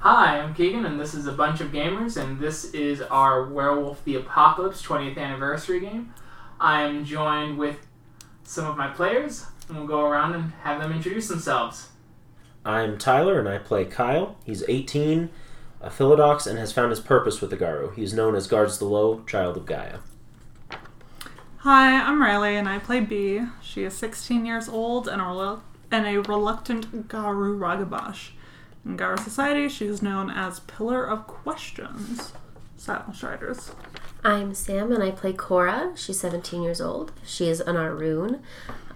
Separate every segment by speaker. Speaker 1: Hi, I'm Keegan, and this is a bunch of gamers, and this is our Werewolf the Apocalypse 20th anniversary game. I am joined with some of my players, and we'll go around and have them introduce themselves.
Speaker 2: I'm Tyler, and I play Kyle. He's 18, a Philodox, and has found his purpose with the Garu. He's known as Guards the Low, Child of Gaia.
Speaker 3: Hi, I'm Riley, and I play B. She is 16 years old and a, relu- and a reluctant Garu Ragabash. In Garu society, she is known as Pillar of Questions. Silent Striders.
Speaker 4: I'm Sam and I play Cora. She's 17 years old. She is an Arun.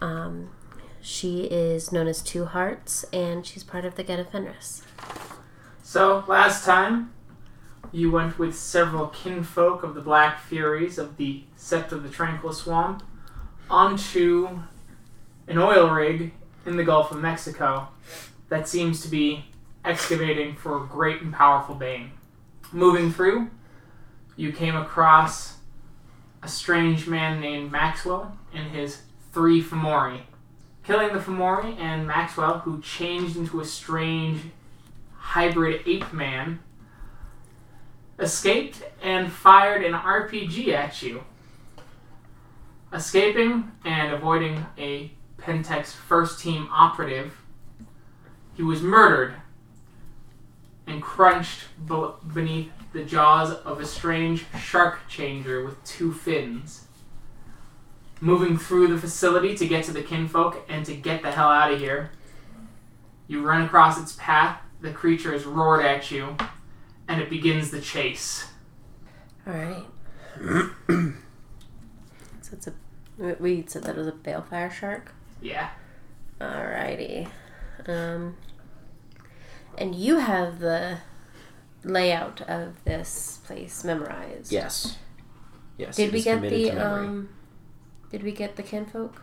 Speaker 4: Um, she is known as Two Hearts and she's part of the Get of Fenris.
Speaker 1: So, last time, you went with several kinfolk of the Black Furies of the Sept of the Tranquil Swamp onto an oil rig in the Gulf of Mexico that seems to be excavating for a great and powerful bane. Moving through, you came across a strange man named Maxwell and his three Fomori, killing the Fomori and Maxwell, who changed into a strange hybrid ape man, escaped and fired an RPG at you. Escaping and avoiding a Pentex first team operative, he was murdered and crunched be- beneath the jaws of a strange shark changer with two fins. Moving through the facility to get to the kinfolk and to get the hell out of here, you run across its path, the creature is roared at you, and it begins the chase.
Speaker 4: All right. so it's a. We said that it was a balefire shark.
Speaker 1: Yeah.
Speaker 4: Alrighty. Um, and you have the layout of this place memorized.
Speaker 2: Yes. Yes.
Speaker 4: Did
Speaker 2: it
Speaker 4: we
Speaker 2: is
Speaker 4: get
Speaker 2: committed
Speaker 4: the
Speaker 2: to memory.
Speaker 4: um? Did we get the kinfolk?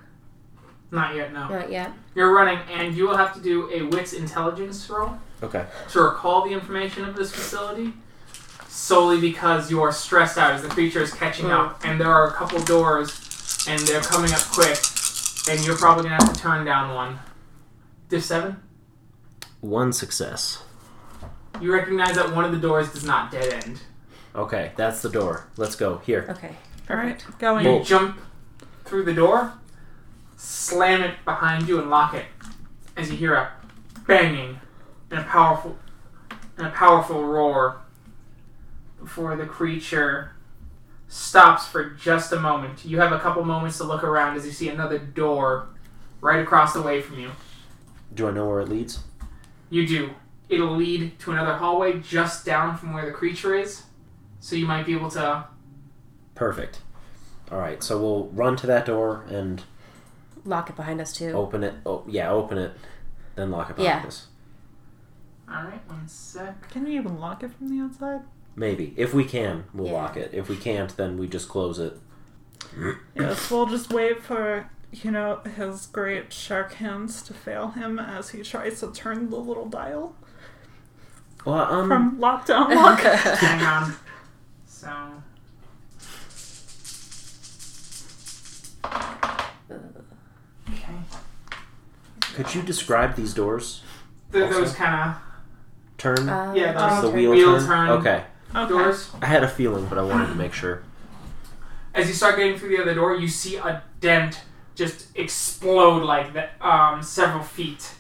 Speaker 1: Not yet, no.
Speaker 4: Not yet.
Speaker 1: You're running, and you will have to do a wits intelligence roll
Speaker 2: Okay.
Speaker 1: to recall the information of this facility solely because you're stressed out as the creature is catching up, and there are a couple doors, and they're coming up quick, and you're probably gonna have to turn down one. Div 7?
Speaker 2: One success.
Speaker 1: You recognize that one of the doors does not dead end.
Speaker 2: Okay, that's the door. Let's go. Here.
Speaker 4: Okay.
Speaker 3: All right,
Speaker 1: You
Speaker 3: going.
Speaker 2: Bolt.
Speaker 1: jump through the door, slam it behind you, and lock it. As you hear a banging and a powerful and a powerful roar before the creature stops for just a moment. You have a couple moments to look around as you see another door right across the way from you.
Speaker 2: Do I know where it leads?
Speaker 1: You do. It'll lead to another hallway just down from where the creature is. So you might be able to
Speaker 2: Perfect. All right, so we'll run to that door and
Speaker 4: Lock it behind us too.
Speaker 2: open it. Oh, yeah, open it, then lock it behind
Speaker 4: Yeah.
Speaker 2: us.
Speaker 1: Alright, one sec.
Speaker 3: Can we even lock it from the outside?
Speaker 2: Maybe if we can, we'll
Speaker 4: Yeah.
Speaker 2: lock it. If we can't, then we just close it.
Speaker 3: Yes, we'll just wait for, you know, his great shark hands to fail him as he tries to turn the little dial
Speaker 2: Well, um,
Speaker 3: from lock to unlock.
Speaker 1: Hang on. So Okay.
Speaker 2: could you describe these doors?
Speaker 1: Th-
Speaker 2: Also-
Speaker 1: those kind
Speaker 2: Turn.
Speaker 4: Uh,
Speaker 1: Yeah,
Speaker 4: just
Speaker 1: that's
Speaker 2: the
Speaker 1: okay.
Speaker 2: wheel,
Speaker 1: Wheel
Speaker 2: turn?
Speaker 1: turn.
Speaker 2: Okay.
Speaker 1: of
Speaker 3: okay.
Speaker 1: doors.
Speaker 2: I had a feeling, but I wanted to make sure.
Speaker 1: As you start getting through the other door, you see a dent just explode like that, um, several feet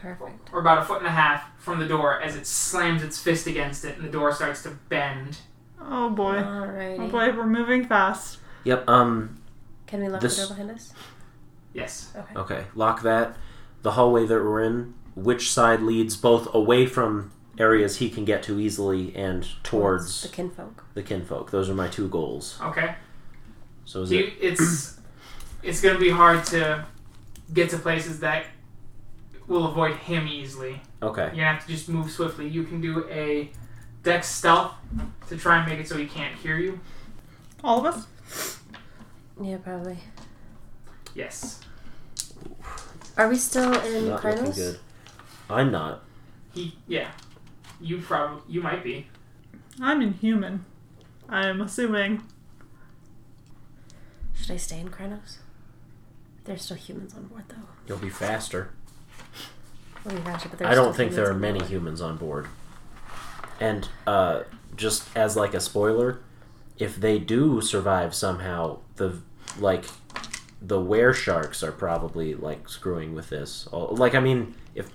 Speaker 4: Perfect.
Speaker 1: or about a foot and a half from the door as it slams its fist against it and the door starts to bend.
Speaker 3: Oh boy. Oh
Speaker 4: Alrighty.
Speaker 3: boy, we're moving fast.
Speaker 2: Yep. Um.
Speaker 4: Can we lock
Speaker 2: This-
Speaker 4: the door behind us?
Speaker 1: Yes.
Speaker 4: Okay.
Speaker 2: Okay. Lock that. The hallway that we're in. Which side leads both away from areas he can get to easily and
Speaker 4: the
Speaker 2: towards
Speaker 4: kinfolk.
Speaker 2: the kinfolk? Those are my two goals.
Speaker 1: Okay.
Speaker 2: So is
Speaker 1: Do
Speaker 2: it
Speaker 1: you, it's it's gonna be hard to get to places that will avoid him easily.
Speaker 2: okay?
Speaker 1: You're gonna have to just move swiftly. You can do a dex stealth to try and make it so he can't hear you.
Speaker 3: All of us?
Speaker 4: Yeah, probably.
Speaker 1: Yes.
Speaker 4: Are we still in
Speaker 2: Not looking
Speaker 4: Krynos?
Speaker 2: good. I'm not.
Speaker 1: He yeah. You probably you might be.
Speaker 3: I'm inhuman. I'm assuming.
Speaker 4: Should I stay in Krynos? There's still humans on board, though.
Speaker 2: You'll be faster.
Speaker 4: Oh, we have to, but there's
Speaker 2: I don't
Speaker 4: still
Speaker 2: think there are
Speaker 4: humans
Speaker 2: many humans on board.
Speaker 4: on
Speaker 2: And uh, just as like a spoiler, if they do survive somehow, the like the were sharks are probably like screwing with this. All- Like I mean, if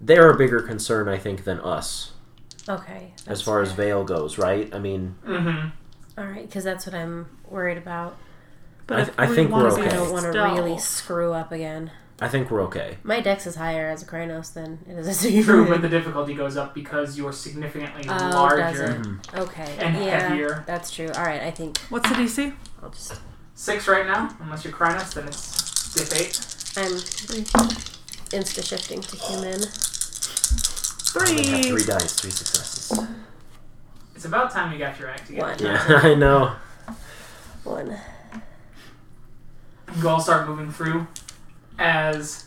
Speaker 2: they're a bigger concern, I think, than us
Speaker 4: Okay.
Speaker 2: as far as Vale goes, right? I mean,
Speaker 1: Mm-hmm.
Speaker 4: All right, because that's what I'm worried about.
Speaker 3: But
Speaker 2: I-
Speaker 3: if
Speaker 2: I
Speaker 3: we
Speaker 2: think
Speaker 3: wanna
Speaker 2: we're
Speaker 3: be
Speaker 2: okay.
Speaker 4: I don't want to
Speaker 3: stealth-
Speaker 4: really screw up again.
Speaker 2: I think we're okay.
Speaker 4: My dex is higher as a Krynos than it is as a
Speaker 1: True,
Speaker 4: human.
Speaker 1: but the difficulty goes up because you're significantly
Speaker 4: Oh, does
Speaker 1: larger
Speaker 4: it? okay.
Speaker 1: and
Speaker 4: yeah,
Speaker 1: heavier.
Speaker 4: that's true. All right, I think
Speaker 3: What's the DC?
Speaker 4: I'll just.
Speaker 1: Six right now, unless you're Krynos, then it's diff eight.
Speaker 4: I'm insta shifting to human.
Speaker 2: I only have three
Speaker 3: Three.
Speaker 2: dice, three successes.
Speaker 1: It's about time you got your act together.
Speaker 4: One.
Speaker 2: Yeah, I know.
Speaker 4: One.
Speaker 1: You all start moving through as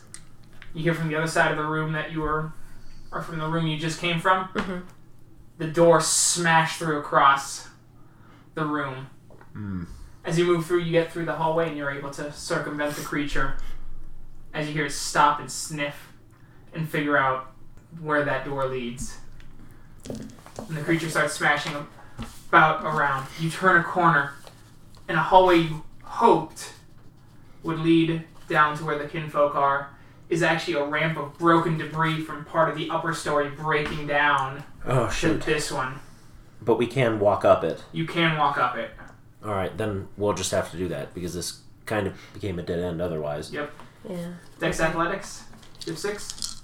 Speaker 1: you hear from the other side of the room that you were, or from the room you just came from.
Speaker 4: Mhm.
Speaker 1: The door smashed through across the room.
Speaker 2: Mm.
Speaker 1: As you move through, you get through the hallway and you're able to circumvent the creature. As you hear it stop and sniff and figure out where that door leads. And the creature starts smashing about around. You turn a corner, and a hallway you hoped would lead down to where the kinfolk are is actually a ramp of broken debris from part of the upper story breaking down
Speaker 2: Oh
Speaker 1: to
Speaker 2: shoot!
Speaker 1: this one.
Speaker 2: But we can walk up it.
Speaker 1: You can walk up it.
Speaker 2: All right, then we'll just have to do that because this kind of became a dead end otherwise.
Speaker 4: Yeah.
Speaker 1: Dex Athletics, Div 6.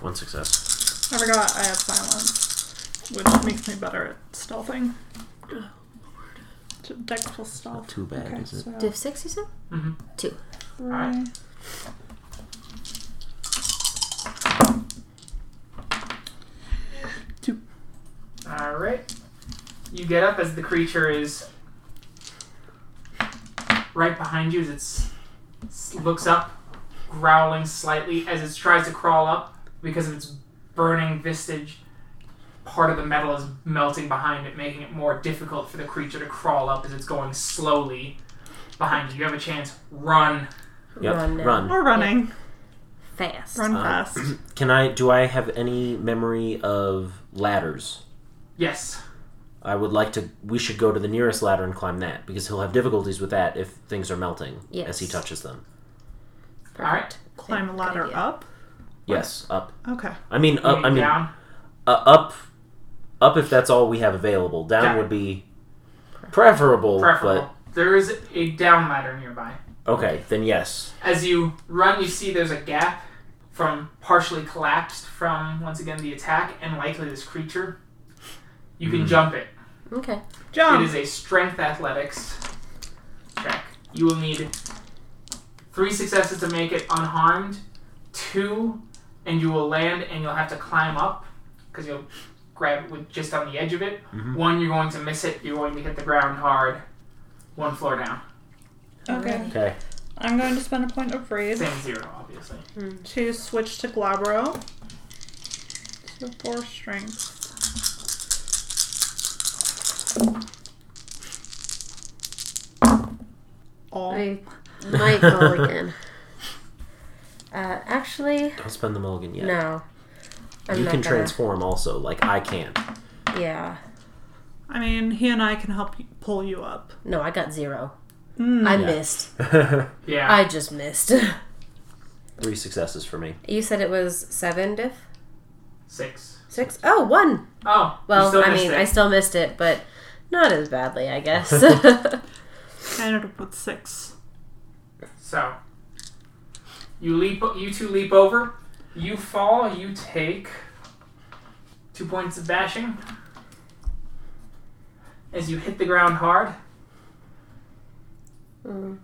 Speaker 2: One success.
Speaker 3: I forgot I have silence, which makes me better at stealthing. Dex plus
Speaker 2: Not
Speaker 3: stealth.
Speaker 2: too bad,
Speaker 3: Okay,
Speaker 2: is it?
Speaker 3: so
Speaker 4: Div six, you said?
Speaker 1: Mm-hmm.
Speaker 3: three.
Speaker 1: Alright. All right. You get up as the creature is right behind you as it's s- looks up, growling slightly as it tries to crawl up because of its burning vistage. Part of the metal is melting behind it, making it more difficult for the creature to crawl up as it's going slowly behind you. You have a chance. Run.
Speaker 2: Yep,
Speaker 4: Run now.
Speaker 2: run.
Speaker 3: We're running.
Speaker 4: Fast.
Speaker 3: Run
Speaker 2: Uh,
Speaker 3: fast.
Speaker 2: Can I? Do I have any memory of ladders?
Speaker 1: Yes.
Speaker 2: I would like to. We should go to the nearest ladder and climb that because he'll have difficulties with that if things are melting as
Speaker 4: Yes.
Speaker 2: he touches them.
Speaker 1: All right.
Speaker 3: Climb the
Speaker 4: Good
Speaker 3: ladder
Speaker 4: idea.
Speaker 3: up.
Speaker 2: Yes, up.
Speaker 3: Okay.
Speaker 2: I mean,
Speaker 1: You
Speaker 2: up. I mean, uh,
Speaker 1: down.
Speaker 2: up. Up if that's all we have available. Down
Speaker 1: Down.
Speaker 2: would be preferable,
Speaker 1: Preferable. There is a down ladder nearby.
Speaker 2: but okay. Then yes.
Speaker 1: As you run, you see there's a gap from partially collapsed from once again the attack and likely this creature. You can
Speaker 2: Mm.
Speaker 1: jump it.
Speaker 4: Okay.
Speaker 1: It
Speaker 3: Jump.
Speaker 1: is a strength athletics check. You will need three successes to make it unharmed, two, and you will land and you'll have to climb up because you'll grab it with just on the edge of it.
Speaker 2: Mhm.
Speaker 1: One, you're going to miss it. You're going to hit the ground hard. One floor down.
Speaker 3: Okay.
Speaker 2: Okay.
Speaker 3: I'm going to spend a point of rage
Speaker 1: Same zero, obviously.
Speaker 3: to switch to Glabro. So four strength. All.
Speaker 4: I might go again. Uh, actually,
Speaker 2: Don't spend the mulligan yet.
Speaker 4: no. I'm
Speaker 2: you
Speaker 4: not
Speaker 2: can
Speaker 4: gonna-
Speaker 2: transform also. Like I can.
Speaker 4: Yeah.
Speaker 3: I mean, he and I can help you- pull you up.
Speaker 4: No, I got zero.
Speaker 3: Mm.
Speaker 4: I
Speaker 2: Yeah.
Speaker 4: missed.
Speaker 1: Yeah.
Speaker 4: I just missed.
Speaker 2: Three successes for me.
Speaker 4: you said it was seven, Div?
Speaker 1: Six.
Speaker 4: Six? Oh, one.
Speaker 1: Oh, you
Speaker 4: Well,
Speaker 1: still
Speaker 4: I
Speaker 1: missed
Speaker 4: mean,
Speaker 1: it.
Speaker 4: I still missed it, but not as badly, I guess.
Speaker 3: I ended up with six.
Speaker 1: So you leap, you two leap over. You fall. You take two points of bashing as you hit the ground hard.
Speaker 4: Mm.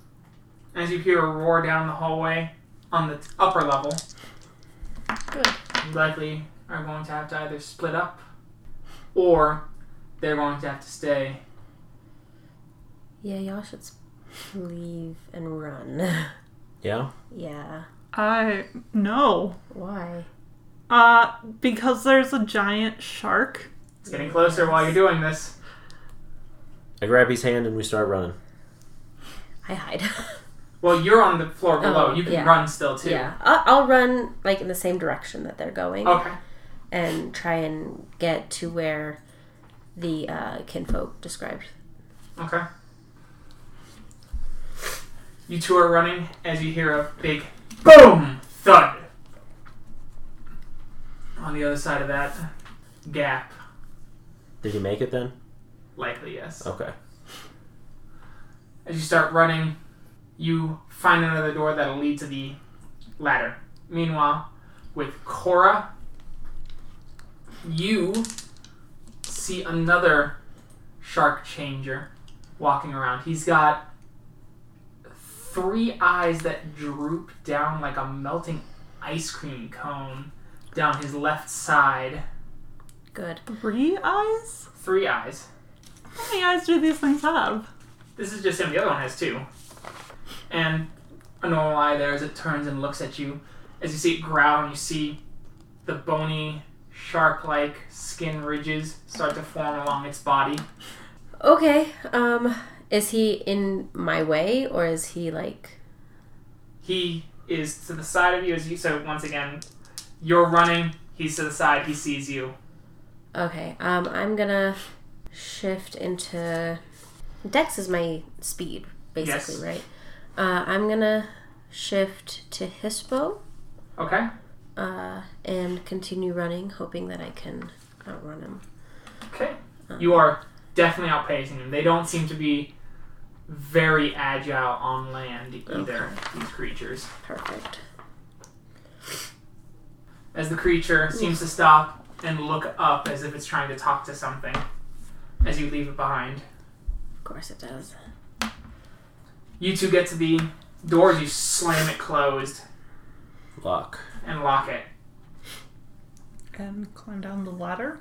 Speaker 1: As you hear a roar down the hallway on the t- upper level.
Speaker 4: Good.
Speaker 1: You likely are going to have to either split up, or they're going to have to stay.
Speaker 4: yeah, y'all should s- leave and run.
Speaker 2: Yeah.
Speaker 4: yeah.
Speaker 3: I no.
Speaker 4: Why?
Speaker 3: Uh, because there's a giant shark.
Speaker 1: It's getting closer while you're doing this.
Speaker 2: I grab his hand and we start running.
Speaker 4: I hide.
Speaker 1: Well, you're on the floor below.
Speaker 4: Oh,
Speaker 1: you can
Speaker 4: yeah.
Speaker 1: run still too. Oh.
Speaker 4: yeah. I'll, I'll run, like, in the same direction that they're going.
Speaker 1: Okay.
Speaker 4: and try and get to where the uh, kinfolk described.
Speaker 1: Okay. You two are running as you hear a big boom thud. On the other side of that gap,
Speaker 2: Did he make it then?
Speaker 1: likely yes.
Speaker 2: Okay.
Speaker 1: As you start running, you find another door that'll lead to the ladder. Meanwhile, with Cora, you see another shark changer walking around. He's got three eyes that droop down like a melting ice cream cone down his left side.
Speaker 4: Good.
Speaker 3: Three eyes?
Speaker 1: Three eyes.
Speaker 3: How many eyes do these things have?
Speaker 1: This is just him. The other one has two. And a normal eye there as it turns and looks at you. As you see it growl and you see the bony, shark like skin ridges start to form along its body.
Speaker 4: Okay. Um, is he in my way or is he like?
Speaker 1: He is to the side of you as you, so once again, you're running. He's to the side. He sees you.
Speaker 4: Okay. Um, I'm gonna shift into. Dex is my speed, basically,
Speaker 1: Yes.
Speaker 4: right? Uh, I'm gonna shift to Hispo
Speaker 1: Okay?
Speaker 4: uh, and continue running, hoping that I can outrun him.
Speaker 1: Okay. You are definitely outpacing them. They don't seem to be very agile on land either, these creatures.
Speaker 4: Perfect.
Speaker 1: as the creature seems to stop and look up as if it's trying to talk to something as you leave it behind.
Speaker 4: Of course it does.
Speaker 1: You two get to the doors, you slam it closed
Speaker 2: Lock.
Speaker 1: and lock it.
Speaker 3: And climb down the ladder.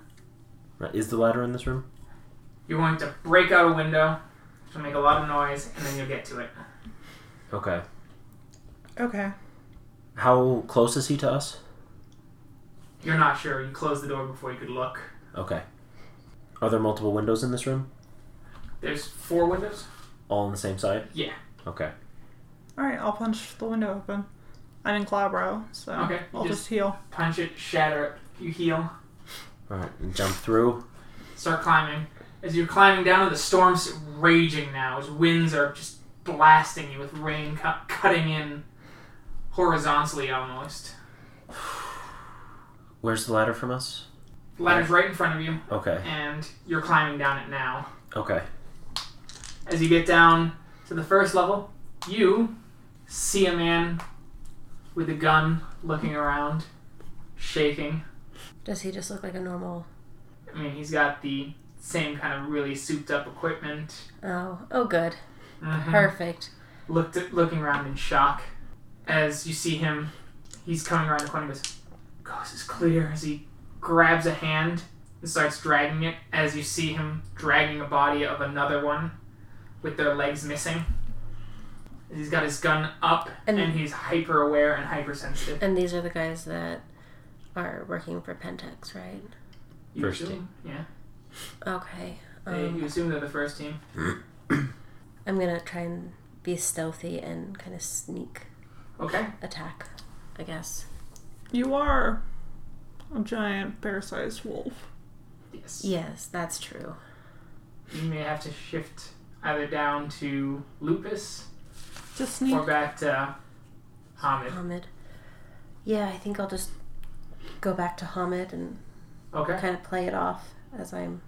Speaker 2: Right, Is the ladder in this room?
Speaker 1: You're going to break out a window, which will make a lot of noise, and then you'll get to it.
Speaker 2: Okay.
Speaker 3: Okay.
Speaker 2: How close is he to us?
Speaker 1: You're not sure. You closed the door before you could look.
Speaker 2: Okay. Are there multiple windows in this room?
Speaker 1: There's four windows?
Speaker 2: All on the same side?
Speaker 1: Yeah.
Speaker 2: Okay.
Speaker 3: Alright, I'll punch the window open. I'm in Glabro, so
Speaker 1: Okay,
Speaker 3: I'll
Speaker 1: just-
Speaker 3: just, heal.
Speaker 1: Punch it, shatter it, you heal,
Speaker 2: Alright, jump through.
Speaker 1: start climbing. As you're climbing down, the storm's raging now, as winds are just blasting you with rain cu- cutting in horizontally almost.
Speaker 2: Where's the ladder from us?
Speaker 1: ladder's right in front of you,
Speaker 2: Okay.
Speaker 1: and you're climbing down it now.
Speaker 2: Okay.
Speaker 1: As you get down to the first level, you see a man with a gun looking around, shaking.
Speaker 4: Does he just look like a normal?
Speaker 1: I mean, he's got the same kind of really souped up equipment.
Speaker 4: Oh, oh, good,
Speaker 1: Mhm.
Speaker 4: perfect.
Speaker 1: Looked looking around in shock as you see him. He's coming around the corner. and Goes, coast is clear. As he grabs a hand and starts dragging it, as you see him dragging a body of another one with their legs missing. He's got his gun up and,
Speaker 4: And-
Speaker 1: he's hyper aware and hypersensitive.
Speaker 4: And these are the guys that are working for Pentex, right?
Speaker 1: You
Speaker 2: First
Speaker 1: assume? Yeah.
Speaker 4: Okay.
Speaker 1: They-
Speaker 4: Um,
Speaker 1: you assume they're the first team.
Speaker 4: I'm gonna try and be stealthy and kind of sneak
Speaker 1: Okay.
Speaker 4: attack, I guess.
Speaker 3: You are a giant bear sized wolf.
Speaker 1: Yes.
Speaker 4: Yes, that's true.
Speaker 1: You may have to shift either down to Lupus
Speaker 3: Just
Speaker 1: or
Speaker 3: sneak.
Speaker 1: back to Hamid.
Speaker 4: Hamid. Yeah, I think I'll just go back to Hamid and
Speaker 1: Okay.
Speaker 4: kind of play it off as I'm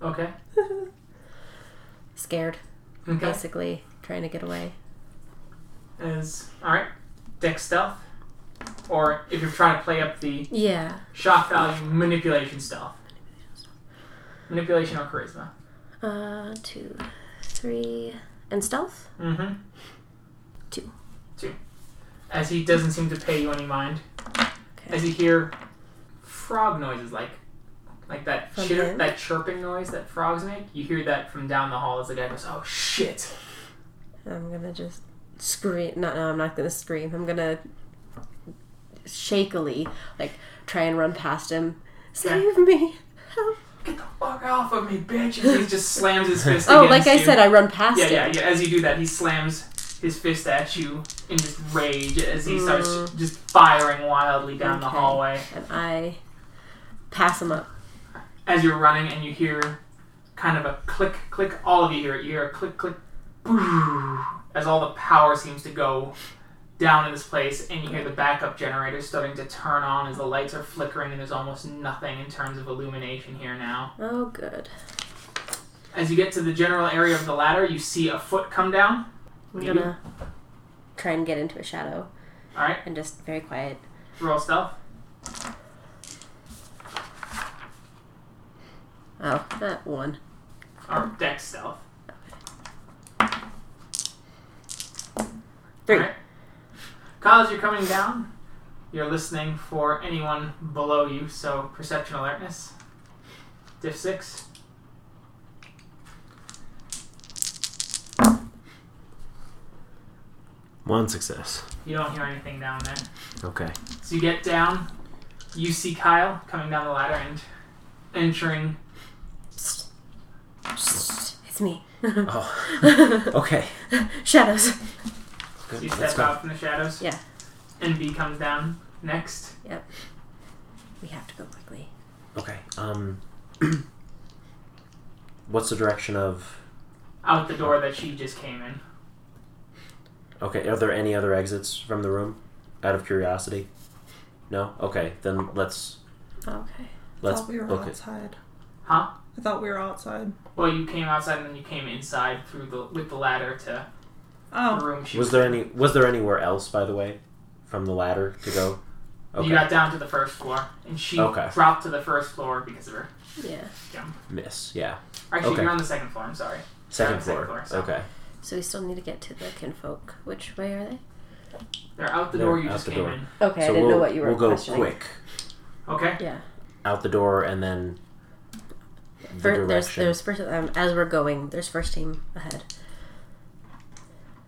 Speaker 1: Okay.
Speaker 4: scared,
Speaker 1: Okay.
Speaker 4: basically trying to get away.
Speaker 1: is all right. Deck stealth, or if you're trying to play up the
Speaker 4: Yeah.
Speaker 1: shock value, manipulation stealth. Manipulation or charisma.
Speaker 4: Uh, two, three, and stealth.
Speaker 1: Mm-hmm.
Speaker 4: Two.
Speaker 1: Two. As he doesn't seem to pay you any mind,
Speaker 4: Okay.
Speaker 1: as you hear frog noises like. Like that
Speaker 4: From
Speaker 1: chir-
Speaker 4: him?
Speaker 1: that chirping noise that frogs make, you hear that from down the hall as the guy goes, "Oh shit!"
Speaker 4: I'm gonna just scream. No, no, I'm not gonna scream. I'm gonna shakily, like, try and run past him. Save me! Help!
Speaker 1: Get the fuck off of me, bitch! And he just slams his fist.
Speaker 4: Oh,
Speaker 1: against
Speaker 4: like I
Speaker 1: you.
Speaker 4: said, I run past
Speaker 1: Yeah,
Speaker 4: him.
Speaker 1: yeah, yeah. As you do that, he slams his fist at you in just rage as he starts just firing wildly down the
Speaker 4: Okay.
Speaker 1: hallway.
Speaker 4: And I pass them up.
Speaker 1: as you're running and you hear kind of a click, click. All of you hear it. You hear a click, click, brrrr, as all the power seems to go down in this place, and you hear the backup generator starting to turn on as the lights are flickering, and there's almost nothing in terms of illumination here now.
Speaker 4: Oh, good.
Speaker 1: As you get to the general area of the ladder, you see a foot come down.
Speaker 4: I'm
Speaker 1: You-
Speaker 4: gonna try and get into a shadow
Speaker 1: All right,
Speaker 4: and just very quiet.
Speaker 1: roll stealth.
Speaker 4: Oh, that one.
Speaker 1: or deck stealth.
Speaker 4: Three.
Speaker 1: Alright. Kaz, you're coming down. You're listening for anyone below you, so perception alertness. Diff 6.
Speaker 2: One success.
Speaker 1: You don't hear anything down there.
Speaker 2: Okay.
Speaker 1: So you get down. You see Kyle coming down the ladder and entering.
Speaker 4: It's me.
Speaker 2: Oh. okay.
Speaker 4: Shadows.
Speaker 2: Good.
Speaker 1: You
Speaker 2: Let's
Speaker 1: step
Speaker 2: go.
Speaker 1: out from the shadows.
Speaker 4: Yeah.
Speaker 1: And B comes down next.
Speaker 4: We have to go quickly.
Speaker 2: Okay. Um. what's the direction of?
Speaker 1: Out the door that she just came in.
Speaker 2: Okay. Are there any other exits from the room? Out of curiosity. No. Okay. Then let's
Speaker 4: Okay.
Speaker 3: I
Speaker 2: let's
Speaker 3: thought we were
Speaker 2: look at.
Speaker 3: outside.
Speaker 1: Huh?
Speaker 3: I thought we were outside.
Speaker 1: Well, you came outside and then you came inside through the with the ladder to the
Speaker 3: Oh,
Speaker 1: room she
Speaker 2: Was there any? Was there anywhere else, by the way, from the ladder to go? Okay.
Speaker 1: You got down to the first floor, and she
Speaker 2: Okay.
Speaker 1: dropped to the first floor because of her.
Speaker 4: Yeah.
Speaker 2: Miss. Yeah.
Speaker 1: Actually,
Speaker 2: Okay.
Speaker 1: you're on the second floor. I'm sorry. Second
Speaker 2: Second floor.
Speaker 1: floor, so-
Speaker 2: Okay.
Speaker 4: So we still need to get to the kinfolk. Which way are they?
Speaker 1: They're out the
Speaker 2: They're
Speaker 1: door. You
Speaker 2: out
Speaker 1: just
Speaker 2: the
Speaker 1: came
Speaker 2: door.
Speaker 1: in.
Speaker 4: Okay,
Speaker 2: so
Speaker 4: I didn't
Speaker 2: we'll,
Speaker 4: know what you were
Speaker 2: We'll go
Speaker 4: questioning.
Speaker 2: quick
Speaker 1: Okay.
Speaker 4: Yeah.
Speaker 2: out the door and then. The
Speaker 4: Fir- there's
Speaker 2: direction.
Speaker 4: there's first um, as we're going. There's first team ahead.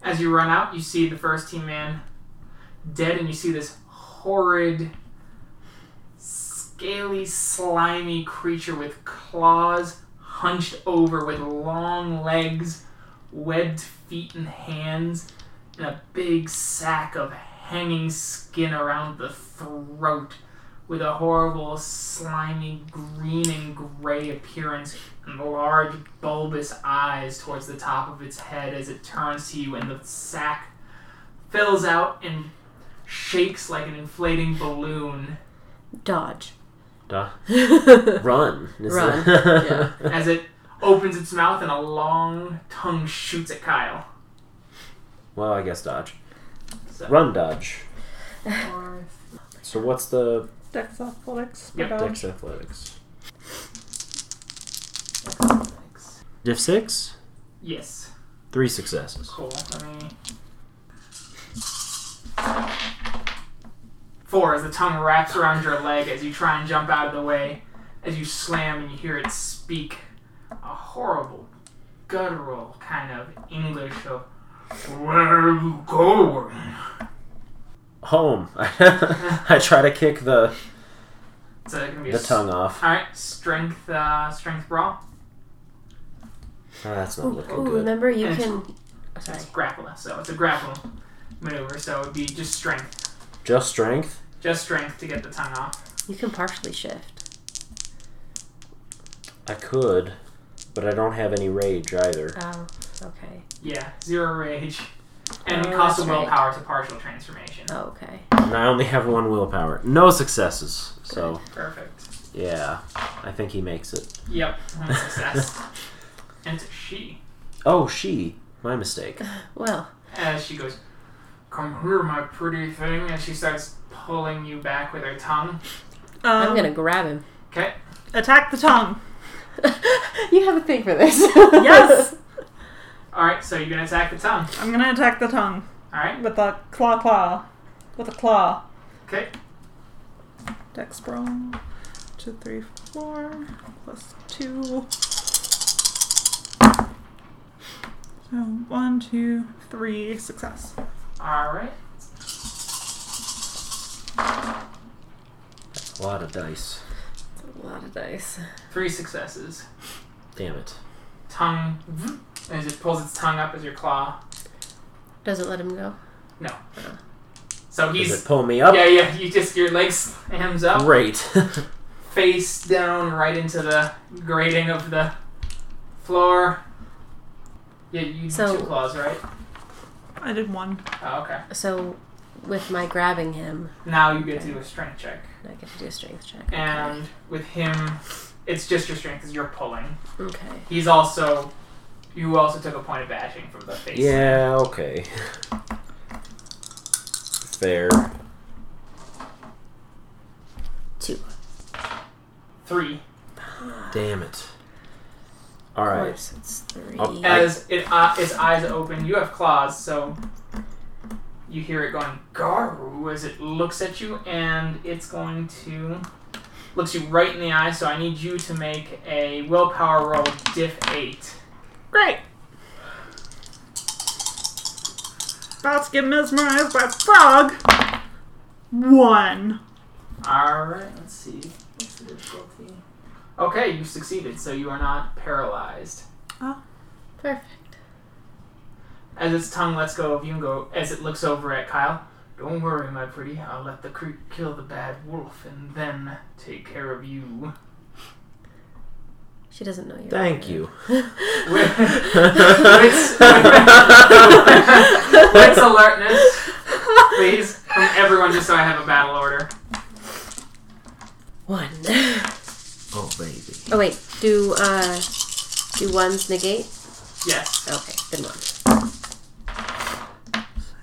Speaker 1: As you run out, you see the first team man dead, and you see this horrid, scaly, slimy creature with claws hunched over, with long legs, webbed feet and hands, and a big sack of hanging skin around the throat, with a horrible, slimy, green and gray appearance and large bulbous eyes towards the top of its head as it turns to you and the sack fills out and shakes like an inflating balloon
Speaker 4: Dodge.
Speaker 2: Duh.
Speaker 4: Run.
Speaker 2: Run. Is
Speaker 4: Run.
Speaker 2: it-
Speaker 1: as it opens its mouth and a long tongue shoots at Kyle.
Speaker 2: well, I guess dodge.
Speaker 1: So-
Speaker 2: Run dodge. So what's the
Speaker 3: Dex Athletics.
Speaker 1: Yep,
Speaker 3: Yep,
Speaker 2: dex athletics? Diff six,
Speaker 1: Yes.
Speaker 2: three successes.
Speaker 1: Cool. Let me. Four, as the tongue wraps around your leg as you try and jump out of the way, as you slam and you hear it speak a horrible, guttural kind of English of, Where are you going?
Speaker 2: Home. I try to kick the
Speaker 1: So it can be a
Speaker 2: the tongue off.
Speaker 1: Alright, strength, uh, strength brawl.
Speaker 2: Oh, that's not
Speaker 4: Ooh,
Speaker 2: looking
Speaker 4: ooh,
Speaker 2: good.
Speaker 4: remember you
Speaker 1: And-
Speaker 4: can. oh, sorry.
Speaker 1: It's grapple, so it's a grapple maneuver, so it would be just strength.
Speaker 2: Just strength.
Speaker 1: Just strength to get the tongue off.
Speaker 4: You can partially shift.
Speaker 2: I could, but I don't have any rage either.
Speaker 4: Oh, okay.
Speaker 1: Yeah, zero rage. And it
Speaker 4: Oh,
Speaker 1: costs a
Speaker 4: that's right.
Speaker 1: willpower to partial transformation.
Speaker 4: Oh, okay.
Speaker 2: And I only have one willpower. No successes. So
Speaker 1: Perfect.
Speaker 2: yeah, I think he makes it.
Speaker 1: Yep, one success. and to she,
Speaker 2: Oh, she. My mistake.
Speaker 4: Well,
Speaker 1: as she goes, "Come here, my pretty thing," and she starts pulling you back with her tongue.
Speaker 4: I'm gonna grab him.
Speaker 1: Okay,
Speaker 3: Um, attack the tongue.
Speaker 4: you have a thing for this.
Speaker 3: Yes,
Speaker 1: all right. So you're gonna attack the tongue.
Speaker 3: I'm gonna attack the tongue
Speaker 1: All right.
Speaker 3: with a claw, claw, with a claw.
Speaker 1: Okay.
Speaker 3: Dex brawl. Two, three, four, plus two. So one, two, three, success.
Speaker 1: All right.
Speaker 2: A lot of dice.
Speaker 4: A lot of dice.
Speaker 1: Three successes.
Speaker 2: Damn it.
Speaker 1: Tongue, and it just pulls its tongue up as your claw.
Speaker 4: Doesn't let him go.
Speaker 1: So
Speaker 2: Does
Speaker 1: he's.
Speaker 2: it pull me up?
Speaker 1: Yeah, yeah. You just your legs slams up.
Speaker 2: Great.
Speaker 1: face down right into the grating of the floor. Yeah, you did
Speaker 4: So-
Speaker 1: two claws, right?
Speaker 3: I did one.
Speaker 1: Oh, okay.
Speaker 4: So, with my grabbing him,
Speaker 1: Now you get to do a strength check.
Speaker 4: I get to do a strength check.
Speaker 1: And with him, it's just your strength because you're pulling.
Speaker 4: Okay.
Speaker 1: He's also. You also took a point of bashing from the face.
Speaker 2: Yeah, okay. Fair.
Speaker 4: Two.
Speaker 1: Three.
Speaker 2: Damn it. All
Speaker 4: Of
Speaker 2: right.
Speaker 4: course, it's three.
Speaker 2: Up.
Speaker 1: As it uh, its eyes open, you have claws, so you hear it going "garu" as it looks at you, and it's going to looks you right in the eye. So I need you to make a willpower roll, diff eight.
Speaker 3: Great. About to get mesmerized by fog. One.
Speaker 1: All right, let's see. What's the difficulty? Okay, you succeeded, so you are not paralyzed.
Speaker 4: Perfect.
Speaker 1: As its tongue lets go of Yungo, as it looks over at Kyle. Don't worry, my pretty. I'll let the creek kill the bad wolf and then take care of you.
Speaker 4: She doesn't know you.
Speaker 2: Thank you.
Speaker 1: With, with, with alertness, please, from everyone, just so I have a battle order.
Speaker 4: One.
Speaker 2: Oh, baby.
Speaker 4: Oh wait, do uh, do ones negate?
Speaker 1: Yes.
Speaker 4: Okay, then one.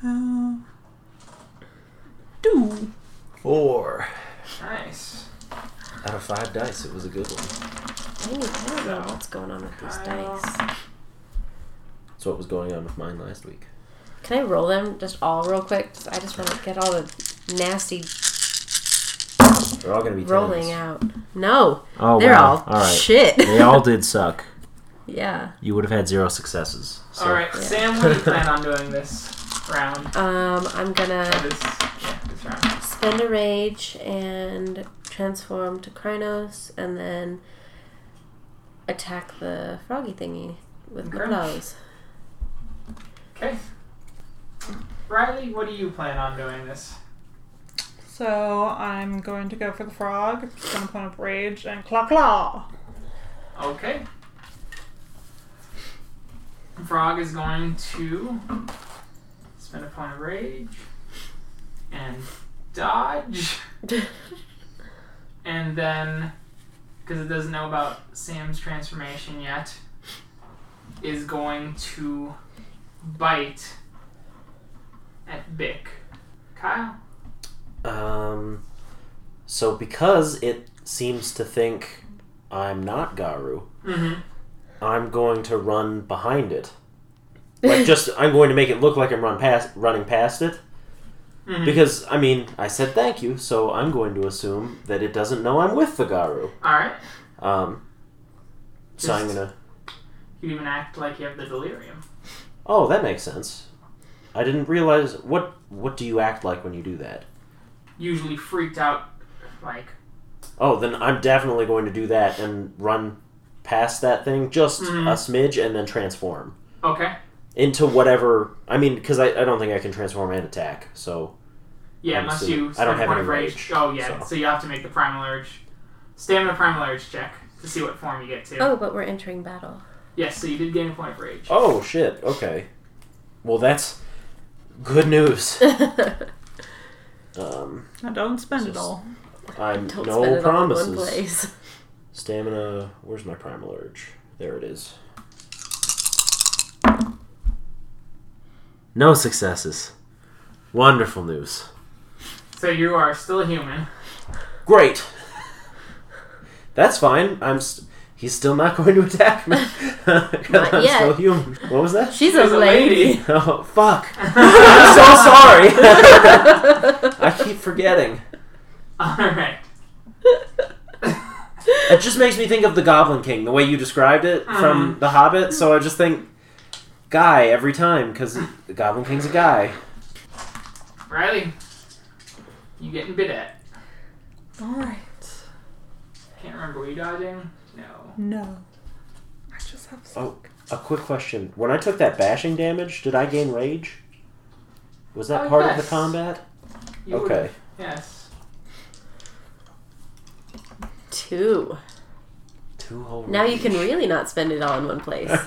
Speaker 3: Uh, two.
Speaker 2: Four.
Speaker 1: Nice.
Speaker 2: Out of five dice, it was a good one.
Speaker 4: Dang, I don't know what's going on with these
Speaker 1: Kyle.
Speaker 4: dice.
Speaker 2: That's what was going on with mine last week.
Speaker 4: Can I roll them just all real quick? 'Cause I just want to get all the nasty
Speaker 2: They're all going to be
Speaker 4: rolling
Speaker 2: tens.
Speaker 4: out. No,
Speaker 2: Oh,
Speaker 4: they're
Speaker 2: wow.
Speaker 4: all, shit.
Speaker 2: They all did suck.
Speaker 4: yeah.
Speaker 2: You would have had zero successes. So.
Speaker 1: All right,
Speaker 4: Yeah.
Speaker 1: Sam, what do you plan on doing this round?
Speaker 4: Um, I'm
Speaker 1: Or
Speaker 4: gonna
Speaker 1: This, yeah, this round.
Speaker 4: spend a rage and transform to Krynos, and then attack the froggy thingy with my
Speaker 1: Okay.
Speaker 4: blows.
Speaker 1: Okay. Riley, what do you plan on doing this?
Speaker 3: So I'm going to go for the frog. Just gonna point up rage and claw claw.
Speaker 1: Okay. Frog is going to spend a point of rage and dodge. and then, because it doesn't know about Sam's transformation yet, is going to bite at Bick. Kyle?
Speaker 2: Um, so because it seems to think I'm not Garu,
Speaker 1: Mm-hmm.
Speaker 2: I'm going to run behind it. Like just I'm going to make it look like I'm run past running past it
Speaker 4: Hmm.
Speaker 1: Mhm.
Speaker 2: because I mean, I said thank you, so I'm going to assume that it doesn't know I'm with the Garu.
Speaker 1: Alright.
Speaker 2: Um, so I'm
Speaker 1: Just-
Speaker 2: going to
Speaker 1: You even act like you have the delirium.
Speaker 2: Oh, that makes sense. I didn't realize what what do you act like when you do that?
Speaker 1: Usually freaked out, like,
Speaker 2: Oh, then I'm definitely going to do that and run past that thing just
Speaker 4: Mm-hmm.
Speaker 1: Mhm.
Speaker 2: a smidge and then transform
Speaker 1: okay.
Speaker 2: into whatever. I mean, because I, I don't think I can transform and attack, so
Speaker 1: Yeah,
Speaker 2: I'm
Speaker 1: unless
Speaker 2: assuming-
Speaker 1: you
Speaker 2: I don't
Speaker 1: spend
Speaker 2: have
Speaker 1: point
Speaker 2: any
Speaker 1: of rage.
Speaker 2: rage,
Speaker 1: Oh yeah,
Speaker 2: so.
Speaker 1: so. you have to make the primal urge, stamina primal urge check to see what form you get to.
Speaker 4: Oh, but we're entering battle.
Speaker 1: Yes, so you did gain a point of rage.
Speaker 2: Oh shit. Okay. Well, that's good news. Um,
Speaker 3: Now don't spend it
Speaker 2: Just-
Speaker 3: all.
Speaker 2: I'm
Speaker 4: Don't
Speaker 2: no
Speaker 4: spend it
Speaker 2: promises.
Speaker 4: all in one place.
Speaker 2: Stamina. Where's my primal urge? There it is. No successes. Wonderful news.
Speaker 1: So you are still human.
Speaker 2: Great. That's fine. I'm. St- he's still not going to attack me. 'Cause
Speaker 4: Not
Speaker 2: I'm
Speaker 4: yet.
Speaker 2: still human. What was that?
Speaker 4: She's a
Speaker 1: She's a
Speaker 4: lady.
Speaker 1: lady.
Speaker 2: Oh fuck! I'm so sorry. I keep forgetting.
Speaker 1: All right.
Speaker 2: It just makes me think of the Goblin King, the way you described it
Speaker 1: Uh-huh.
Speaker 2: from The Hobbit. So I just think guy every time because the Goblin King's a guy.
Speaker 1: Riley, you getting bit at?
Speaker 3: All right.
Speaker 1: Can't remember. Were you dodging? No.
Speaker 3: No. I just have. Some.
Speaker 2: Oh, a quick question: When I took that bashing damage, did I gain rage? Was that
Speaker 1: Oh,
Speaker 2: part of
Speaker 1: yes.
Speaker 2: the combat?
Speaker 1: You
Speaker 2: okay.
Speaker 1: Were, yes.
Speaker 4: Two.
Speaker 2: Two whole.
Speaker 4: Now you
Speaker 2: rolls.
Speaker 4: can really not spend it all in one place.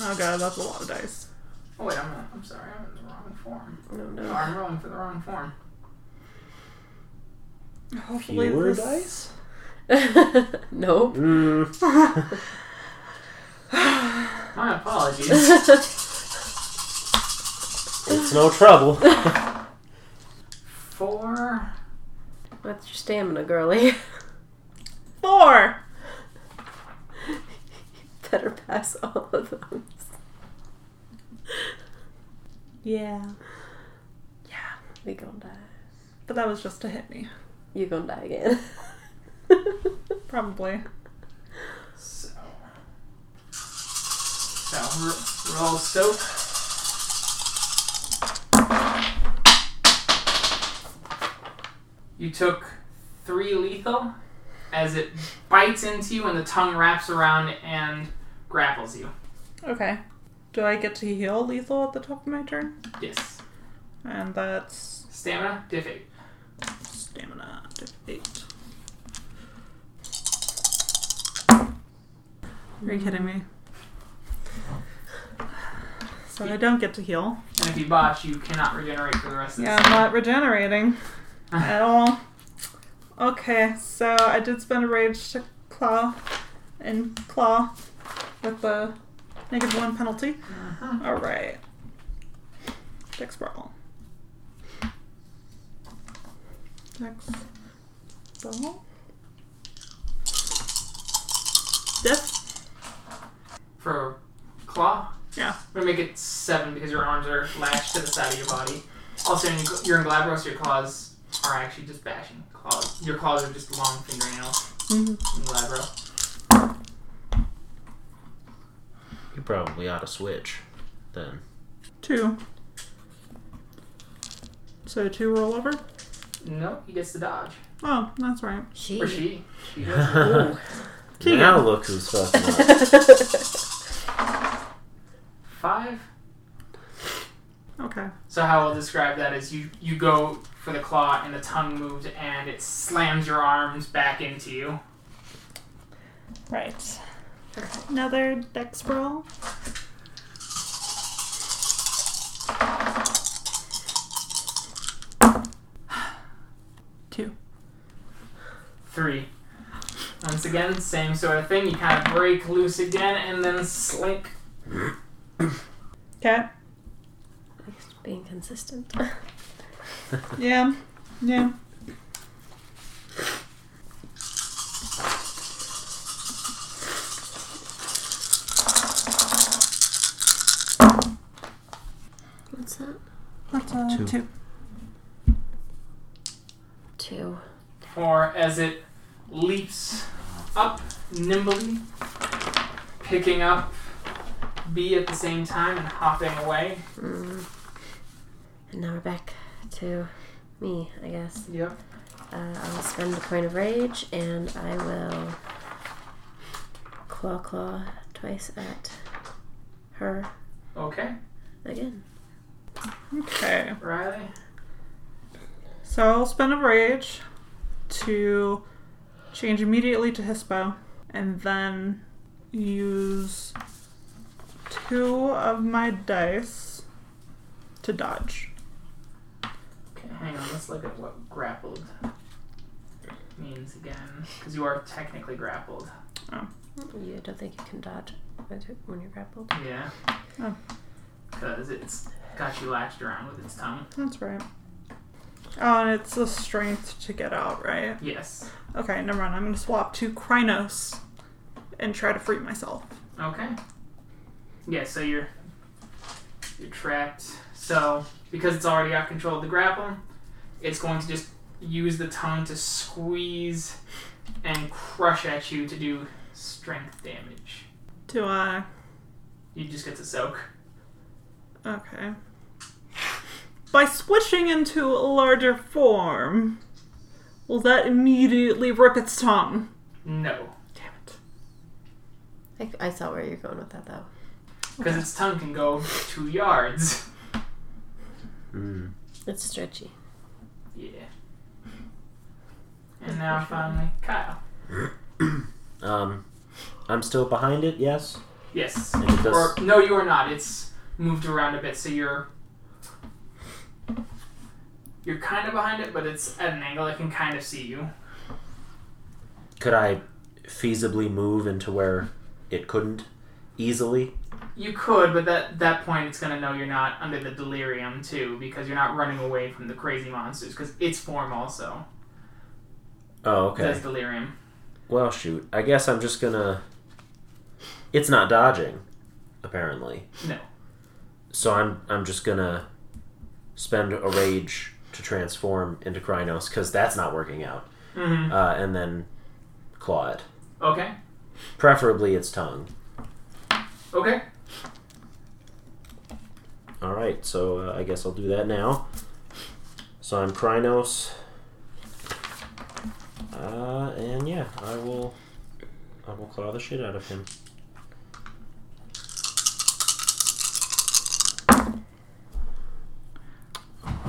Speaker 3: Oh god, that's a lot of dice.
Speaker 1: Oh wait, I'm not. I'm sorry. I'm in the wrong form.
Speaker 4: no,
Speaker 1: No,
Speaker 4: no.
Speaker 1: I'm rolling for the wrong form.
Speaker 3: Hopefully
Speaker 2: Fewer
Speaker 3: this...
Speaker 2: dice.
Speaker 4: nope.
Speaker 2: Mm.
Speaker 1: My apologies.
Speaker 4: That's
Speaker 2: It's no trouble.
Speaker 1: Four.
Speaker 4: your stamina, girly.
Speaker 3: Four.
Speaker 4: Better pass all of them.
Speaker 3: Yeah.
Speaker 4: We gonna die.
Speaker 3: But that was just to hit me,
Speaker 4: You gonna die again.
Speaker 3: probably.
Speaker 1: So. So ro- roll soap. You took three lethal as it bites into you and the tongue wraps around and grapples you.
Speaker 3: Okay. Do I get to heal lethal at the top of my turn?
Speaker 1: Yes.
Speaker 3: And that's
Speaker 1: Stamina, diff eight.
Speaker 3: stamina to eight. Are you kidding me? So I don't get to heal.
Speaker 1: And if you botch, you cannot regenerate for the rest of
Speaker 3: Yeah,
Speaker 1: the
Speaker 3: I'm not regenerating at all. Okay, so I did spend a rage to claw and claw with the negative one penalty.
Speaker 1: Uh-huh.
Speaker 3: All right. Dex brawl. Dex brawl. Death.
Speaker 1: For claw,
Speaker 3: Yeah.
Speaker 1: I'm gonna make it seven because your arms are lashed to the side of your body. Also, in, you're in Glabros, your claws are actually just bashing claws. Your claws are just long fingernails in Glabro.
Speaker 2: You probably ought to switch. Then
Speaker 3: Two. So two roll over.
Speaker 1: No, he gets to dodge.
Speaker 3: Oh, that's right.
Speaker 4: She.
Speaker 1: Or she. she does.
Speaker 2: now look who's fucking up.
Speaker 1: Five.
Speaker 3: Okay.
Speaker 1: So how I'll describe that is you you go for the claw and the tongue moves and it slams your arms back into you.
Speaker 3: Right. Another dex roll. Two.
Speaker 1: Three. Once again, same sort of thing. You kind of break loose again and then slink.
Speaker 3: Okay.
Speaker 4: Being consistent.
Speaker 3: Yeah. Yeah.
Speaker 4: What's that?
Speaker 3: That's a
Speaker 2: Two.
Speaker 3: two.
Speaker 4: Two.
Speaker 1: or as it leaps up nimbly, picking up B at the same time and hopping away.
Speaker 4: Mm. And now we're back to me, I guess.
Speaker 1: Yep.
Speaker 4: Uh, I'll spend a point of rage and I will claw claw twice at her
Speaker 1: Okay,
Speaker 4: again.
Speaker 3: Okay.
Speaker 1: Riley.
Speaker 3: So I'll spend a rage to change immediately to Hispo and then use two of my dice to dodge.
Speaker 1: Okay, hang on. Let's look at what grappled means again, because you are technically grappled.
Speaker 4: You don't think you can dodge with- when you're grappled?
Speaker 1: Yeah.
Speaker 3: Oh.
Speaker 1: Because it's got you latched around with its tongue.
Speaker 3: That's right. Oh, and it's a strength to get out, right?
Speaker 1: Yes.
Speaker 3: Okay, never mind. I'm gonna swap to Krynos and try to free myself.
Speaker 1: Okay. Yeah, so you're you're trapped. So because it's already out of control of the grapple, it's going to just use the tongue to squeeze and crush at you to do strength damage.
Speaker 3: Do I?
Speaker 1: You just get to soak.
Speaker 3: Okay. By switching into a larger form, will that immediately rip its tongue?
Speaker 1: No.
Speaker 3: Damn it.
Speaker 4: I, I saw where you're going with that though.
Speaker 1: Because its tongue can go two yards.
Speaker 2: Mm.
Speaker 4: It's stretchy.
Speaker 1: Yeah. And now finally, Kyle.
Speaker 2: Um, I'm still behind it. Yes.
Speaker 1: Yes.
Speaker 2: And it does-
Speaker 1: Or no, you are not. It's moved around a bit, so you're you're kind of behind it, but it's at an angle. I can kind of see you.
Speaker 2: Could I feasibly move into where it couldn't easily?
Speaker 1: You could, but that that point, it's gonna know you're not under the delirium too, because you're not running away from the crazy monsters, because its form also
Speaker 2: Oh, okay.
Speaker 1: does delirium.
Speaker 2: Well, shoot. I guess I'm just gonna. It's not dodging, apparently.
Speaker 1: No.
Speaker 2: So I'm I'm just gonna spend a rage to transform into Krynos because that's not working out,
Speaker 1: Mm-hmm.
Speaker 2: uh, and then claw it.
Speaker 1: Okay.
Speaker 2: Preferably its tongue.
Speaker 1: Okay.
Speaker 2: All right. So uh, I guess I'll do that now. So I'm Krynos. Uh, and yeah, I will. I will claw the shit out of him.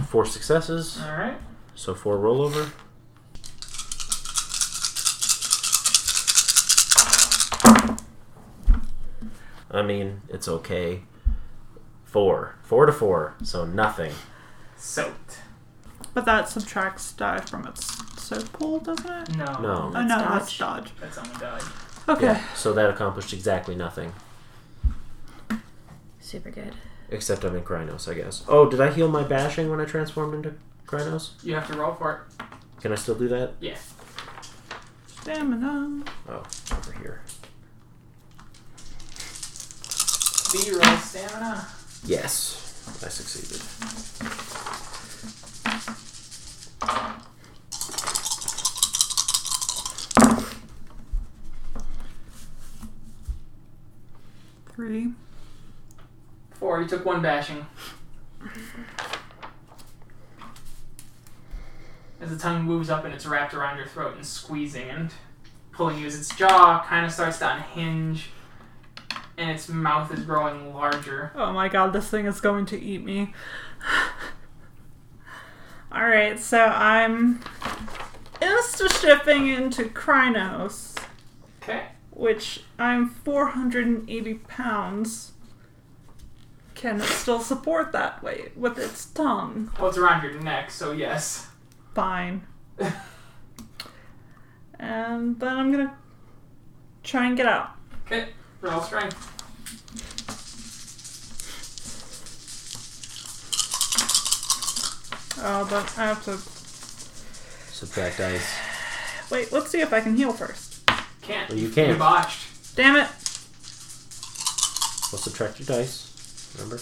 Speaker 2: Four successes.
Speaker 1: All right.
Speaker 2: So four rollover. I mean, it's okay. Four. Four to four, so nothing.
Speaker 1: Soaked.
Speaker 3: But that subtracts die from its soap pool, doesn't it?
Speaker 1: No.
Speaker 2: No.
Speaker 3: oh, no,
Speaker 4: That's
Speaker 3: that's dodge.
Speaker 1: That's only dodge.
Speaker 3: Okay.
Speaker 2: Yeah, so that accomplished exactly nothing.
Speaker 4: Super good.
Speaker 2: Except I'm in Krynos, I guess. Oh, did I heal my bashing when I transformed into Krynos?
Speaker 1: You have to roll for
Speaker 2: Can I still do that?
Speaker 1: it. Yeah.
Speaker 3: Stamina.
Speaker 2: Oh, over here.
Speaker 1: B roll stamina.
Speaker 2: Yes, I succeeded.
Speaker 3: Three.
Speaker 1: Four. You took one bashing. As the tongue moves up and it's wrapped around your throat and squeezing and pulling you as its jaw kind of starts to unhinge, and its mouth is growing larger.
Speaker 3: Oh my god, this thing is going to eat me. Alright, so I'm insta shifting into Krynos,
Speaker 1: Okay.
Speaker 3: which I'm 480 pounds. Can it still support that weight with its tongue?
Speaker 1: Well, it's around your neck, so yes.
Speaker 3: Fine. and then I'm gonna try and get out.
Speaker 1: Okay. Roll strength.
Speaker 3: Oh, but I have to.
Speaker 2: Subtract dice.
Speaker 3: Wait, let's see if I can heal first.
Speaker 1: Can't.
Speaker 2: Well, you can't.
Speaker 1: You botched.
Speaker 3: Damn it!
Speaker 2: Well, subtract your dice. Remember?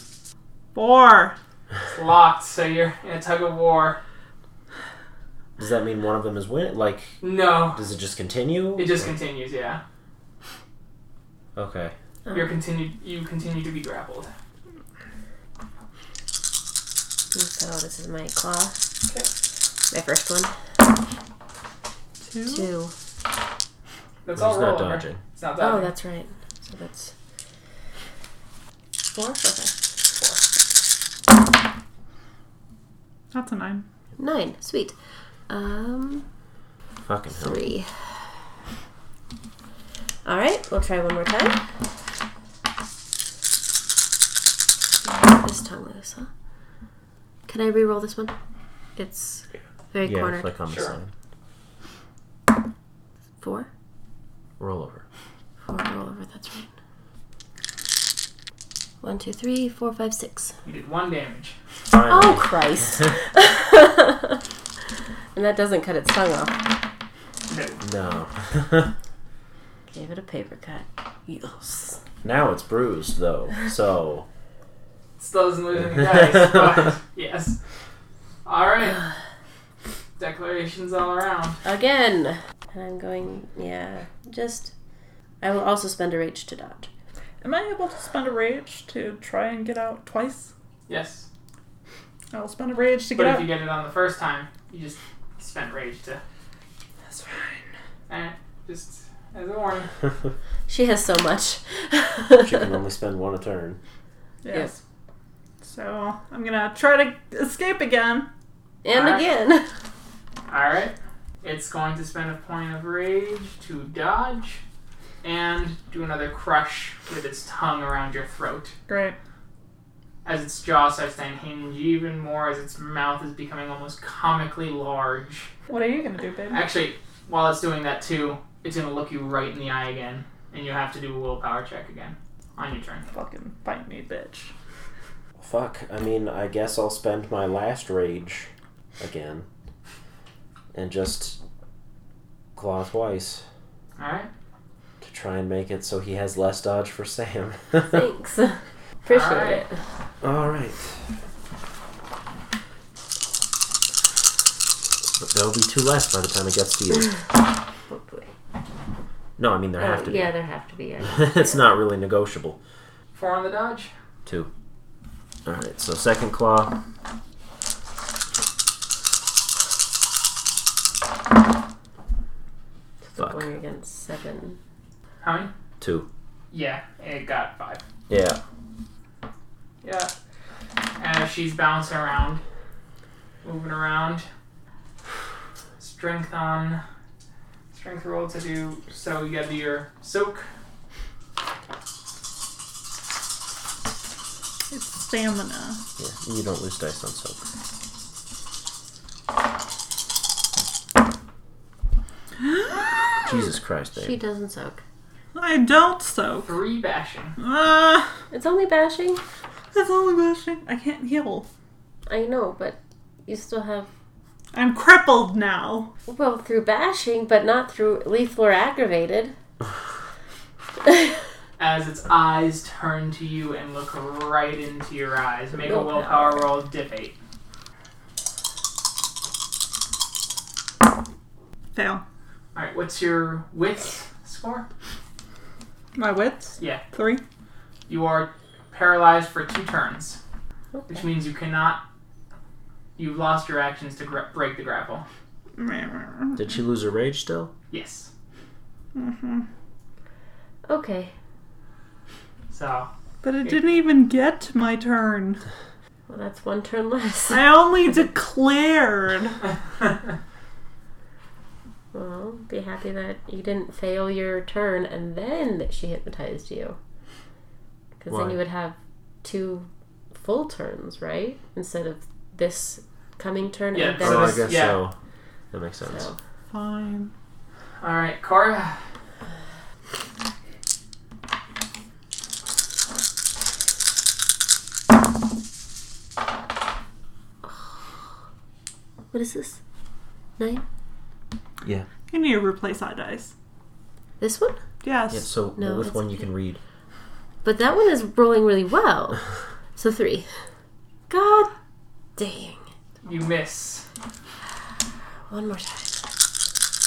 Speaker 3: Four!
Speaker 1: It's locked, so you're in a tug of war.
Speaker 2: Does that mean one of them is win? Like,
Speaker 1: No.
Speaker 2: Does it just continue?
Speaker 1: It just continues, yeah.
Speaker 2: Okay.
Speaker 4: Oh. Um,
Speaker 1: You're continued. You continue to be grappled.
Speaker 4: So this is my claw.
Speaker 1: Okay.
Speaker 4: My first one.
Speaker 3: Two.
Speaker 4: Two.
Speaker 1: That's
Speaker 2: Well,
Speaker 1: all.
Speaker 2: it's
Speaker 1: roll
Speaker 2: not
Speaker 1: over.
Speaker 2: dodging.
Speaker 1: It's not
Speaker 4: Oh,
Speaker 1: dodging.
Speaker 4: that's right. So that's four. Okay.
Speaker 3: That's a nine.
Speaker 4: Nine. Sweet. Um,
Speaker 2: Fucking hell.
Speaker 4: three. All right. We'll try one more time. This tongue loose, huh? Can I re-roll this one? It's very
Speaker 2: Yeah,
Speaker 4: cornered.
Speaker 2: it's like on the
Speaker 1: Sure.
Speaker 2: side.
Speaker 4: Four.
Speaker 2: Roll over.
Speaker 4: Four roll over. That's right. One, two, three, four, five, six.
Speaker 1: You did one damage.
Speaker 4: Oh
Speaker 2: Finally.
Speaker 4: Christ! and that doesn't cut its tongue off.
Speaker 1: No.
Speaker 2: No.
Speaker 4: Gave it a paper cut. Yes.
Speaker 2: now it's bruised though. So
Speaker 1: Still doesn't lose any dice, but yes. Alright. Declarations all around.
Speaker 4: Again. And I'm going. Yeah. Just. I will also spend a rage to dodge.
Speaker 3: Am I able to spend a rage to try and get out twice?
Speaker 1: Yes.
Speaker 3: Yes. I'll spend a rage to
Speaker 1: but
Speaker 3: get
Speaker 1: if
Speaker 3: out.
Speaker 1: you get it on the first time, you just spent rage to.
Speaker 3: That's fine.
Speaker 1: Eh, just as a warning.
Speaker 2: she
Speaker 4: She has so much.
Speaker 2: can only spend one a turn.
Speaker 3: Yes. So I'm gonna try to escape again.
Speaker 4: And
Speaker 1: Alright.
Speaker 4: again.
Speaker 1: Alright. It's going to spend a point of rage to dodge and do another crush with its tongue around your throat.
Speaker 3: Great.
Speaker 1: As its jaw starts to hinge even more, as its mouth is becoming almost comically large.
Speaker 3: What are you gonna do, baby?
Speaker 1: Actually, while it's doing that too, it's going to look you right in the eye again, and you have to do a willpower check again on your turn.
Speaker 3: Fucking fight me, bitch.
Speaker 2: Fuck. I mean, I guess I'll spend my last rage again and just claw twice
Speaker 1: Alright?
Speaker 2: to try and make it so he has less dodge for Sam.
Speaker 4: Thanks. Appreciate
Speaker 1: Alright.
Speaker 4: it.
Speaker 2: All right. But there'll be two less by the time it gets to you.
Speaker 4: Hopefully.
Speaker 2: No, I mean there have
Speaker 4: Oh,
Speaker 2: to
Speaker 4: yeah, there have to be. I
Speaker 2: be. it's not really negotiable.
Speaker 1: Four on the dodge.
Speaker 2: Two. All right. So second claw.
Speaker 4: Fuck.
Speaker 2: Fuck.
Speaker 4: Going against seven.
Speaker 1: How many?
Speaker 2: Two.
Speaker 1: Yeah, it got five.
Speaker 2: Yeah.
Speaker 1: Yeah. And she's bouncing around, moving around. Strength on. Strength roll to do. So you gotta do your soak.
Speaker 3: It's stamina.
Speaker 2: Yeah. You don't lose dice on soak. Jesus Christ,
Speaker 4: Hmm. She
Speaker 2: babe.
Speaker 4: doesn't soak.
Speaker 3: I don't soak.
Speaker 1: Three bashing.
Speaker 3: Ah,
Speaker 4: It's only bashing.
Speaker 3: that's only bashing. I can't heal.
Speaker 4: I know, but you still have.
Speaker 3: I'm crippled now.
Speaker 4: Well, through bashing, but not through lethal or aggravated.
Speaker 1: As its eyes turn to you and look right into your eyes. Make a willpower roll, dip eight.
Speaker 3: Fail.
Speaker 1: Alright, what's your wits score?
Speaker 3: My wits?
Speaker 1: Yeah.
Speaker 3: Three.
Speaker 1: You are paralyzed for two turns, which
Speaker 4: Okay.
Speaker 1: means you cannot. You've lost your actions to gra- break the grapple.
Speaker 2: Did she lose her rage still?
Speaker 1: Yes.
Speaker 3: hmm
Speaker 4: Okay.
Speaker 1: So,
Speaker 3: But it didn't even get my turn.
Speaker 4: Well, that's one turn less.
Speaker 3: I only declared.
Speaker 4: Well, be happy that you didn't fail your turn and then that she hypnotized you. Because then
Speaker 2: Why?
Speaker 4: you would have two full turns, right? Instead of this coming turn
Speaker 1: Yeah,
Speaker 4: and then
Speaker 1: so
Speaker 2: Oh, I
Speaker 1: this-
Speaker 2: guess
Speaker 1: yeah.
Speaker 2: so. That makes sense.
Speaker 4: So,
Speaker 3: Fine.
Speaker 1: alright, Cora.
Speaker 4: What is this? Nine?
Speaker 2: Yeah.
Speaker 3: You need to replace that dice.
Speaker 4: This one?
Speaker 3: Yes.
Speaker 2: Yeah, so
Speaker 4: No,
Speaker 2: with
Speaker 4: it's
Speaker 2: one you can read.
Speaker 4: But that one is rolling really well. So three. God dang.
Speaker 1: You miss.
Speaker 4: One more time.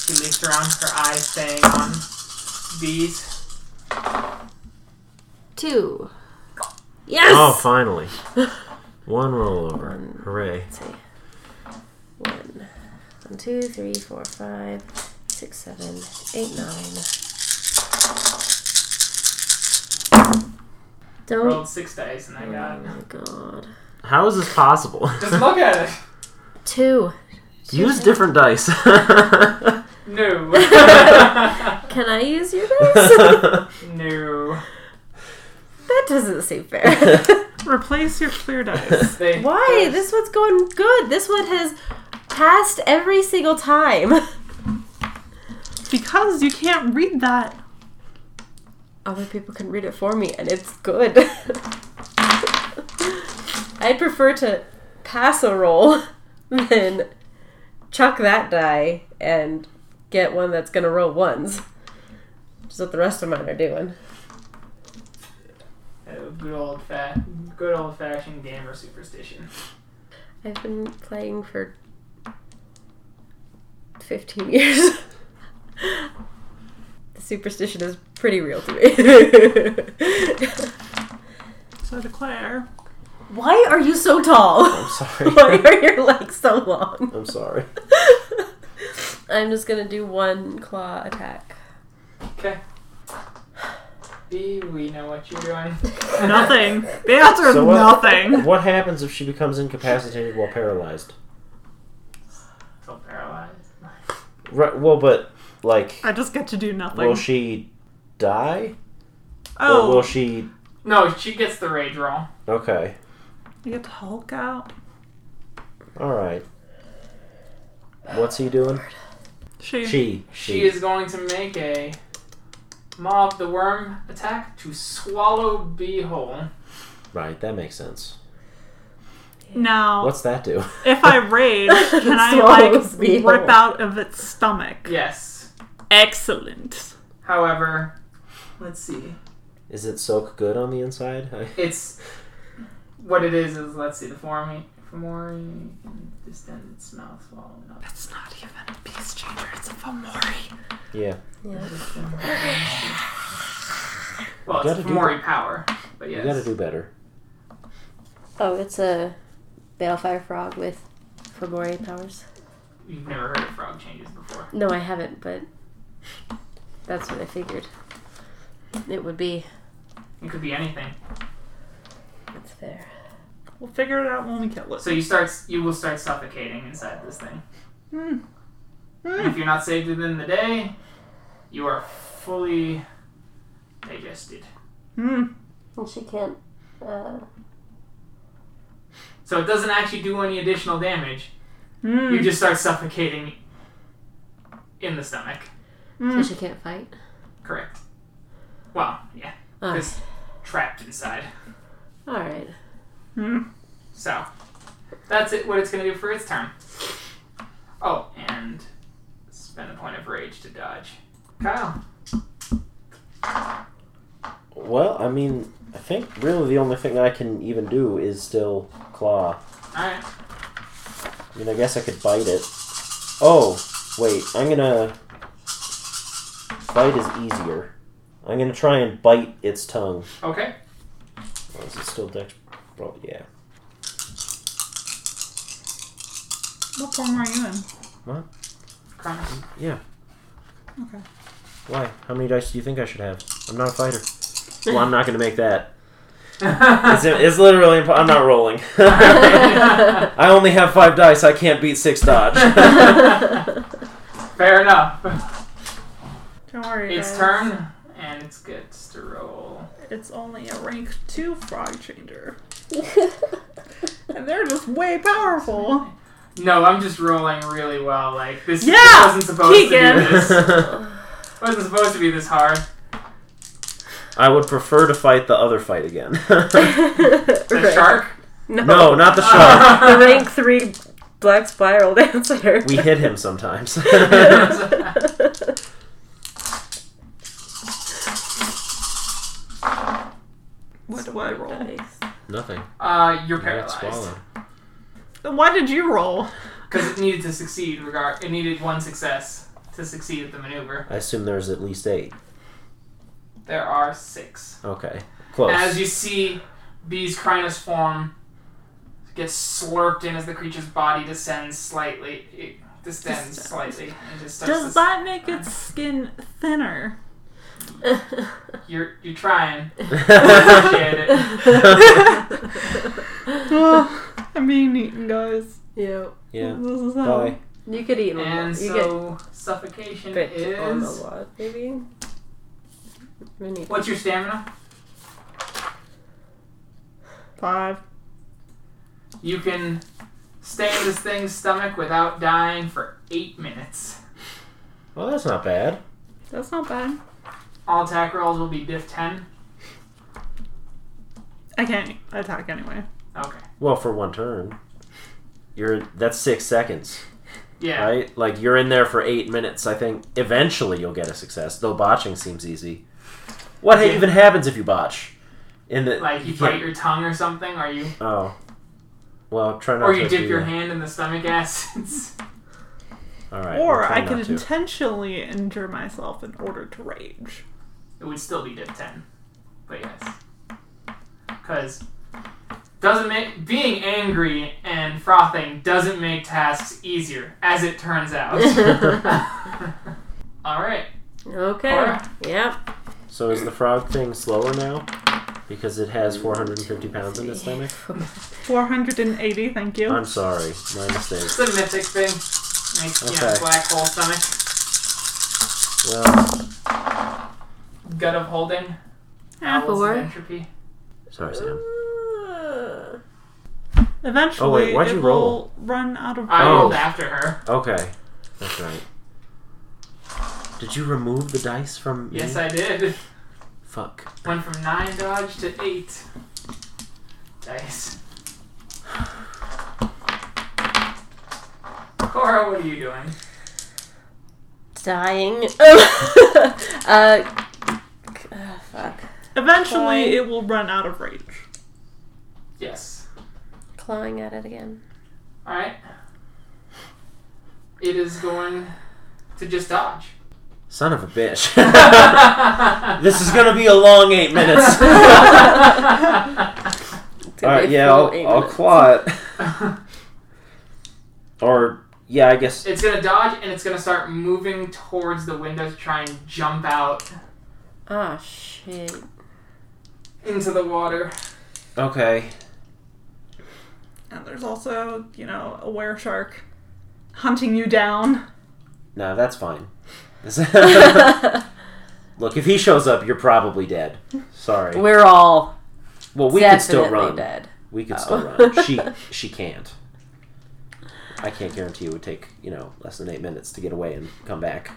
Speaker 1: She looks around, her eyes staying on these.
Speaker 4: Two. Yes!
Speaker 2: Oh, finally. One rollover.
Speaker 4: One.
Speaker 2: Hooray.
Speaker 4: Let's see. One. One, two, three, four, five, six, seven, eight, nine. Don't.
Speaker 1: Rolled six dice and I
Speaker 4: Oh
Speaker 1: got.
Speaker 4: my god.
Speaker 2: How is this possible?
Speaker 1: Just look at it!
Speaker 4: Two.
Speaker 2: Use different dice.
Speaker 1: No.
Speaker 4: Can I use your dice?
Speaker 1: no.
Speaker 4: that doesn't seem fair.
Speaker 3: Replace your clear dice.
Speaker 1: They,
Speaker 4: Why? This one's going good. This one has passed every single time.
Speaker 3: because you can't read that.
Speaker 4: Other people can read it for me, and it's good. I'd prefer to pass a roll than chuck that die and get one that's gonna roll ones. Which is what the rest of mine are doing.
Speaker 1: Oh, good old fat, good old fashioned gamer superstition.
Speaker 4: I've been playing for 15 years. the superstition is pretty real to me.
Speaker 3: So declare.
Speaker 4: Why are you so tall?
Speaker 2: I'm
Speaker 4: Why
Speaker 2: sorry.
Speaker 4: are your legs so long?
Speaker 2: I'm sorry.
Speaker 4: I'm just gonna do one claw attack.
Speaker 1: Okay. B, we know what you're doing.
Speaker 3: Nothing. The answer is
Speaker 2: So what-
Speaker 3: nothing.
Speaker 2: What happens if she becomes incapacitated while paralyzed? Right, well, but like,
Speaker 3: I just get to do nothing.
Speaker 2: will she die?
Speaker 3: oh,
Speaker 2: Or will she?
Speaker 1: No, she gets the rage roll.
Speaker 2: Okay.
Speaker 3: you get to Hulk out.
Speaker 2: All right. What's he doing?
Speaker 3: She,
Speaker 2: She.
Speaker 1: She is going to make a Maw of the Worm attack to swallow Beehole.
Speaker 2: Right. That makes sense.
Speaker 3: now,
Speaker 2: What's that do?
Speaker 3: if I rage, can I
Speaker 4: Swallows
Speaker 3: like
Speaker 4: me
Speaker 3: rip
Speaker 4: whole.
Speaker 3: out of its stomach?
Speaker 1: Yes.
Speaker 3: Excellent.
Speaker 1: However, let's see.
Speaker 2: Is it soak good on the inside? I,
Speaker 1: It's what it is is let's see the form Fomori distend its mouth swallowing up.
Speaker 3: It's not even a peace chamber. It's a Fomori.
Speaker 2: yeah.
Speaker 4: Yeah.
Speaker 1: Well,
Speaker 2: You
Speaker 1: it's
Speaker 2: gotta do
Speaker 1: Fomori power, but yes.
Speaker 2: You gotta do better.
Speaker 4: Oh, it's a balefire frog with Fomori powers.
Speaker 1: You've never heard of frog changes before.
Speaker 4: No, I haven't, but that's what I figured. It would be.
Speaker 1: It could be anything.
Speaker 4: That's fair.
Speaker 3: We'll figure it out when we kill it.
Speaker 1: So you start, you will start suffocating inside this thing.
Speaker 3: Hmm.
Speaker 1: And if you're not saved within the day, you are fully digested.
Speaker 3: Hmm.
Speaker 4: And she can't. Uh,
Speaker 1: So it doesn't actually do any additional damage.
Speaker 3: Hmm.
Speaker 1: You just start suffocating in the stomach.
Speaker 4: So
Speaker 3: Hmm.
Speaker 4: she can't fight.
Speaker 1: Correct. Well, yeah,
Speaker 4: Oh,
Speaker 1: Yes. trapped inside.
Speaker 4: all right.
Speaker 3: Hmm.
Speaker 1: So that's it. What it's gonna do for its turn. Oh, and spend a point of rage to dodge. Kyle,
Speaker 2: Well, I mean, I think really the only thing that I can even do is still
Speaker 1: all
Speaker 2: claw.
Speaker 1: right.
Speaker 2: I mean, I guess I could bite it. Oh, wait, I'm gonna. Bite is easier. I'm gonna try and bite its tongue.
Speaker 1: Okay.
Speaker 2: Oh, is it still dex? Probably, yeah.
Speaker 3: What form are you in?
Speaker 1: Kronos.
Speaker 2: Yeah.
Speaker 3: Okay.
Speaker 2: Why? How many dice do you think I should have? I'm not a fighter. Well, I'm not gonna make that. It's, it's literally. Imp- I'm not rolling.
Speaker 1: Fair
Speaker 2: I only have five dice. I can't beat six dodge.
Speaker 1: enough.
Speaker 3: Don't worry.
Speaker 1: Its
Speaker 3: guys.
Speaker 1: turn, and it gets to roll.
Speaker 3: It's only a rank two frog changer, and they're just way powerful.
Speaker 1: No, I'm just rolling really well. Like this
Speaker 3: Yeah,
Speaker 1: wasn't supposed
Speaker 3: Keegan.
Speaker 1: to be this. wasn't supposed to be this hard.
Speaker 2: I would prefer to fight the other fight again.
Speaker 1: The shark.
Speaker 4: No.
Speaker 2: no, not the shark.
Speaker 4: The rank three black spiral dancer.
Speaker 2: We hit him sometimes.
Speaker 3: What do I roll?
Speaker 2: Nothing.
Speaker 1: Uh, you're
Speaker 2: You got
Speaker 1: paralyzed
Speaker 2: swallowed.
Speaker 3: Then Why did you roll?
Speaker 1: because it needed to succeed. Regard, it needed one success to succeed at the maneuver.
Speaker 2: I assume there's at least eight.
Speaker 1: There are six.
Speaker 2: Okay. Close.
Speaker 1: As you see, Bee's Krynos form gets slurped in as the creature's body descends slightly. It distends
Speaker 3: Distends.
Speaker 1: slightly and just starts.
Speaker 3: Does
Speaker 1: to-
Speaker 3: that make its skin thinner?
Speaker 1: You're you're trying.
Speaker 2: Appreciate
Speaker 1: Appreciate it.
Speaker 3: I'm being eaten, guys.
Speaker 4: yeah.
Speaker 2: yeah.
Speaker 3: This is how.
Speaker 2: Bye.
Speaker 4: You could eat a lot.
Speaker 1: And
Speaker 4: You
Speaker 1: so suffocation
Speaker 4: get bit on a
Speaker 1: is.
Speaker 4: lot, maybe. We need-
Speaker 1: What's your stamina?
Speaker 3: Five.
Speaker 1: You can stay in this thing's stomach without dying for eight minutes.
Speaker 2: Well, that's not bad.
Speaker 3: That's not bad.
Speaker 1: All attack rolls will be diff 10.
Speaker 3: I can't attack anyway.
Speaker 1: Okay.
Speaker 2: Well, for one turn, you're that's six seconds,
Speaker 1: Yeah.
Speaker 2: right? Like you're in there for eight minutes. I think eventually you'll get a success. Though botching seems easy. What
Speaker 1: Yeah.
Speaker 2: even happens if you botch? In the
Speaker 1: Like you
Speaker 2: can't-
Speaker 1: bite your tongue or something, or you
Speaker 2: Oh. Well, try not
Speaker 1: or
Speaker 2: to.
Speaker 1: you
Speaker 2: do
Speaker 1: dip your
Speaker 2: that.
Speaker 1: hand in the stomach acids.
Speaker 2: All right.
Speaker 3: or
Speaker 2: we'll try
Speaker 3: I
Speaker 2: not
Speaker 3: could
Speaker 2: to.
Speaker 3: intentionally injure myself in order to rage.
Speaker 1: it would still be diff ten. But yes, because doesn't make being angry and frothing doesn't make tasks easier, as it turns out. All right.
Speaker 4: okay.
Speaker 1: Alright.
Speaker 4: Yep.
Speaker 2: So is the frog thing slower now? Because it has 450 pounds in its stomach.
Speaker 3: 480, thank you.
Speaker 2: I'm sorry, my mistake.
Speaker 1: It's a mythic thing. Makes you know,
Speaker 2: Okay.
Speaker 1: black hole stomach.
Speaker 2: Well,
Speaker 1: Gut of Holding.
Speaker 4: Ah,
Speaker 1: Owls of
Speaker 4: four.
Speaker 1: Entropy.
Speaker 2: sorry, Sam.
Speaker 3: Eventually,
Speaker 2: Oh, wait, why'd you
Speaker 3: it
Speaker 2: roll?
Speaker 3: will run out of
Speaker 1: I
Speaker 2: Oh.
Speaker 1: rolled after her.
Speaker 2: Okay, that's right. Did you remove the dice from?
Speaker 1: Yes,
Speaker 2: me?
Speaker 1: I did.
Speaker 2: Fuck.
Speaker 1: Went from nine dodge to eight. Dice. Cora, what are you doing?
Speaker 4: Dying. uh, c- uh, fuck.
Speaker 3: Eventually,
Speaker 4: Okay.
Speaker 3: it will run out of rage.
Speaker 1: Yes.
Speaker 4: Clawing at it again.
Speaker 1: Alright. It is going to just dodge.
Speaker 2: Son of a bitch. this is gonna be a long eight minutes.
Speaker 4: It's
Speaker 2: All
Speaker 4: gonna
Speaker 2: right,
Speaker 4: be a
Speaker 2: yeah,
Speaker 4: full
Speaker 2: I'll,
Speaker 4: eight
Speaker 2: I'll
Speaker 4: minutes.
Speaker 2: claw it. Or yeah, I guess
Speaker 1: it's gonna dodge and it's gonna start moving towards the window to try and jump out
Speaker 4: Ah, shit.
Speaker 1: into the water.
Speaker 2: okay.
Speaker 3: And there's also, you know, a were shark hunting you down.
Speaker 2: No, that's fine. Look, if he shows up, you're probably dead. Sorry.
Speaker 4: We're all
Speaker 2: well, we could
Speaker 4: definitely
Speaker 2: still run.
Speaker 4: dead.
Speaker 2: We could
Speaker 4: Oh.
Speaker 2: still run. She she can't. I can't guarantee it would take you know less than eight minutes to get away and come back.